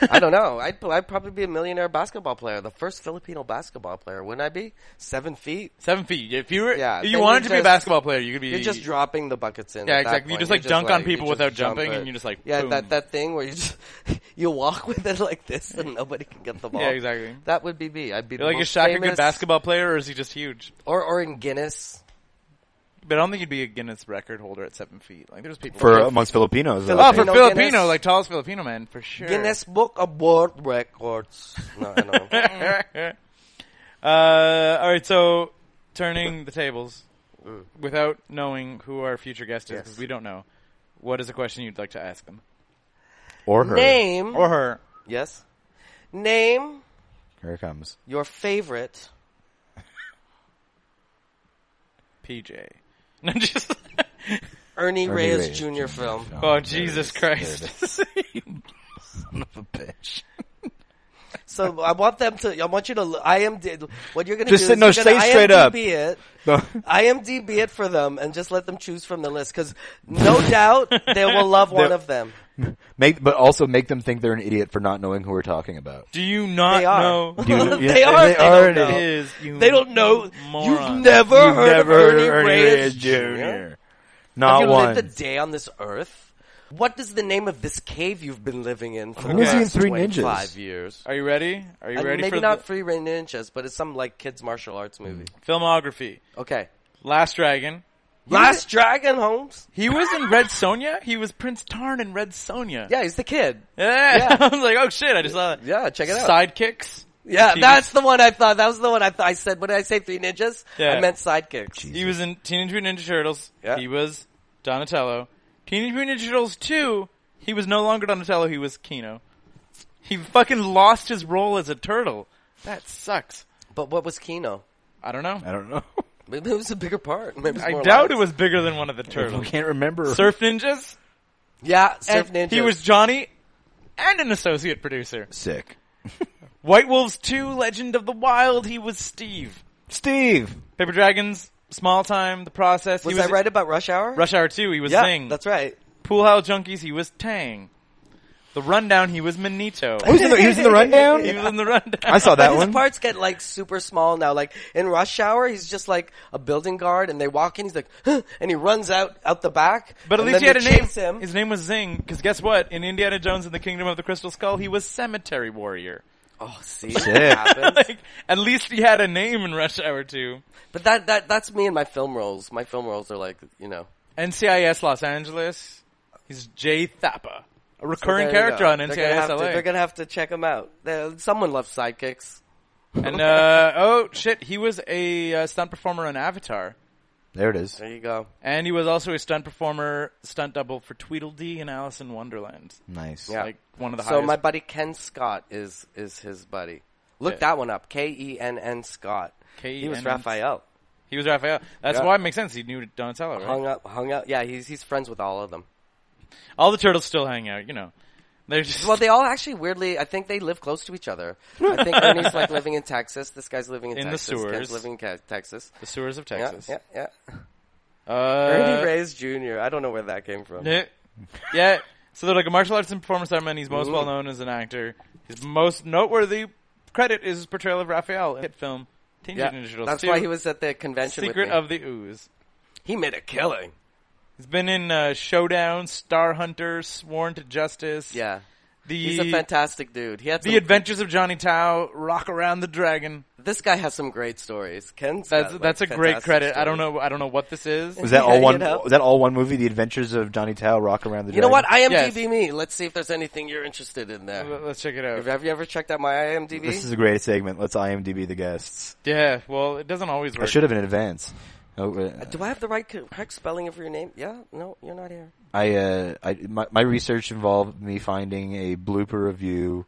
[SPEAKER 3] I don't know. I'd, I'd probably be a millionaire basketball player, the first Filipino basketball player, wouldn't I be? Seven feet.
[SPEAKER 2] Seven feet. If you were,
[SPEAKER 3] Yeah,
[SPEAKER 2] if you
[SPEAKER 3] then you
[SPEAKER 2] wanted to be a
[SPEAKER 3] just-
[SPEAKER 2] basketball player, you could be.
[SPEAKER 3] You're just dropping the buckets in. at
[SPEAKER 2] Yeah,
[SPEAKER 3] that
[SPEAKER 2] exactly. You
[SPEAKER 3] point.
[SPEAKER 2] just,
[SPEAKER 3] You're
[SPEAKER 2] like, dunk on
[SPEAKER 3] you
[SPEAKER 2] people
[SPEAKER 3] just
[SPEAKER 2] without
[SPEAKER 3] jump
[SPEAKER 2] jumping,
[SPEAKER 3] it.
[SPEAKER 2] and you just, like,
[SPEAKER 3] yeah,
[SPEAKER 2] boom.
[SPEAKER 3] that that thing where you just you walk with it like this, and nobody can get the ball.
[SPEAKER 2] Yeah, exactly.
[SPEAKER 3] That would be me. I'd be the
[SPEAKER 2] You're like,
[SPEAKER 3] most
[SPEAKER 2] is Shaq a
[SPEAKER 3] famous,
[SPEAKER 2] good basketball player, or is he just huge?
[SPEAKER 3] or or in Guinness.
[SPEAKER 2] But I don't think he'd be a Guinness record holder at seven feet. Like there's people
[SPEAKER 4] for amongst Filipinos.
[SPEAKER 3] Filip-
[SPEAKER 4] uh,
[SPEAKER 2] oh for
[SPEAKER 3] Filipino
[SPEAKER 2] Filipino,
[SPEAKER 3] Guinness.
[SPEAKER 2] like tallest Filipino man for sure.
[SPEAKER 3] Guinness Book of World Records. No, I don't know.
[SPEAKER 2] uh, all right, so turning the tables without knowing who our future guest is
[SPEAKER 3] Mm. Yes.
[SPEAKER 2] because we don't know. What is a question you'd like to ask them
[SPEAKER 4] or her.
[SPEAKER 3] Name
[SPEAKER 2] or her?
[SPEAKER 3] yes, name
[SPEAKER 4] Here it comes.
[SPEAKER 3] your favorite.
[SPEAKER 2] PJ. No, just
[SPEAKER 3] Ernie,
[SPEAKER 4] Ernie
[SPEAKER 3] Reyes,
[SPEAKER 4] Reyes
[SPEAKER 3] Jr. film.
[SPEAKER 2] oh Jesus Christ!
[SPEAKER 3] So I want them to. I want you to. l- IMD. What you're gonna
[SPEAKER 4] Just
[SPEAKER 3] do
[SPEAKER 4] say-
[SPEAKER 3] is
[SPEAKER 4] no,
[SPEAKER 3] you're gonna
[SPEAKER 4] say straight up.
[SPEAKER 3] IMDb it.
[SPEAKER 4] No.
[SPEAKER 3] IMDb it for them and just let them choose from the list because no doubt they will love one
[SPEAKER 4] They'll-
[SPEAKER 3] of them.
[SPEAKER 4] Make, but also make them think they're an idiot for not knowing who we're talking about.
[SPEAKER 2] Do you not
[SPEAKER 3] They are.
[SPEAKER 2] know?
[SPEAKER 4] Do you- yeah,
[SPEAKER 3] They are,
[SPEAKER 4] They
[SPEAKER 3] they
[SPEAKER 4] are.
[SPEAKER 3] don't
[SPEAKER 4] an
[SPEAKER 3] know.
[SPEAKER 4] idiot.
[SPEAKER 2] Is you
[SPEAKER 3] They don't know.
[SPEAKER 2] moron.
[SPEAKER 3] You've never
[SPEAKER 4] You've
[SPEAKER 3] heard
[SPEAKER 4] never
[SPEAKER 3] of Ernie,
[SPEAKER 4] heard of
[SPEAKER 3] Reyes, Jr.
[SPEAKER 4] Jr.
[SPEAKER 3] Have
[SPEAKER 4] Not
[SPEAKER 3] you
[SPEAKER 4] one.
[SPEAKER 3] lived a day on this earth? What is the name of this cave you've been living in for
[SPEAKER 4] Who is
[SPEAKER 3] the
[SPEAKER 4] he in
[SPEAKER 3] last
[SPEAKER 4] Three
[SPEAKER 3] 25
[SPEAKER 4] Ninjas?
[SPEAKER 3] years?
[SPEAKER 2] Are you ready? Are you
[SPEAKER 3] And
[SPEAKER 2] ready
[SPEAKER 3] maybe
[SPEAKER 2] for
[SPEAKER 3] not
[SPEAKER 2] the Mm.
[SPEAKER 3] Three Ninjas, but it's some like kids martial arts movie.
[SPEAKER 2] filmography?
[SPEAKER 3] Okay.
[SPEAKER 2] Last Dragon.
[SPEAKER 3] Last Dragon, Holmes.
[SPEAKER 2] He was in Red Sonja. He was Prince Tarn in Red Sonja.
[SPEAKER 3] Yeah, he's the kid.
[SPEAKER 2] Yeah.
[SPEAKER 3] Yeah.
[SPEAKER 2] I was like, oh shit! I just saw that.
[SPEAKER 3] Yeah, check it out.
[SPEAKER 2] Sidekicks.
[SPEAKER 3] Yeah,
[SPEAKER 2] Teenage-
[SPEAKER 3] that's the one I thought. That was the one I thought. I said, when I say three ninjas,
[SPEAKER 2] Yeah.
[SPEAKER 3] I meant sidekicks.
[SPEAKER 2] He was in Teenage Mutant Ninja Turtles.
[SPEAKER 3] Yeah.
[SPEAKER 2] He was Donatello. Teenage Mutant Ninja Turtles 2, he was no longer Donatello, he was Kino. He fucking lost his role as a turtle. That sucks.
[SPEAKER 3] But what was Kino?
[SPEAKER 2] I don't know.
[SPEAKER 4] I don't know.
[SPEAKER 3] Maybe it was a bigger part. Maybe
[SPEAKER 2] I doubt it was bigger than one of the
[SPEAKER 4] I
[SPEAKER 2] turtles.
[SPEAKER 4] can't remember.
[SPEAKER 2] Surf Ninjas?
[SPEAKER 3] Yeah, Surf Ninjas.
[SPEAKER 2] And He was Johnny and an associate producer.
[SPEAKER 4] Sick.
[SPEAKER 2] White Wolves 2, Legend of the Wild, he was Steve.
[SPEAKER 4] Steve.
[SPEAKER 2] Paper Dragons, Small Time, The Process.
[SPEAKER 3] Was,
[SPEAKER 2] he was
[SPEAKER 3] I right about Rush Hour?
[SPEAKER 2] Rush Hour 2, he was
[SPEAKER 3] yeah,
[SPEAKER 2] Zing.
[SPEAKER 3] that's right.
[SPEAKER 2] Pool House Junkies, he was Tang. The Rundown, he was Manito.
[SPEAKER 4] Oh, he was in the, he was in the rundown.
[SPEAKER 2] He was in the rundown.
[SPEAKER 4] I saw that
[SPEAKER 3] His
[SPEAKER 4] one.
[SPEAKER 3] parts get like super small now. Like in Rush Hour, he's just like a building guard, and they walk in. He's like, "Huh," and he runs out out the back.
[SPEAKER 2] But at
[SPEAKER 3] and
[SPEAKER 2] least he
[SPEAKER 3] then
[SPEAKER 2] had a
[SPEAKER 3] they
[SPEAKER 2] name.
[SPEAKER 3] chase Him.
[SPEAKER 2] His name was Zing. Because guess what? In Indiana Jones and the Kingdom of the Crystal Skull, he was Cemetery Warrior.
[SPEAKER 3] Oh, see, that happens.
[SPEAKER 2] Like, at least he had a name in Rush Hour 2.
[SPEAKER 3] But that that that's me and my film roles. My film roles are like you know.
[SPEAKER 2] NCIS Los Angeles. He's Jay Thapa, a recurring
[SPEAKER 3] There you
[SPEAKER 2] character
[SPEAKER 3] go.
[SPEAKER 2] on
[SPEAKER 3] They're
[SPEAKER 2] NCIS
[SPEAKER 3] gonna have to-
[SPEAKER 2] LA.
[SPEAKER 3] they're gonna have to check him out. They- Someone loves sidekicks.
[SPEAKER 2] and uh, oh shit, he was a uh, stunt performer on Avatar,
[SPEAKER 4] There it is.
[SPEAKER 3] There you go.
[SPEAKER 2] and he was also a stunt performer, stunt double for Tweedledee and Alice in Wonderland.
[SPEAKER 4] Nice.
[SPEAKER 3] Yeah.
[SPEAKER 2] Like one of the
[SPEAKER 3] So
[SPEAKER 2] highest.
[SPEAKER 3] my buddy Ken Scott is is his buddy. Look
[SPEAKER 2] Yeah. E
[SPEAKER 3] that one up. K E N N Scott. He was
[SPEAKER 2] K.E.N.N..
[SPEAKER 3] Raphael.
[SPEAKER 2] He was Raphael. That's
[SPEAKER 3] Yeah.
[SPEAKER 2] why it makes sense. He knew Donatello. Right?
[SPEAKER 3] Hung up, hung up. Yeah, he's he's friends with all of them.
[SPEAKER 2] All the turtles still hang out. You know, they're just
[SPEAKER 3] Well, they all actually weirdly, I think they live close to each other. I think Ernie's like living in Texas. This guy's living in,
[SPEAKER 2] In the
[SPEAKER 3] Texas.
[SPEAKER 2] sewers.
[SPEAKER 3] Ken's living in Ca- Texas.
[SPEAKER 2] the sewers of
[SPEAKER 3] Yeah,
[SPEAKER 2] Texas.
[SPEAKER 3] yeah, yeah. Ernie
[SPEAKER 2] Uh,
[SPEAKER 3] Reyes Jr. I don't know where that came from.
[SPEAKER 2] yeah, yeah. So they're like a martial arts and performance art man. He's most well known as an actor. His most noteworthy credit is his portrayal of Raphael in the hit film Teenage
[SPEAKER 3] Yeah,
[SPEAKER 2] Mutant Ninja Turtles
[SPEAKER 3] That's
[SPEAKER 2] 2,
[SPEAKER 3] why he was at the convention. with
[SPEAKER 2] Secret
[SPEAKER 3] me.
[SPEAKER 2] of the Ooze.
[SPEAKER 3] he made a killing.
[SPEAKER 2] He's been in uh, Showdown, Star Hunter, Sworn to Justice.
[SPEAKER 3] Yeah,
[SPEAKER 2] the
[SPEAKER 3] he's a fantastic dude. He had
[SPEAKER 2] the
[SPEAKER 3] some-
[SPEAKER 2] Adventures of Johnny Tao, Rock Around the Dragon.
[SPEAKER 3] This guy has some great stories. Ken's
[SPEAKER 2] That's
[SPEAKER 3] got,
[SPEAKER 2] that's a
[SPEAKER 3] like,
[SPEAKER 2] great
[SPEAKER 3] fantastic
[SPEAKER 2] credit. I don't
[SPEAKER 3] stories.
[SPEAKER 2] know. I don't know what this is.
[SPEAKER 4] Was that all
[SPEAKER 3] Yeah,
[SPEAKER 4] one?
[SPEAKER 3] you know.
[SPEAKER 4] Was that all one movie? The Adventures of Johnny Tao, Rock Around the.
[SPEAKER 3] You know what?
[SPEAKER 4] Dragon?
[SPEAKER 3] IMDb
[SPEAKER 2] Yes.
[SPEAKER 3] me. Let's see if there's anything you're interested in there.
[SPEAKER 2] Let's check it out.
[SPEAKER 3] Have you ever checked out my IMDb?
[SPEAKER 4] This is a great segment. Let's IMDb the guests.
[SPEAKER 2] Yeah, well, it doesn't always work.
[SPEAKER 4] I should have in advance. Oh, uh,
[SPEAKER 3] Do I have the right correct spelling of your name? Yeah. No, you're not here.
[SPEAKER 4] I, uh, I my, my research involved me finding a blooper of you.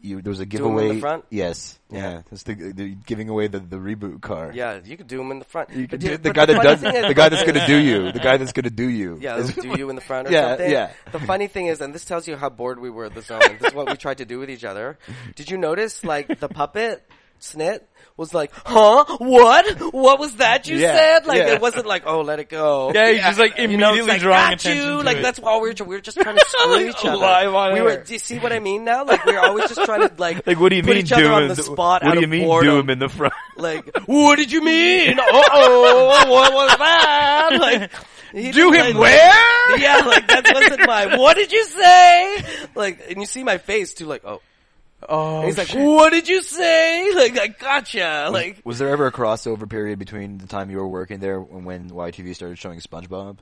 [SPEAKER 4] You there was a
[SPEAKER 3] them in the
[SPEAKER 4] giveaway.
[SPEAKER 3] front?
[SPEAKER 4] Yes, yeah.
[SPEAKER 3] Yeah.
[SPEAKER 4] That's the, the giving away the, the reboot car.
[SPEAKER 3] Yeah, you could do him in the front.
[SPEAKER 4] You
[SPEAKER 3] But
[SPEAKER 4] could
[SPEAKER 3] do-
[SPEAKER 4] do, the
[SPEAKER 3] but
[SPEAKER 4] guy that
[SPEAKER 3] funny
[SPEAKER 4] does
[SPEAKER 3] thing is-
[SPEAKER 4] the guy that's gonna do you, the guy that's gonna do you.
[SPEAKER 3] Yeah, let's do you in the front or
[SPEAKER 4] Yeah,
[SPEAKER 3] something.
[SPEAKER 4] yeah.
[SPEAKER 3] The funny thing is, and this tells you how bored we were at the zone. this is what we tried to do with each other. Did you notice, like, the puppet Snit was like, huh? What? What was that you
[SPEAKER 4] Yeah,
[SPEAKER 3] said? Like,
[SPEAKER 4] yeah.
[SPEAKER 3] it wasn't like, oh, let it go.
[SPEAKER 2] Yeah, he's just, like,
[SPEAKER 3] You know, it's
[SPEAKER 2] immediately drawing
[SPEAKER 3] got
[SPEAKER 2] attention
[SPEAKER 3] You.
[SPEAKER 2] to
[SPEAKER 3] like,
[SPEAKER 2] it.
[SPEAKER 3] that's all we were, we were just trying to screw each other.
[SPEAKER 2] live on
[SPEAKER 3] we
[SPEAKER 2] air.
[SPEAKER 3] were, do you see what I mean now? Like, we were always just trying to, like,
[SPEAKER 4] Like, what do you
[SPEAKER 3] put
[SPEAKER 4] mean
[SPEAKER 3] each other
[SPEAKER 4] do
[SPEAKER 3] on
[SPEAKER 4] him?
[SPEAKER 3] the spot
[SPEAKER 4] what
[SPEAKER 3] out
[SPEAKER 4] do you
[SPEAKER 3] of
[SPEAKER 4] mean do
[SPEAKER 3] boredom.
[SPEAKER 4] him in the front?
[SPEAKER 3] Like, what did you mean? Uh oh, what was that? Like, he
[SPEAKER 2] Do
[SPEAKER 3] didn't
[SPEAKER 2] him
[SPEAKER 3] like-
[SPEAKER 2] where?
[SPEAKER 3] Yeah, like that wasn't my. What did you say? Like, and you see my face too. Like, oh,
[SPEAKER 2] Oh,
[SPEAKER 3] and he's like, what did you say? Like, I gotcha. Like,
[SPEAKER 4] Was there ever a crossover period between the time you were working there and when YTV started showing SpongeBob?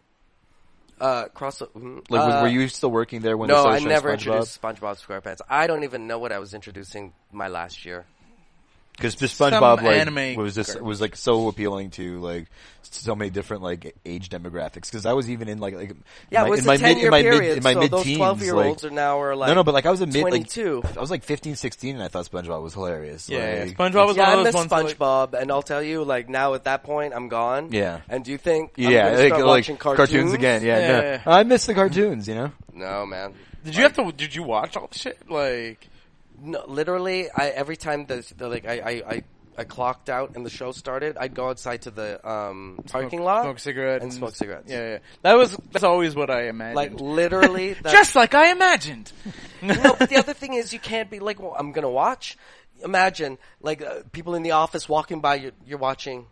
[SPEAKER 3] uh, cross. mm,
[SPEAKER 4] Like, was,
[SPEAKER 3] uh,
[SPEAKER 4] were you still working there when they
[SPEAKER 3] No,
[SPEAKER 4] started
[SPEAKER 3] I
[SPEAKER 4] showing
[SPEAKER 3] never
[SPEAKER 4] SpongeBob?
[SPEAKER 3] introduced SpongeBob SquarePants. I don't even know what I was introducing my last year.
[SPEAKER 4] Because the SpongeBob
[SPEAKER 2] Some
[SPEAKER 4] like
[SPEAKER 2] anime
[SPEAKER 4] was just was like so appealing to like so many different like age demographics. Because I was even in like like
[SPEAKER 3] Yeah,
[SPEAKER 4] my,
[SPEAKER 3] it was
[SPEAKER 4] in
[SPEAKER 3] a
[SPEAKER 4] my
[SPEAKER 3] ten
[SPEAKER 4] mid in
[SPEAKER 3] year
[SPEAKER 4] my
[SPEAKER 3] period.
[SPEAKER 4] mid in my
[SPEAKER 3] so
[SPEAKER 4] mid
[SPEAKER 3] those twelve
[SPEAKER 4] teens
[SPEAKER 3] year
[SPEAKER 4] like
[SPEAKER 3] olds are now are like
[SPEAKER 4] no no but like I was a mid
[SPEAKER 3] twenty-two.
[SPEAKER 4] like I was like 15, 16 and I thought SpongeBob was hilarious.
[SPEAKER 2] yeah,
[SPEAKER 4] like,
[SPEAKER 2] SpongeBob was
[SPEAKER 3] yeah,
[SPEAKER 2] one
[SPEAKER 3] I
[SPEAKER 2] of those
[SPEAKER 3] miss
[SPEAKER 2] ones. that, like-
[SPEAKER 3] SpongeBob, and I'll tell you, like now at that point, I'm gone.
[SPEAKER 4] Yeah.
[SPEAKER 3] And do you think? I'm
[SPEAKER 4] yeah,
[SPEAKER 3] gonna
[SPEAKER 4] like,
[SPEAKER 3] start
[SPEAKER 4] like
[SPEAKER 3] watching
[SPEAKER 4] cartoons? again. Yeah,
[SPEAKER 2] Yeah,
[SPEAKER 4] no.
[SPEAKER 2] yeah,
[SPEAKER 4] I miss the cartoons. You know,
[SPEAKER 3] No, man.
[SPEAKER 2] Did you have to? Did you watch all the shit? Like,
[SPEAKER 3] No, literally, I every time the, the like I, I I I clocked out and the show started, I'd go outside to the um parking
[SPEAKER 2] smoke,
[SPEAKER 3] lot,
[SPEAKER 2] smoke cigarettes,
[SPEAKER 3] and smoke cigarettes.
[SPEAKER 2] Yeah, yeah. That was that's always what I imagined.
[SPEAKER 3] Like literally, that's,
[SPEAKER 2] just like I imagined.
[SPEAKER 3] no, but the other thing is you can't be like, well, I'm gonna watch. Imagine like uh, people in the office walking by, you're, you're watching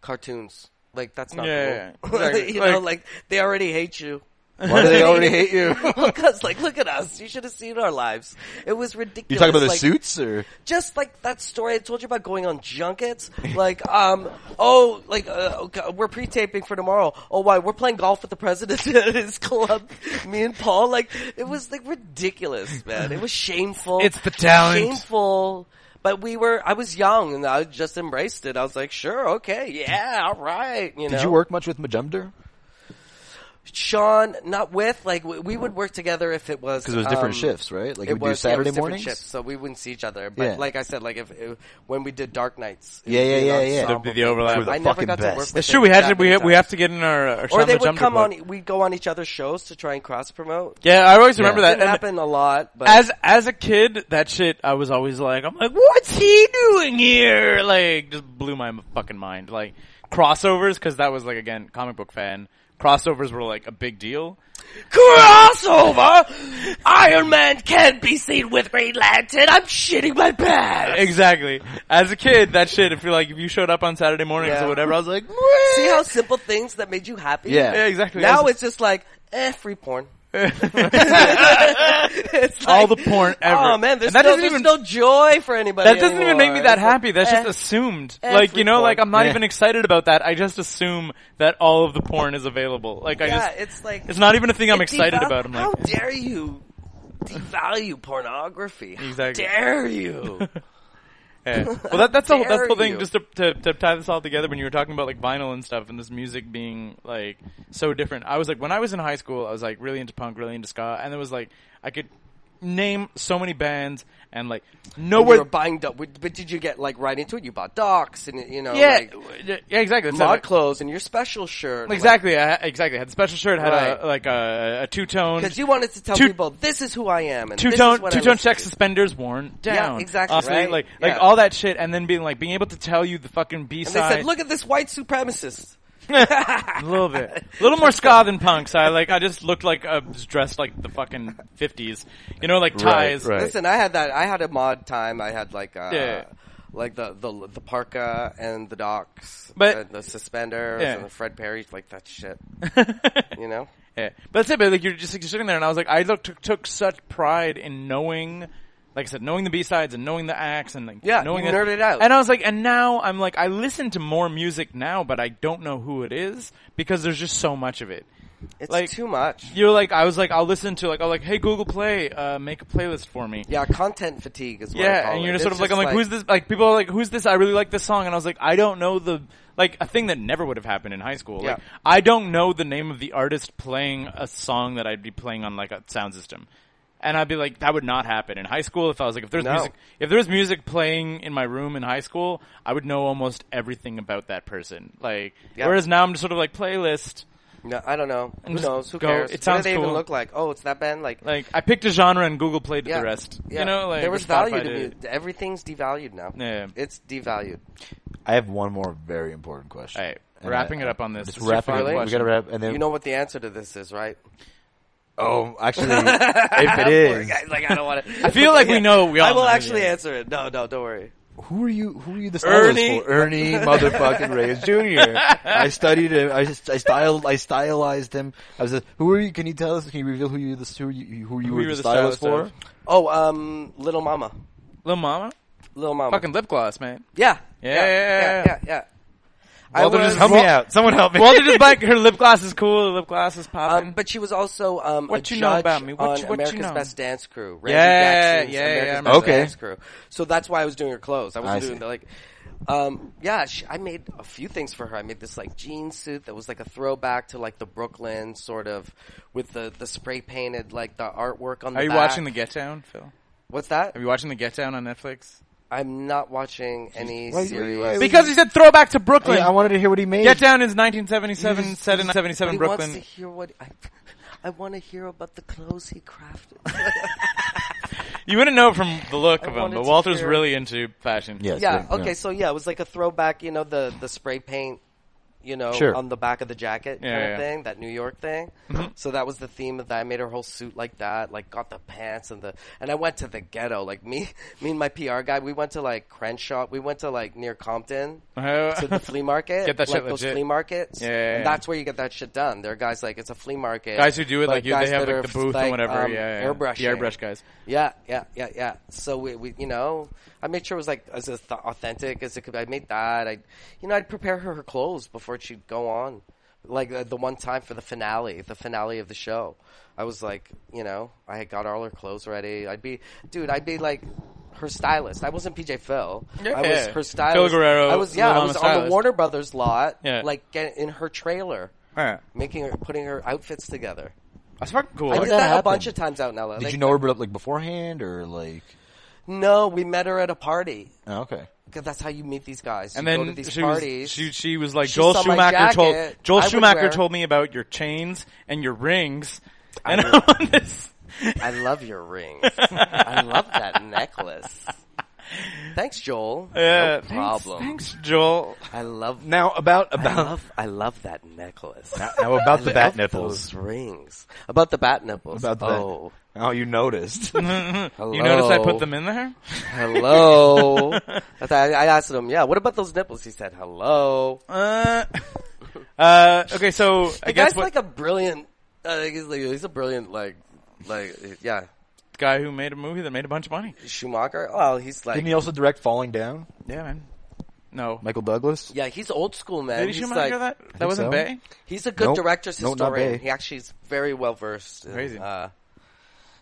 [SPEAKER 3] cartoons. Like that's not
[SPEAKER 2] Yeah,
[SPEAKER 3] cool.
[SPEAKER 2] yeah, yeah.
[SPEAKER 3] you
[SPEAKER 2] Like-
[SPEAKER 3] know, like they already hate you.
[SPEAKER 4] why do they already hate you?
[SPEAKER 3] because like look at us you should have seen our lives it was ridiculous
[SPEAKER 4] You talking about the
[SPEAKER 3] like,
[SPEAKER 4] suits or
[SPEAKER 3] just like that story i told you about going on junkets like um oh like uh, okay, we're pre-taping for tomorrow oh why we're playing golf with the president at his club me and paul like it was like ridiculous man it was shameful
[SPEAKER 2] It's the talent.
[SPEAKER 3] shameful but we were i was young and i just embraced it i was like sure okay yeah all right you know
[SPEAKER 4] did you work much with Majumder?
[SPEAKER 3] sean not with like we, we would work together if it was
[SPEAKER 4] Because it was different
[SPEAKER 3] um,
[SPEAKER 4] shifts, right? Like
[SPEAKER 3] it
[SPEAKER 4] we do
[SPEAKER 3] was,
[SPEAKER 4] Saturday
[SPEAKER 3] it was different
[SPEAKER 4] mornings.
[SPEAKER 3] shifts, so we wouldn't see each other. But
[SPEAKER 4] Yeah.
[SPEAKER 3] like I said, like if, if when we did Dark Nights, it
[SPEAKER 4] Yeah,
[SPEAKER 3] would be
[SPEAKER 4] yeah,
[SPEAKER 3] an
[SPEAKER 4] yeah, yeah.
[SPEAKER 3] ensemble
[SPEAKER 2] The- the
[SPEAKER 3] thing.
[SPEAKER 2] overlap.
[SPEAKER 4] Were the
[SPEAKER 3] I never
[SPEAKER 4] fucking
[SPEAKER 3] got to
[SPEAKER 4] best.
[SPEAKER 3] work. With
[SPEAKER 2] That's
[SPEAKER 3] him
[SPEAKER 2] true. We had to
[SPEAKER 3] that
[SPEAKER 2] we
[SPEAKER 3] many
[SPEAKER 2] have, we have
[SPEAKER 3] times.
[SPEAKER 2] to get in our, our
[SPEAKER 3] Or
[SPEAKER 2] Sean
[SPEAKER 3] they
[SPEAKER 2] the
[SPEAKER 3] would
[SPEAKER 2] Jumper
[SPEAKER 3] come
[SPEAKER 2] club.
[SPEAKER 3] on. We'd go on each other's shows to try and cross promote.
[SPEAKER 2] Yeah, I always remember
[SPEAKER 3] That
[SPEAKER 2] that. And
[SPEAKER 3] happened a lot, but
[SPEAKER 2] as as a kid, that shit I was always like, I'm like, what's he doing here? Like, just blew my fucking mind. Like crossovers, because that was like again comic book fan. Crossovers were like a big deal.
[SPEAKER 3] crossover, Iron Man can't be seen with Green Lantern. I'm shitting my pants.
[SPEAKER 2] Exactly. As a kid, that shit. If you like, if you showed up on Saturday mornings
[SPEAKER 3] Yeah.
[SPEAKER 2] or whatever, I was like,
[SPEAKER 3] See how simple things that made you happy.
[SPEAKER 4] Yeah.
[SPEAKER 2] yeah, exactly.
[SPEAKER 3] Now
[SPEAKER 2] As-
[SPEAKER 3] it's just like eh, free porn. It's
[SPEAKER 2] all the
[SPEAKER 3] like,
[SPEAKER 2] porn ever.
[SPEAKER 3] Oh man, there's,
[SPEAKER 2] and that
[SPEAKER 3] no,
[SPEAKER 2] doesn't
[SPEAKER 3] there's
[SPEAKER 2] even
[SPEAKER 3] no joy for anybody.
[SPEAKER 2] that doesn't even make me
[SPEAKER 3] anymore.
[SPEAKER 2] that
[SPEAKER 3] It's like,
[SPEAKER 2] happy. That's
[SPEAKER 3] eh.
[SPEAKER 2] just assumed.
[SPEAKER 3] eh,
[SPEAKER 2] like you know,
[SPEAKER 3] free
[SPEAKER 2] like
[SPEAKER 3] porn.
[SPEAKER 2] I'm not
[SPEAKER 4] Yeah.
[SPEAKER 2] even excited about that. I just assume that all of the porn is available. Like I
[SPEAKER 3] Yeah,
[SPEAKER 2] just,
[SPEAKER 3] it's like
[SPEAKER 2] it's not even a thing I'm
[SPEAKER 3] it
[SPEAKER 2] excited
[SPEAKER 3] deval-
[SPEAKER 2] about. I'm
[SPEAKER 3] how
[SPEAKER 2] like,
[SPEAKER 3] dare you devalue pornography? How
[SPEAKER 2] Exactly.
[SPEAKER 3] dare you?
[SPEAKER 2] Yeah. eh. Well, that, that's the whole, that's the
[SPEAKER 3] dare
[SPEAKER 2] whole thing.
[SPEAKER 3] you.
[SPEAKER 2] Just to, to to tie this all together, when you were talking about like vinyl and stuff, and this music being like so different, I was like, when I was in high school, I was like really into punk, really into ska, and there was like I could name so many bands, and like
[SPEAKER 3] You were
[SPEAKER 2] nowhere.
[SPEAKER 3] buying, do- but but did you get like right into it? You bought docs and you know,
[SPEAKER 2] Yeah,
[SPEAKER 3] like,
[SPEAKER 2] yeah, exactly. That's it.
[SPEAKER 3] mod clothes and your special shirt, like-
[SPEAKER 2] Exactly, I, exactly. Had the special shirt, had
[SPEAKER 3] Right.
[SPEAKER 2] a like a, a two tone,
[SPEAKER 3] because you wanted to tell
[SPEAKER 2] Two-
[SPEAKER 3] people this is who I am. And
[SPEAKER 2] two
[SPEAKER 3] this
[SPEAKER 2] tone,
[SPEAKER 3] is what I
[SPEAKER 2] two tone
[SPEAKER 3] listen
[SPEAKER 2] check
[SPEAKER 3] to."
[SPEAKER 2] suspenders worn down.
[SPEAKER 3] exactly,
[SPEAKER 2] Off the-
[SPEAKER 3] right?
[SPEAKER 2] Like
[SPEAKER 3] Yeah.
[SPEAKER 2] like all that shit, and then being like being able to tell you the fucking B
[SPEAKER 3] And they
[SPEAKER 2] side.
[SPEAKER 3] said, "Look at this white supremacist."
[SPEAKER 2] A little bit. A little more ska than punk, so I like, I just looked like, I was dressed like the fucking 50s. You know, like ties.
[SPEAKER 4] right.
[SPEAKER 3] Listen, I had that. I had a mod time. I had like uh,
[SPEAKER 2] Yeah.
[SPEAKER 3] like the, the the parka and the docs,
[SPEAKER 2] But-
[SPEAKER 3] and the suspenders
[SPEAKER 2] Yeah.
[SPEAKER 3] and the Fred Perry, like that shit. you know,
[SPEAKER 2] Yeah. But that's it, but like, you're just like, sitting there, and I was like, I look, took, took such pride in knowing, like I said, knowing the B-sides and knowing the acts and like,
[SPEAKER 3] Yeah,
[SPEAKER 2] knowing
[SPEAKER 3] you
[SPEAKER 2] the-
[SPEAKER 3] nerded out.
[SPEAKER 2] And I was like, and now I'm like, I listen to more music now, but I don't know who it is, because there's just so much of it.
[SPEAKER 3] it's
[SPEAKER 2] Like-
[SPEAKER 3] too much.
[SPEAKER 2] You're like, I was like, I'll listen to like, I'll like, hey Google Play, uh, make a playlist for me.
[SPEAKER 3] Yeah, content fatigue is what I
[SPEAKER 2] Yeah,
[SPEAKER 3] call
[SPEAKER 2] and
[SPEAKER 3] it.
[SPEAKER 2] you're
[SPEAKER 3] It's
[SPEAKER 2] just sort of like,
[SPEAKER 3] just
[SPEAKER 2] I'm like, who's this? Like, people are like, who's this? I really like this song, and I was like, I don't know the like a thing that never would have happened in high school. Like,
[SPEAKER 3] Yeah.
[SPEAKER 2] I don't know the name of the artist playing a song that I'd be playing on like a sound system, and I'd be like, that would not happen in high school. If I was like, if there's
[SPEAKER 3] No.
[SPEAKER 2] music, if there was music playing in my room in high school, I would know almost everything about that person. Like,
[SPEAKER 3] Yeah.
[SPEAKER 2] whereas now I'm just sort of like playlist.
[SPEAKER 3] No, I don't know. Who
[SPEAKER 2] just
[SPEAKER 3] knows? Who
[SPEAKER 2] go.
[SPEAKER 3] cares?
[SPEAKER 2] It
[SPEAKER 3] what do
[SPEAKER 2] sounds
[SPEAKER 3] they even
[SPEAKER 2] cool.
[SPEAKER 3] look like? Oh, it's that band. Like,
[SPEAKER 2] Like I picked a genre and Google played
[SPEAKER 3] yeah,
[SPEAKER 2] the rest.
[SPEAKER 3] Yeah.
[SPEAKER 2] You know, like
[SPEAKER 3] there
[SPEAKER 2] or
[SPEAKER 3] was
[SPEAKER 2] Spotify
[SPEAKER 3] value to
[SPEAKER 2] did.
[SPEAKER 3] music. Everything's devalued now.
[SPEAKER 2] Yeah.
[SPEAKER 3] It's devalued.
[SPEAKER 4] I have one more very important question.
[SPEAKER 2] All right,
[SPEAKER 4] And
[SPEAKER 2] wrapping
[SPEAKER 4] I-
[SPEAKER 2] it up on this.
[SPEAKER 4] Just
[SPEAKER 2] This is your
[SPEAKER 4] wrapping it
[SPEAKER 2] final
[SPEAKER 4] up. We
[SPEAKER 2] question.
[SPEAKER 4] gotta wrap, and then
[SPEAKER 3] You know what the answer to this is, right?
[SPEAKER 4] oh, actually, if it is,
[SPEAKER 3] Guys, like I don't want to.
[SPEAKER 2] I feel like we know. We all
[SPEAKER 3] I will
[SPEAKER 2] know,
[SPEAKER 3] actually
[SPEAKER 2] yeah.
[SPEAKER 3] answer it. No, no, don't worry.
[SPEAKER 4] Who are you? Who are you? The stylist
[SPEAKER 3] Ernie.
[SPEAKER 4] for? Ernie motherfucking Reyes Jr. I studied him. I just I styled. I stylized him. I was. Like, who are you? Can you tell us? Can you reveal who you the who you, who you were
[SPEAKER 2] you
[SPEAKER 4] the, stylist, for?
[SPEAKER 3] Oh, um, Little Mama,
[SPEAKER 2] Lil Mama,
[SPEAKER 3] Little Mama.
[SPEAKER 2] fucking lip gloss, man.
[SPEAKER 3] yeah,
[SPEAKER 2] Yeah,
[SPEAKER 3] yeah, yeah,
[SPEAKER 2] yeah,
[SPEAKER 3] yeah. yeah. I
[SPEAKER 2] Walter
[SPEAKER 3] was,
[SPEAKER 2] just helped me out.
[SPEAKER 4] Someone help me.
[SPEAKER 2] Walter just like her lip gloss is cool. Her lip gloss is popping.
[SPEAKER 3] Um, but she was also um, a
[SPEAKER 2] What you know
[SPEAKER 3] judge
[SPEAKER 2] about me? What
[SPEAKER 3] on
[SPEAKER 2] you- what you
[SPEAKER 3] America's
[SPEAKER 2] know?
[SPEAKER 3] Best Dance Crew. Randy
[SPEAKER 2] Yeah,
[SPEAKER 3] Jackson's
[SPEAKER 2] yeah, yeah, I
[SPEAKER 3] America's
[SPEAKER 2] remember
[SPEAKER 3] Best
[SPEAKER 4] that.
[SPEAKER 3] Dance Crew. So that's why I was doing her clothes. I wasn't
[SPEAKER 4] I
[SPEAKER 3] doing
[SPEAKER 4] see.
[SPEAKER 3] the like. Um, yeah, she, I made a few things for her. I made this like jean suit that was like a throwback to like the Brooklyn sort of, with the the spray painted like the artwork on. the
[SPEAKER 2] Are you
[SPEAKER 3] back.
[SPEAKER 2] watching the Get Down, Phil?
[SPEAKER 3] What's that?
[SPEAKER 2] Are you watching the Get Down on Netflix?
[SPEAKER 3] I'm not watching any
[SPEAKER 4] Why- why-
[SPEAKER 3] series.
[SPEAKER 4] why-
[SPEAKER 2] Because he said throwback to Brooklyn.
[SPEAKER 4] I wanted to hear what he made.
[SPEAKER 2] Get Down is 1977, set in
[SPEAKER 3] But
[SPEAKER 2] 77
[SPEAKER 3] he wants to
[SPEAKER 2] Brooklyn.
[SPEAKER 3] hear what I, I want to hear about the clothes he crafted.
[SPEAKER 2] You wouldn't know from the look of him,
[SPEAKER 3] wanted
[SPEAKER 2] but
[SPEAKER 3] to
[SPEAKER 2] Walter's
[SPEAKER 3] hear-
[SPEAKER 2] really into fashion.
[SPEAKER 4] Yes,
[SPEAKER 3] yeah. Okay. So yeah, it was like a throwback. You know, the the spray paint. You know,
[SPEAKER 4] Sure.
[SPEAKER 3] on the back of the jacket
[SPEAKER 2] Yeah,
[SPEAKER 3] kind
[SPEAKER 2] yeah. Mm-hmm.
[SPEAKER 3] of thing, that New York thing. so that was the theme of that. I made her whole suit like that. Like got the pants and the and I went to the ghetto. Like me, me and my PR guy, we went to like Crenshaw. We went to like near Compton
[SPEAKER 2] Oh.
[SPEAKER 3] to the flea market.
[SPEAKER 2] Get that
[SPEAKER 3] like
[SPEAKER 2] shit
[SPEAKER 3] those
[SPEAKER 2] legit.
[SPEAKER 3] flea markets.
[SPEAKER 2] Yeah, yeah, yeah.
[SPEAKER 3] And that's where you get that shit done. There are guys like it's a flea market.
[SPEAKER 2] Guys who do it
[SPEAKER 3] but
[SPEAKER 2] like you,
[SPEAKER 3] guys
[SPEAKER 2] they have
[SPEAKER 3] that are,
[SPEAKER 2] like the booth
[SPEAKER 3] like,
[SPEAKER 2] and whatever.
[SPEAKER 3] um,
[SPEAKER 2] yeah, yeah.
[SPEAKER 3] airbrushing.
[SPEAKER 2] The airbrush guys.
[SPEAKER 3] Yeah, yeah, yeah, yeah. So we, we you know, I made sure it was like as auth- authentic as it could. be. I made that. I, you know, I'd prepare her her clothes before she'd go on. Like uh, the one time for the finale, the finale of the show, I was like, you know, I had got all her clothes ready. I'd be, dude, I'd be like her stylist. I wasn't PJ Phil. I was
[SPEAKER 2] Yeah.
[SPEAKER 3] her stylist.
[SPEAKER 2] Phil Guerrero,
[SPEAKER 3] I was yeah. I
[SPEAKER 2] Lil
[SPEAKER 3] was
[SPEAKER 2] Mama's
[SPEAKER 3] on the
[SPEAKER 2] stylist.
[SPEAKER 3] Warner Brothers lot.
[SPEAKER 2] Yeah.
[SPEAKER 3] Like get in her trailer,
[SPEAKER 2] Alright.
[SPEAKER 3] making her putting her outfits together.
[SPEAKER 2] That's fucking cool.
[SPEAKER 3] I
[SPEAKER 4] did
[SPEAKER 3] did
[SPEAKER 4] that
[SPEAKER 3] that,
[SPEAKER 4] happen?
[SPEAKER 3] a bunch of times out in LA.
[SPEAKER 4] Did
[SPEAKER 3] Like,
[SPEAKER 4] you know her like beforehand or like?
[SPEAKER 3] No, we met her at a party.
[SPEAKER 4] Oh, okay.
[SPEAKER 3] Because that's how you meet these guys.
[SPEAKER 2] and
[SPEAKER 3] You
[SPEAKER 2] then
[SPEAKER 3] go to these
[SPEAKER 2] she
[SPEAKER 3] parties.
[SPEAKER 2] was she, she was like
[SPEAKER 3] She
[SPEAKER 2] Joel
[SPEAKER 3] saw my
[SPEAKER 2] Schumacher
[SPEAKER 3] jacket.
[SPEAKER 2] told Joel
[SPEAKER 3] I would
[SPEAKER 2] Schumacher
[SPEAKER 3] wear-
[SPEAKER 2] told me about your chains and your rings,
[SPEAKER 3] I
[SPEAKER 2] and
[SPEAKER 3] would-
[SPEAKER 2] all this.
[SPEAKER 3] I love your rings. I love that necklace. Thanks, Joel.
[SPEAKER 2] Yeah,
[SPEAKER 3] no
[SPEAKER 2] uh, thanks-
[SPEAKER 3] problem.
[SPEAKER 2] Thanks, Joel.
[SPEAKER 3] I love.
[SPEAKER 4] Now about
[SPEAKER 3] I love. I love that necklace.
[SPEAKER 4] now about
[SPEAKER 3] I
[SPEAKER 4] the bat
[SPEAKER 3] love
[SPEAKER 4] nipples.
[SPEAKER 3] Those rings. About the bat nipples.
[SPEAKER 4] About the bat-
[SPEAKER 3] oh,
[SPEAKER 4] Oh, you noticed.
[SPEAKER 2] You notice I put them in there?
[SPEAKER 3] Hello. I, thought- I asked him. Yeah. What about those nipples? He said hello.
[SPEAKER 2] Uh, uh, okay, so I
[SPEAKER 3] The
[SPEAKER 2] guess
[SPEAKER 3] guy's
[SPEAKER 2] what
[SPEAKER 3] like a brilliant. Uh, he's like he's a brilliant like like yeah
[SPEAKER 2] guy who made a movie that made a bunch of money.
[SPEAKER 3] Schumacher. Well, he's like
[SPEAKER 4] Didn't he also direct Falling Down?
[SPEAKER 2] Yeah, man. No,
[SPEAKER 4] Michael Douglas.
[SPEAKER 3] Yeah, he's old school, man.
[SPEAKER 2] did he
[SPEAKER 3] he's
[SPEAKER 2] Schumacher
[SPEAKER 3] like, eh,
[SPEAKER 2] that? That
[SPEAKER 4] think
[SPEAKER 2] wasn't
[SPEAKER 4] so.
[SPEAKER 2] Bay.
[SPEAKER 3] He's a good
[SPEAKER 4] Nope.
[SPEAKER 3] director's
[SPEAKER 4] Nope, not
[SPEAKER 3] historian.
[SPEAKER 4] Bay.
[SPEAKER 3] he actually is very well versed. in,
[SPEAKER 2] Crazy.
[SPEAKER 3] Uh,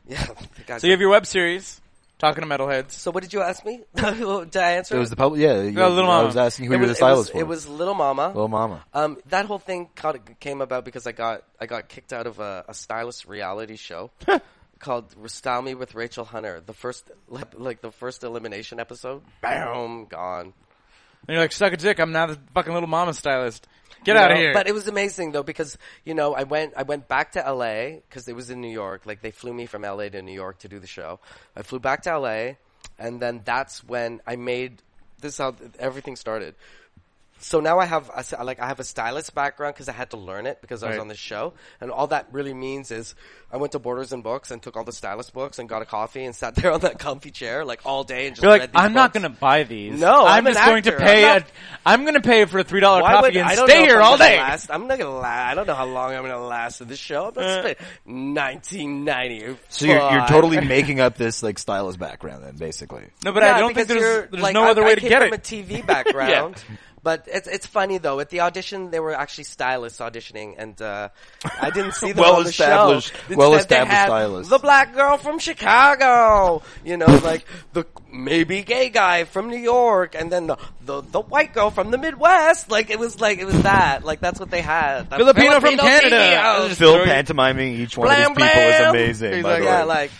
[SPEAKER 3] yeah. the guy's
[SPEAKER 2] So you have your web series talking to metalheads.
[SPEAKER 3] so what did you ask me? Did I answer?
[SPEAKER 4] It was the public. Yeah, yeah,
[SPEAKER 2] Little
[SPEAKER 4] I
[SPEAKER 2] Mama.
[SPEAKER 4] was asking who
[SPEAKER 3] It
[SPEAKER 4] you were the
[SPEAKER 3] was-
[SPEAKER 4] stylist
[SPEAKER 3] it was,
[SPEAKER 4] for.
[SPEAKER 3] it was Little Mama.
[SPEAKER 4] Little Mama.
[SPEAKER 3] Um, that whole thing caught, came about because I got I got kicked out of a, a stylist reality show called "Style Me with Rachel Hunter." The first like, like the first elimination episode. Bam, gone.
[SPEAKER 2] And you're like, suck a dick. I'm now the fucking little mama stylist. Get
[SPEAKER 3] you
[SPEAKER 2] out of
[SPEAKER 3] know?
[SPEAKER 2] here.
[SPEAKER 3] But it was amazing though because you know I went I went back to LA because it was in New York. Like they flew me from LA to New York to do the show. I flew back to LA, and then that's when I made this is how th- everything started. So now I have a, s- like I have a stylist background because I had to learn it because I was
[SPEAKER 2] Right.
[SPEAKER 3] on the show, and all that really means is I went to Borders and Books and took all the stylist books and got a coffee and sat there on that comfy chair like all day and just
[SPEAKER 2] you're like,
[SPEAKER 3] read these
[SPEAKER 2] I'm not
[SPEAKER 3] books."
[SPEAKER 2] gonna buy these.
[SPEAKER 3] No,
[SPEAKER 2] I'm,
[SPEAKER 3] I'm
[SPEAKER 2] just
[SPEAKER 3] an
[SPEAKER 2] going to
[SPEAKER 3] actor.
[SPEAKER 2] pay.
[SPEAKER 3] I'm
[SPEAKER 2] A,
[SPEAKER 3] not-
[SPEAKER 2] I'm gonna pay for a three dollar
[SPEAKER 3] Why would-
[SPEAKER 2] coffee and
[SPEAKER 3] I don't
[SPEAKER 2] stay
[SPEAKER 3] know if
[SPEAKER 2] here
[SPEAKER 3] I'm
[SPEAKER 2] all
[SPEAKER 3] gonna
[SPEAKER 2] day.
[SPEAKER 3] Last, I'm not gonna last. I don't know how long I'm gonna last in this show. I'm not
[SPEAKER 2] Uh.
[SPEAKER 3] spending 1990.
[SPEAKER 4] So you're, you're totally making up this like stylist background then, basically.
[SPEAKER 2] No, but I don't think there's, there's no
[SPEAKER 3] I,
[SPEAKER 2] other
[SPEAKER 3] I
[SPEAKER 2] way to
[SPEAKER 3] came
[SPEAKER 2] get
[SPEAKER 3] from
[SPEAKER 2] it.
[SPEAKER 3] A TV background. But it's it's funny though. At the audition, they were actually stylists auditioning, and uh, I didn't see them on the show.
[SPEAKER 4] Well-established-
[SPEAKER 3] Instead,
[SPEAKER 4] well-established
[SPEAKER 3] they had
[SPEAKER 4] stylists.
[SPEAKER 3] The black girl from Chicago, you know, like the maybe gay guy from New York, and then the, the the white girl from the Midwest. Like it was like it was that. Like that's what they had. The
[SPEAKER 2] Filipino from Canada.
[SPEAKER 3] Filipinos.
[SPEAKER 2] Phil
[SPEAKER 4] Phil
[SPEAKER 2] throwing-
[SPEAKER 4] pantomiming each one
[SPEAKER 3] Blam,
[SPEAKER 4] of these people is
[SPEAKER 3] blam.
[SPEAKER 4] amazing.
[SPEAKER 2] He's
[SPEAKER 4] by
[SPEAKER 2] like,
[SPEAKER 4] the
[SPEAKER 3] Yeah,
[SPEAKER 4] way.
[SPEAKER 3] like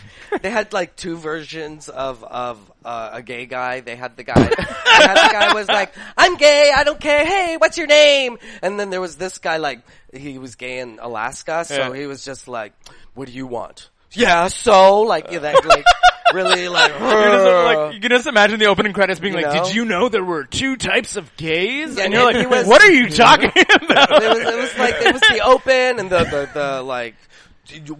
[SPEAKER 3] they had like two versions of of uh, a gay guy. They had the guy. they had the guy was like, "I'm gay. I don't care. Hey, what's your name? And then there was this guy, like, he was gay in Alaska, so
[SPEAKER 2] Yeah.
[SPEAKER 3] he was just like, what do you want? Yeah, so, like, yeah, that, like, really, like,
[SPEAKER 2] You can just, like, you can just imagine the opening credits being
[SPEAKER 3] You
[SPEAKER 2] like,
[SPEAKER 3] know?
[SPEAKER 2] "Did you know there were two types of gays?"
[SPEAKER 3] Yeah, and
[SPEAKER 2] and you're
[SPEAKER 3] he
[SPEAKER 2] like,
[SPEAKER 3] was-
[SPEAKER 2] "What are you talking about?"
[SPEAKER 3] it, was, it was like, it was the open and the, the, the like,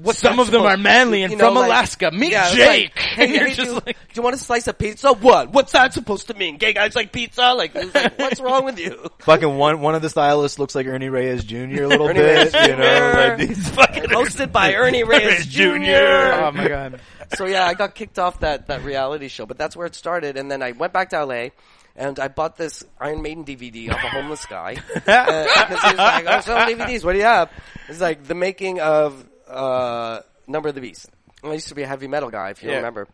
[SPEAKER 3] what's
[SPEAKER 2] Some
[SPEAKER 3] that
[SPEAKER 2] of them
[SPEAKER 3] supposed-
[SPEAKER 2] are manly and
[SPEAKER 3] you know,
[SPEAKER 2] from
[SPEAKER 3] like-
[SPEAKER 2] Alaska. Meet
[SPEAKER 3] yeah, it's
[SPEAKER 2] Jake.
[SPEAKER 3] Like, hey,
[SPEAKER 2] and you're
[SPEAKER 3] hey,
[SPEAKER 2] just
[SPEAKER 3] do,
[SPEAKER 2] like,
[SPEAKER 3] do you want to slice a pizza? What? What's that supposed to mean? Gay guys like pizza? Like, it was like what's wrong with you?
[SPEAKER 4] Fucking one one of the stylists looks like Ernie Reyes Jr. a little
[SPEAKER 3] Ernie
[SPEAKER 4] bit,
[SPEAKER 3] Reyes
[SPEAKER 4] you know.
[SPEAKER 3] Jr..
[SPEAKER 4] Like these fucking
[SPEAKER 3] Hosted by Ernie Reyes Jr.
[SPEAKER 2] Oh my god.
[SPEAKER 3] so yeah, I got kicked off that, that reality show, but that's where it started. And then I went back to LA and I bought this Iron Maiden DVD of a homeless guy. uh, because he was like, oh, so many DVDs, what do you have? It's like the making of, uh, Number of the Beast. I used to be a heavy metal guy, if you
[SPEAKER 2] Yeah.
[SPEAKER 3] remember.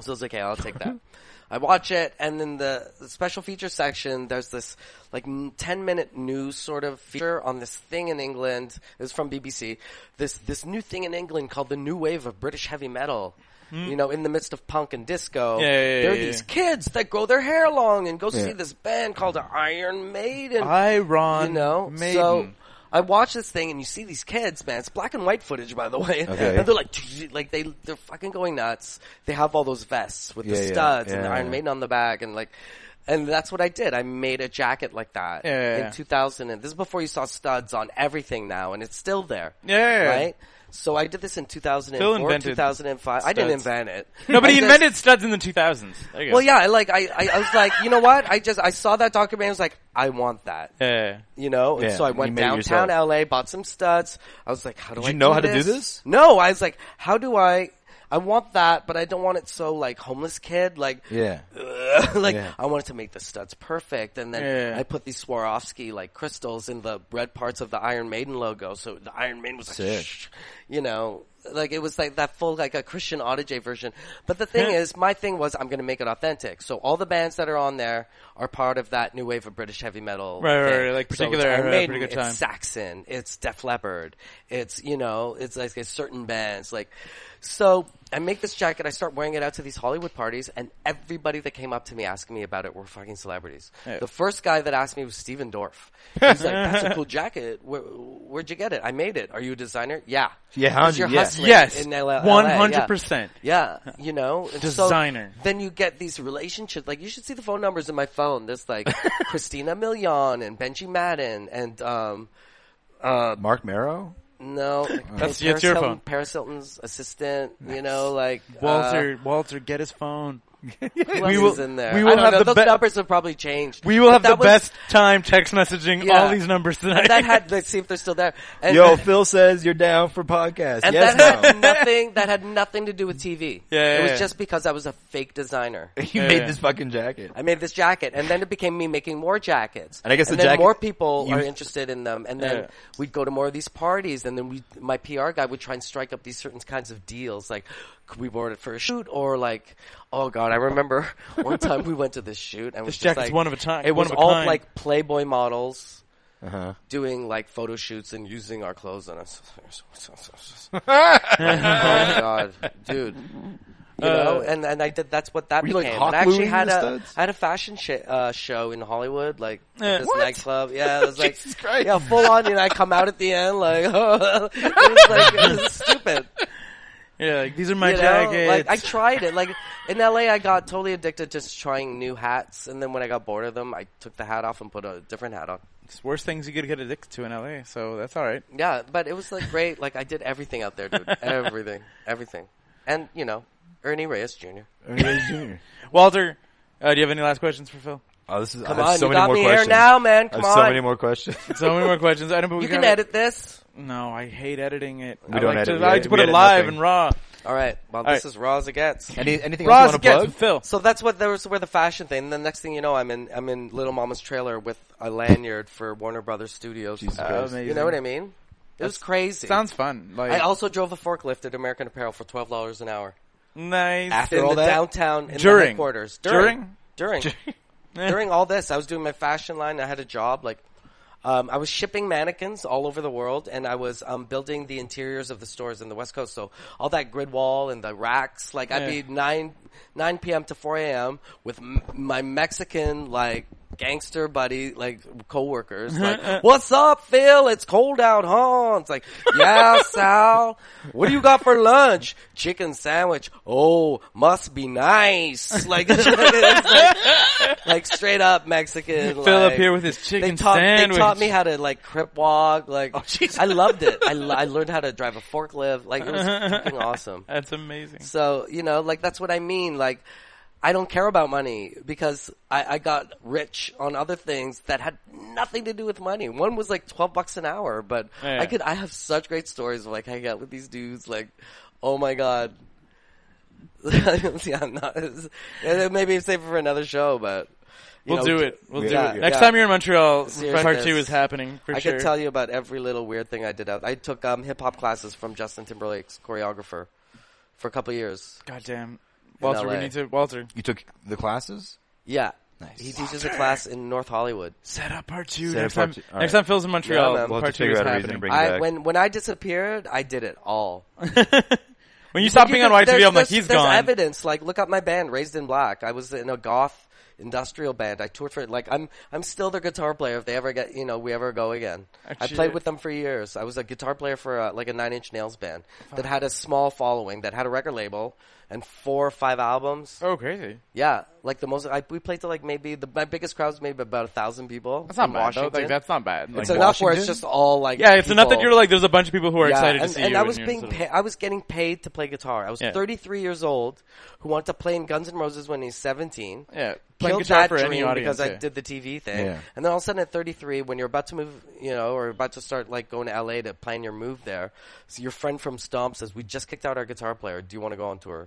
[SPEAKER 3] So I was like, okay, I'll take that. I watch it, and in the special feature section, there's this like n- 10 minute news sort of feature on this thing in England. It was from BBC. This, this new thing in England called the new wave of British heavy metal. You know, in the midst of punk and disco,
[SPEAKER 2] Hmm. Yeah, yeah, yeah,
[SPEAKER 3] there are
[SPEAKER 2] yeah,
[SPEAKER 3] these
[SPEAKER 2] yeah.
[SPEAKER 3] kids that grow their hair long and go see this band called Iron Maiden.
[SPEAKER 2] Ah, Iron
[SPEAKER 3] you know,
[SPEAKER 2] Maiden.
[SPEAKER 3] so I watch this thing and you see these kids, man. It's black and white footage, by the way.
[SPEAKER 4] Okay.
[SPEAKER 3] And they're like, like they they're fucking going nuts. They have all those vests with
[SPEAKER 4] Yeah,
[SPEAKER 3] the
[SPEAKER 4] yeah.
[SPEAKER 3] studs and the
[SPEAKER 4] Yeah,
[SPEAKER 3] Iron
[SPEAKER 4] yeah.
[SPEAKER 3] Maiden on the back, and like, and that's what I did. I made a jacket like that
[SPEAKER 2] Yeah, yeah,
[SPEAKER 3] in
[SPEAKER 2] yeah.
[SPEAKER 3] 2000, and this is before you saw studs on everything now, and it's still there.
[SPEAKER 2] Yeah, yeah, yeah.
[SPEAKER 3] right. So I did this in 2004,
[SPEAKER 2] Still invented
[SPEAKER 3] 2005. I didn't
[SPEAKER 2] studs.
[SPEAKER 3] invent it.
[SPEAKER 2] No, but
[SPEAKER 3] I
[SPEAKER 2] he
[SPEAKER 3] just-
[SPEAKER 2] invented studs in the 2000s. There you go.
[SPEAKER 3] Well, yeah, I like I, I, I was like, you know what? I just I saw that documentary. I was like, I want that
[SPEAKER 2] Yeah.
[SPEAKER 3] you know. And
[SPEAKER 4] Yeah,
[SPEAKER 3] so I
[SPEAKER 4] you
[SPEAKER 3] went
[SPEAKER 4] made it
[SPEAKER 3] downtown
[SPEAKER 4] yourself.
[SPEAKER 3] LA, bought some studs. I was like, how do
[SPEAKER 4] Did
[SPEAKER 3] I
[SPEAKER 4] you know
[SPEAKER 3] do
[SPEAKER 4] how to
[SPEAKER 3] this?
[SPEAKER 4] do this?
[SPEAKER 3] No, I was like, how do I? I want that, but I don't want it so like homeless kid. Like,
[SPEAKER 4] Yeah.
[SPEAKER 3] like
[SPEAKER 4] Yeah.
[SPEAKER 3] I wanted to make the studs perfect, and then
[SPEAKER 2] Yeah.
[SPEAKER 3] I put these Swarovski like crystals in the red parts of the Iron Maiden logo, so the Iron Maiden was like,
[SPEAKER 4] Sick.
[SPEAKER 3] shh, you know, like it was like that full like a Christian Audige version. But the thing is, my thing was I'm going to make it authentic. So all the bands that are on there are part of that new wave of British heavy metal,
[SPEAKER 2] Right, right,
[SPEAKER 3] thing.
[SPEAKER 2] right,
[SPEAKER 3] So
[SPEAKER 2] like
[SPEAKER 3] it's
[SPEAKER 2] particular
[SPEAKER 3] Iron
[SPEAKER 2] era,
[SPEAKER 3] Maiden,
[SPEAKER 2] pretty good
[SPEAKER 3] it's
[SPEAKER 2] time.
[SPEAKER 3] Saxon, it's Def Leppard, it's you know, it's like it's certain bands. Like, so I make this jacket, I start wearing it out to these Hollywood parties, and everybody that came up to me asking me about it were fucking celebrities. The first guy that asked me was Steven Dorff. He's like, "That's a cool jacket. Where, where'd you get it? I made it. Are you a designer? Yeah,
[SPEAKER 4] Yeah,
[SPEAKER 3] 'Cause you're
[SPEAKER 4] 100, yeah.
[SPEAKER 3] hustling
[SPEAKER 2] Yes.
[SPEAKER 3] in LA,
[SPEAKER 2] 100%.
[SPEAKER 3] Yeah, Yeah, you know, And so
[SPEAKER 2] Designer.
[SPEAKER 3] then you get these relationships. Like you should see the phone numbers in my phone. There's like Christina Milian and Benji Madden and um
[SPEAKER 4] Mark Marrow?
[SPEAKER 3] no,
[SPEAKER 2] That's-
[SPEAKER 3] Paris
[SPEAKER 2] that's your
[SPEAKER 3] Hilton-
[SPEAKER 2] phone.
[SPEAKER 3] Paris Hilton's assistant. You know, like uh,
[SPEAKER 2] Walter, Walter, get his phone.
[SPEAKER 3] who
[SPEAKER 2] we
[SPEAKER 3] else
[SPEAKER 2] will-
[SPEAKER 3] is in there?
[SPEAKER 2] we
[SPEAKER 3] I
[SPEAKER 2] will
[SPEAKER 3] don't
[SPEAKER 2] have
[SPEAKER 3] know.
[SPEAKER 2] the
[SPEAKER 3] those
[SPEAKER 2] be-
[SPEAKER 3] numbers have probably changed.
[SPEAKER 2] We will
[SPEAKER 3] But
[SPEAKER 2] have the
[SPEAKER 3] that was-
[SPEAKER 2] best time text messaging
[SPEAKER 3] Yeah.
[SPEAKER 2] all these numbers tonight.
[SPEAKER 3] That had. Let's see if they're still there. And,
[SPEAKER 4] Yo, Phil says you're down for podcast.
[SPEAKER 3] and
[SPEAKER 4] yes,
[SPEAKER 3] that
[SPEAKER 4] no.
[SPEAKER 3] had nothing. That had nothing to do with TV.
[SPEAKER 2] Yeah, yeah,
[SPEAKER 3] it was
[SPEAKER 2] yeah.
[SPEAKER 3] just because I was a fake designer.
[SPEAKER 4] you
[SPEAKER 2] Yeah,
[SPEAKER 4] made
[SPEAKER 2] yeah.
[SPEAKER 4] this fucking jacket.
[SPEAKER 3] I made this jacket, and then it became me making more jackets.
[SPEAKER 4] And I guess the
[SPEAKER 3] then
[SPEAKER 4] jacket-
[SPEAKER 3] more people
[SPEAKER 4] you-
[SPEAKER 3] are interested in them, and then
[SPEAKER 2] Yeah.
[SPEAKER 3] we'd go to more of these parties, and then we, my PR guy would try and strike up these certain kinds of deals, like could we board it for a shoot, or like, oh god, I remember one time we went to this shoot, and it was just
[SPEAKER 2] jacket's
[SPEAKER 3] like,
[SPEAKER 2] one of a ti-
[SPEAKER 3] It
[SPEAKER 2] one
[SPEAKER 3] was
[SPEAKER 2] of a
[SPEAKER 3] all
[SPEAKER 2] kind.
[SPEAKER 3] like Playboy models.
[SPEAKER 4] Uh-huh.
[SPEAKER 3] Doing like photo shoots and using our clothes on us. oh my god, dude! You
[SPEAKER 2] Uh,
[SPEAKER 3] know, and and I did. That's what that
[SPEAKER 4] Were you, like,
[SPEAKER 3] became.
[SPEAKER 4] hot
[SPEAKER 3] and I actually
[SPEAKER 4] gluing
[SPEAKER 3] had
[SPEAKER 4] the
[SPEAKER 3] a
[SPEAKER 4] studs?
[SPEAKER 3] I had a fashion sh- uh, show in Hollywood, like
[SPEAKER 2] Eh.
[SPEAKER 3] this
[SPEAKER 2] What?
[SPEAKER 3] nightclub. Yeah, it was like,
[SPEAKER 4] Jesus Christ.
[SPEAKER 3] yeah, full on. And I come out at the end, like, it was like it was stupid.
[SPEAKER 2] yeah, like, these are my
[SPEAKER 3] you know,
[SPEAKER 2] jackets.
[SPEAKER 3] like I tried it. Like in LA, I got totally addicted just trying new hats, and then when I got bored of them, I took the hat off and put a different hat on.
[SPEAKER 2] It's worse things you could get addicted to in LA, so that's all right.
[SPEAKER 3] Yeah, but it was like great. Like I did everything out there, dude. everything, everything, and you know, Ernie Reyes Jr.
[SPEAKER 4] Ernie Reyes Jr.
[SPEAKER 2] Walter, uh, do you have any last questions for Phil?
[SPEAKER 4] Oh, this is,
[SPEAKER 3] Come
[SPEAKER 4] I have
[SPEAKER 3] on,
[SPEAKER 4] so
[SPEAKER 3] you
[SPEAKER 4] many
[SPEAKER 3] got
[SPEAKER 4] more
[SPEAKER 3] me here
[SPEAKER 4] questions.
[SPEAKER 3] now, man.
[SPEAKER 4] I
[SPEAKER 3] Come
[SPEAKER 4] have
[SPEAKER 3] on,
[SPEAKER 4] so many more questions.
[SPEAKER 2] So many more questions. I don't. But we
[SPEAKER 3] you can
[SPEAKER 2] gotta-
[SPEAKER 3] edit this.
[SPEAKER 2] No, I hate editing it. I
[SPEAKER 4] don't
[SPEAKER 2] like
[SPEAKER 4] edit
[SPEAKER 2] to,
[SPEAKER 4] it.
[SPEAKER 2] I like to
[SPEAKER 4] We
[SPEAKER 2] put it
[SPEAKER 4] edit
[SPEAKER 2] live
[SPEAKER 4] nothing.
[SPEAKER 2] and raw.
[SPEAKER 3] All right. Well,
[SPEAKER 2] All
[SPEAKER 3] this
[SPEAKER 2] right.
[SPEAKER 3] is raw as it gets.
[SPEAKER 4] Any, anything
[SPEAKER 2] Raw
[SPEAKER 4] else
[SPEAKER 2] as
[SPEAKER 4] you want to
[SPEAKER 2] it gets
[SPEAKER 4] plug?
[SPEAKER 2] with Phil.
[SPEAKER 3] So that's what there was where the fashion thing. And the next thing you know, I'm in I'm in Little Mama's trailer with a lanyard for Warner Brothers Studios.
[SPEAKER 4] Jesus
[SPEAKER 3] Uh,
[SPEAKER 4] Christ.
[SPEAKER 3] you know what I mean? It was crazy.
[SPEAKER 2] Sounds fun. Like
[SPEAKER 3] I also drove a forklift at American Apparel for twelve dollars an hour
[SPEAKER 2] nice.
[SPEAKER 4] After
[SPEAKER 3] in
[SPEAKER 4] all
[SPEAKER 3] the
[SPEAKER 4] that?
[SPEAKER 3] downtown in
[SPEAKER 2] During.
[SPEAKER 3] the headquarters
[SPEAKER 2] During?
[SPEAKER 3] during during during all this. I was doing my fashion line. I had a job like. Um, I was shipping mannequins all over the world, and I was um, building the interiors of the stores in the West Coast. So all that grid wall and the racks, like I'd
[SPEAKER 2] Yeah.
[SPEAKER 3] be nine nine p.m. to four a.m. with m- my Mexican like gangster buddy, like coworkers. Like, what's up, Phil? It's cold out, huh? It's like, yeah, Sal. What do you got for lunch? Chicken sandwich. Oh, must be nice. Like, it's like, like straight up Mexican.
[SPEAKER 2] Philip
[SPEAKER 3] like-
[SPEAKER 2] here with his chicken
[SPEAKER 3] they taught,
[SPEAKER 2] sandwich. Oh,
[SPEAKER 3] They taught me how to like crip walk. Like
[SPEAKER 2] jeez.
[SPEAKER 3] I loved it. I, lo- I learned how to drive a forklift. Like it was fucking awesome.
[SPEAKER 2] That's amazing.
[SPEAKER 3] So you know, like that's what I mean. Like I don't care about money because I, I got rich on other things that had nothing to do with money. One was like twelve bucks an hour, but
[SPEAKER 2] Yeah.
[SPEAKER 3] I could. I have such great stories of like hanging out with these dudes. Like, oh my god. yeah, I'm not. it's- Maybe it's safer for another show, but you
[SPEAKER 2] We'll
[SPEAKER 3] know,
[SPEAKER 2] do it. We'll do
[SPEAKER 3] yeah,
[SPEAKER 2] it. Next
[SPEAKER 3] yeah.
[SPEAKER 2] time you're in Montreal,
[SPEAKER 3] Seriousness.
[SPEAKER 2] part two is happening for
[SPEAKER 3] I
[SPEAKER 2] sure.
[SPEAKER 3] could tell you about every little weird thing I did. out- I took um, hip hop classes from Justin Timberlake's choreographer for a couple of years.
[SPEAKER 2] God damn. Walter, we
[SPEAKER 3] LA.
[SPEAKER 2] need to. Walter,
[SPEAKER 4] You took the classes?
[SPEAKER 3] Yeah,
[SPEAKER 4] Nice.
[SPEAKER 3] He teaches a class in North Hollywood.
[SPEAKER 2] set up part two.
[SPEAKER 4] Set up
[SPEAKER 2] Next
[SPEAKER 4] part
[SPEAKER 2] time,
[SPEAKER 4] two.
[SPEAKER 2] next
[SPEAKER 4] All right.
[SPEAKER 2] time Phil's in Montreal,
[SPEAKER 3] Yeah, man.
[SPEAKER 4] We'll have
[SPEAKER 2] Um, part
[SPEAKER 4] to
[SPEAKER 2] two
[SPEAKER 4] figure
[SPEAKER 2] is
[SPEAKER 4] out a reason to
[SPEAKER 2] happening.
[SPEAKER 4] bring-
[SPEAKER 3] I
[SPEAKER 4] back.
[SPEAKER 3] when when I disappeared, I did it all.
[SPEAKER 2] when you stop being on
[SPEAKER 3] There's-
[SPEAKER 2] YTV, I'm like,
[SPEAKER 3] there's-
[SPEAKER 2] he's
[SPEAKER 3] there's
[SPEAKER 2] gone.
[SPEAKER 3] evidence. Like, look up my band, Raised in Black. I was in a goth industrial band. I toured for it. Like, I'm I'm still their guitar player. If they ever get, you know, we ever go again. I
[SPEAKER 2] Actually-
[SPEAKER 3] played with them for years. I was a guitar player for uh, like a Nine Inch Nails band that had a small following, that had a record label and four or five albums.
[SPEAKER 2] Oh, crazy.
[SPEAKER 3] Yeah, like the most. I, we played to like maybe the my biggest crowd was maybe about a thousand people.
[SPEAKER 2] That's not
[SPEAKER 3] in
[SPEAKER 2] bad. Though. Like
[SPEAKER 3] Washington.
[SPEAKER 2] that's not bad. Like,
[SPEAKER 3] it's enough where it's
[SPEAKER 4] Washington?
[SPEAKER 3] just all like
[SPEAKER 2] yeah, it's enough that
[SPEAKER 3] people.
[SPEAKER 2] you're like, there's a bunch of people who are excited
[SPEAKER 3] and,
[SPEAKER 2] to see
[SPEAKER 3] and
[SPEAKER 2] you.
[SPEAKER 3] I was
[SPEAKER 2] you're
[SPEAKER 3] being
[SPEAKER 2] sort of-
[SPEAKER 3] pa- I was getting paid to play guitar. I was
[SPEAKER 2] Yeah.
[SPEAKER 3] 33 years old who wanted to play in Guns N' Roses when he's 17.
[SPEAKER 2] Yeah, playing
[SPEAKER 3] Killed
[SPEAKER 2] guitar
[SPEAKER 3] that
[SPEAKER 2] for
[SPEAKER 3] dream
[SPEAKER 2] any audience.
[SPEAKER 3] because I
[SPEAKER 2] yeah.
[SPEAKER 3] did the TV thing,
[SPEAKER 4] Yeah.
[SPEAKER 3] and then all of a sudden at 33, when you're about to move, you know, or about to start like going to LA to plan your move there, so your friend from Stomp says, "We just kicked out our guitar player. Do you want to go on tour?"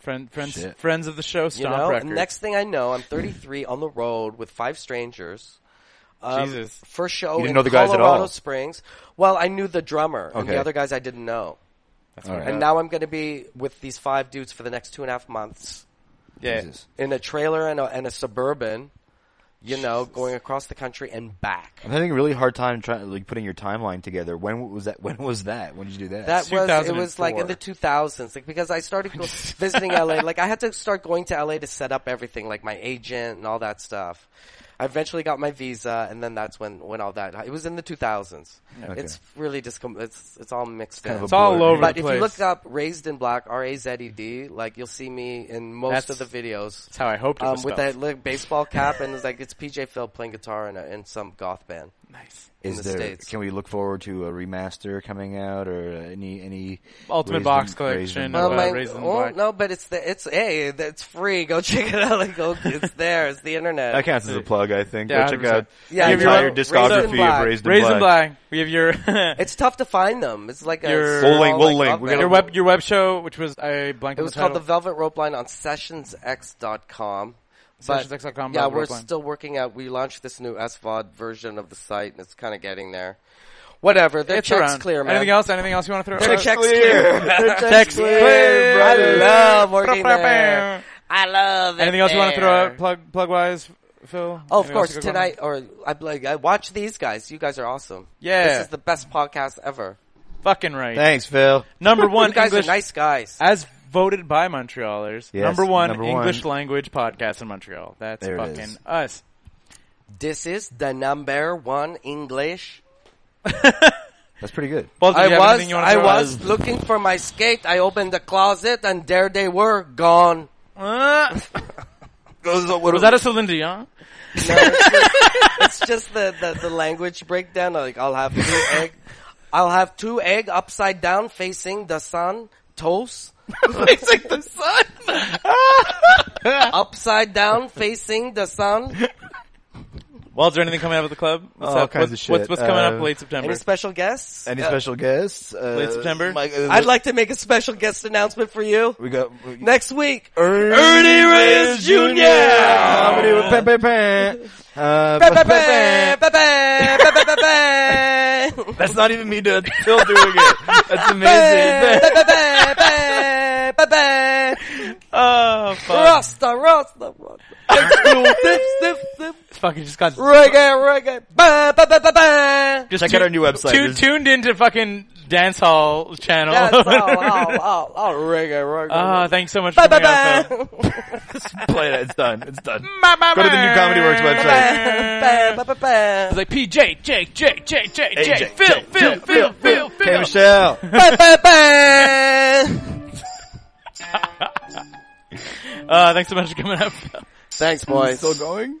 [SPEAKER 2] Friend, friends,
[SPEAKER 4] Shit.
[SPEAKER 2] friends of the show. Stomp
[SPEAKER 3] You know,
[SPEAKER 2] records.
[SPEAKER 3] and next thing I know, I'm 33 on the road with five strangers. Um,
[SPEAKER 2] Jesus.
[SPEAKER 3] First show
[SPEAKER 4] didn't
[SPEAKER 3] in
[SPEAKER 4] know the guys
[SPEAKER 3] Colorado
[SPEAKER 4] at all?
[SPEAKER 3] Springs. Well, I knew the drummer, and
[SPEAKER 4] Okay.
[SPEAKER 3] the other guys I didn't know.
[SPEAKER 4] All right.
[SPEAKER 3] And now I'm going to be with these five dudes for the next two and a half months
[SPEAKER 2] yeah.
[SPEAKER 4] Jesus.
[SPEAKER 3] in a trailer and a, and a suburban, you know, going across the country and back.
[SPEAKER 4] I'm having a really hard time trying like putting your timeline together. When was that? When was that? When did you do that?
[SPEAKER 3] That was it was
[SPEAKER 2] 2004.
[SPEAKER 3] like in the 2000s, like because I started go- visiting LA. Like I had to start going to LA to set up everything, like my agent and all that stuff. I eventually got my visa, and then that's when when all that. It was in the 2000s.
[SPEAKER 4] Okay.
[SPEAKER 3] It's really just com- it's it's all mixed in.
[SPEAKER 4] of a
[SPEAKER 2] It's all
[SPEAKER 4] blur.
[SPEAKER 2] over
[SPEAKER 3] But
[SPEAKER 2] the
[SPEAKER 3] if
[SPEAKER 2] place.
[SPEAKER 3] you look up "Raised in Black" R A Z E D, like you'll see me in most
[SPEAKER 2] That's-
[SPEAKER 3] of the videos.
[SPEAKER 2] that's how I hoped it
[SPEAKER 3] um,
[SPEAKER 2] was
[SPEAKER 3] with
[SPEAKER 2] spelled.
[SPEAKER 3] that little baseball cap, and it's like it's PJ Phil playing guitar in, a, in some goth band.
[SPEAKER 2] nice.
[SPEAKER 4] Is
[SPEAKER 3] the
[SPEAKER 4] there?
[SPEAKER 3] States.
[SPEAKER 4] Can we look forward to a remaster coming out or any any
[SPEAKER 2] Ultimate
[SPEAKER 4] raised
[SPEAKER 2] box
[SPEAKER 4] in-
[SPEAKER 2] collection
[SPEAKER 4] raised in-
[SPEAKER 2] or
[SPEAKER 3] Well,
[SPEAKER 2] uh,
[SPEAKER 3] my,
[SPEAKER 2] Raised in
[SPEAKER 3] oh,
[SPEAKER 2] Black.
[SPEAKER 3] no, but it's the it's hey, it's free. Go check it out. Like, go, it's there. It's the internet.
[SPEAKER 4] That counts as a plug, I think.
[SPEAKER 2] Yeah,
[SPEAKER 4] Go check
[SPEAKER 2] 100%.
[SPEAKER 4] out
[SPEAKER 3] Yeah,
[SPEAKER 4] the
[SPEAKER 3] you
[SPEAKER 4] entire
[SPEAKER 3] know, Raised in
[SPEAKER 4] discography
[SPEAKER 3] Black.
[SPEAKER 4] of Raised in
[SPEAKER 2] Raised in
[SPEAKER 4] Black.
[SPEAKER 2] Black. We have your your
[SPEAKER 3] It's tough to find them. It's like a
[SPEAKER 2] Your-
[SPEAKER 3] small,
[SPEAKER 4] We'll link- we'll
[SPEAKER 3] like,
[SPEAKER 4] link.
[SPEAKER 3] up
[SPEAKER 4] We gotta-
[SPEAKER 3] there.
[SPEAKER 2] web your web show, which was I blanked.
[SPEAKER 3] It
[SPEAKER 2] on
[SPEAKER 3] was
[SPEAKER 2] the
[SPEAKER 3] called the
[SPEAKER 2] title.
[SPEAKER 3] Velvet Rope Line on SessionsX.com. But,
[SPEAKER 2] SessionsX.com,
[SPEAKER 3] Yeah,
[SPEAKER 2] Velvet
[SPEAKER 3] we're
[SPEAKER 2] Rope Line.
[SPEAKER 3] still working out. We launched this new SVOD version of the site, and it's kind of getting there. Whatever. Their
[SPEAKER 2] It's
[SPEAKER 3] checks
[SPEAKER 2] around.
[SPEAKER 3] clear, man.
[SPEAKER 2] Anything else? Anything else you want to throw?
[SPEAKER 3] Their
[SPEAKER 2] out?
[SPEAKER 3] checks clear.
[SPEAKER 2] Checks clear,
[SPEAKER 3] I
[SPEAKER 2] brother.
[SPEAKER 3] love working
[SPEAKER 2] Ba-ba-bam.
[SPEAKER 3] there. I love it.
[SPEAKER 2] Anything else you want to throw
[SPEAKER 3] there.
[SPEAKER 2] out? Plug plug wise, Phil.
[SPEAKER 3] Oh, of
[SPEAKER 2] Anything else
[SPEAKER 3] course,
[SPEAKER 2] you got going on?
[SPEAKER 3] tonight or I like I watch these guys. You guys are awesome.
[SPEAKER 2] Yeah.
[SPEAKER 3] this is the best podcast ever.
[SPEAKER 2] Fucking right.
[SPEAKER 4] Thanks, Phil.
[SPEAKER 2] Number one
[SPEAKER 3] you guys
[SPEAKER 2] English,
[SPEAKER 3] are nice guys.
[SPEAKER 2] as voted by Montrealers.
[SPEAKER 4] Yes,
[SPEAKER 2] number one
[SPEAKER 4] number one.
[SPEAKER 2] English language podcast in Montreal. That's
[SPEAKER 4] There it
[SPEAKER 2] fucking
[SPEAKER 4] is.
[SPEAKER 2] us.
[SPEAKER 3] This is the number one English.
[SPEAKER 4] That's pretty good.
[SPEAKER 2] Well,
[SPEAKER 3] I was I was looking for my skate. I opened the closet and there they were gone.
[SPEAKER 2] was that a Celine Dion?
[SPEAKER 3] No, it's just, it's just the, the the language breakdown. Like I'll have two egg, I'll have two egg upside down facing the sun. Toast
[SPEAKER 2] Facing the sun.
[SPEAKER 3] upside down facing the sun.
[SPEAKER 2] Well, is there anything coming up at the club? What's
[SPEAKER 4] All
[SPEAKER 2] up?
[SPEAKER 4] kinds
[SPEAKER 2] what's,
[SPEAKER 4] of shit.
[SPEAKER 2] What's, what's coming up
[SPEAKER 4] Uh,
[SPEAKER 2] late September?
[SPEAKER 3] Any special guests?
[SPEAKER 4] Any
[SPEAKER 3] Uh,
[SPEAKER 4] special guests? Uh,
[SPEAKER 2] Late September?
[SPEAKER 4] Mike, uh,
[SPEAKER 3] I'd like to make a special guest announcement for you
[SPEAKER 4] we got
[SPEAKER 3] next week.
[SPEAKER 4] Ernie
[SPEAKER 3] Reyes Jr.
[SPEAKER 4] Comedy with Pam Pam Pam. Uh, Pam Pam Pam. That's not even me doing. Phil doing it. That's amazing.
[SPEAKER 2] oh, fuck.
[SPEAKER 3] Rasta, Rasta, Rasta.
[SPEAKER 2] Fucking just got
[SPEAKER 3] Reggae, reggae. Ba, ba, ba, ba, ba.
[SPEAKER 2] just
[SPEAKER 4] Check
[SPEAKER 2] tu-
[SPEAKER 4] out our new website.
[SPEAKER 2] tu-
[SPEAKER 4] There's-
[SPEAKER 2] tuned into fucking dance hall channel.
[SPEAKER 3] That's all. I'll, I'll, I'll ring it. ring it.
[SPEAKER 2] Ah, thanks so much
[SPEAKER 3] Bye
[SPEAKER 4] Oh
[SPEAKER 2] for
[SPEAKER 3] bye
[SPEAKER 2] the alpha.
[SPEAKER 3] bye.
[SPEAKER 4] Play it. It's done. It's done.
[SPEAKER 2] Bye, bye,
[SPEAKER 4] Go to the new
[SPEAKER 2] bye.
[SPEAKER 4] Comedy Works website.
[SPEAKER 3] Bye, bye, bye, bye.
[SPEAKER 2] It's like PJ, Jake, Jake, Jake, Jake,
[SPEAKER 4] Hey,
[SPEAKER 2] Jake,
[SPEAKER 4] Jake,
[SPEAKER 2] Phil,
[SPEAKER 4] Jake,
[SPEAKER 2] Phil,
[SPEAKER 4] Jake,
[SPEAKER 2] Phil, Phil,
[SPEAKER 4] Hey,
[SPEAKER 2] Phil.
[SPEAKER 4] Michelle.
[SPEAKER 3] Bye, bye, bye.
[SPEAKER 2] Uh, thanks so much for coming up. Phil.
[SPEAKER 3] Thanks, boys.
[SPEAKER 4] Still going?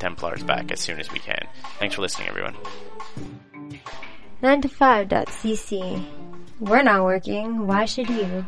[SPEAKER 5] Templars back as soon as we can. Thanks for listening, everyone.
[SPEAKER 6] 9to5.cc. We're not working. Why should you?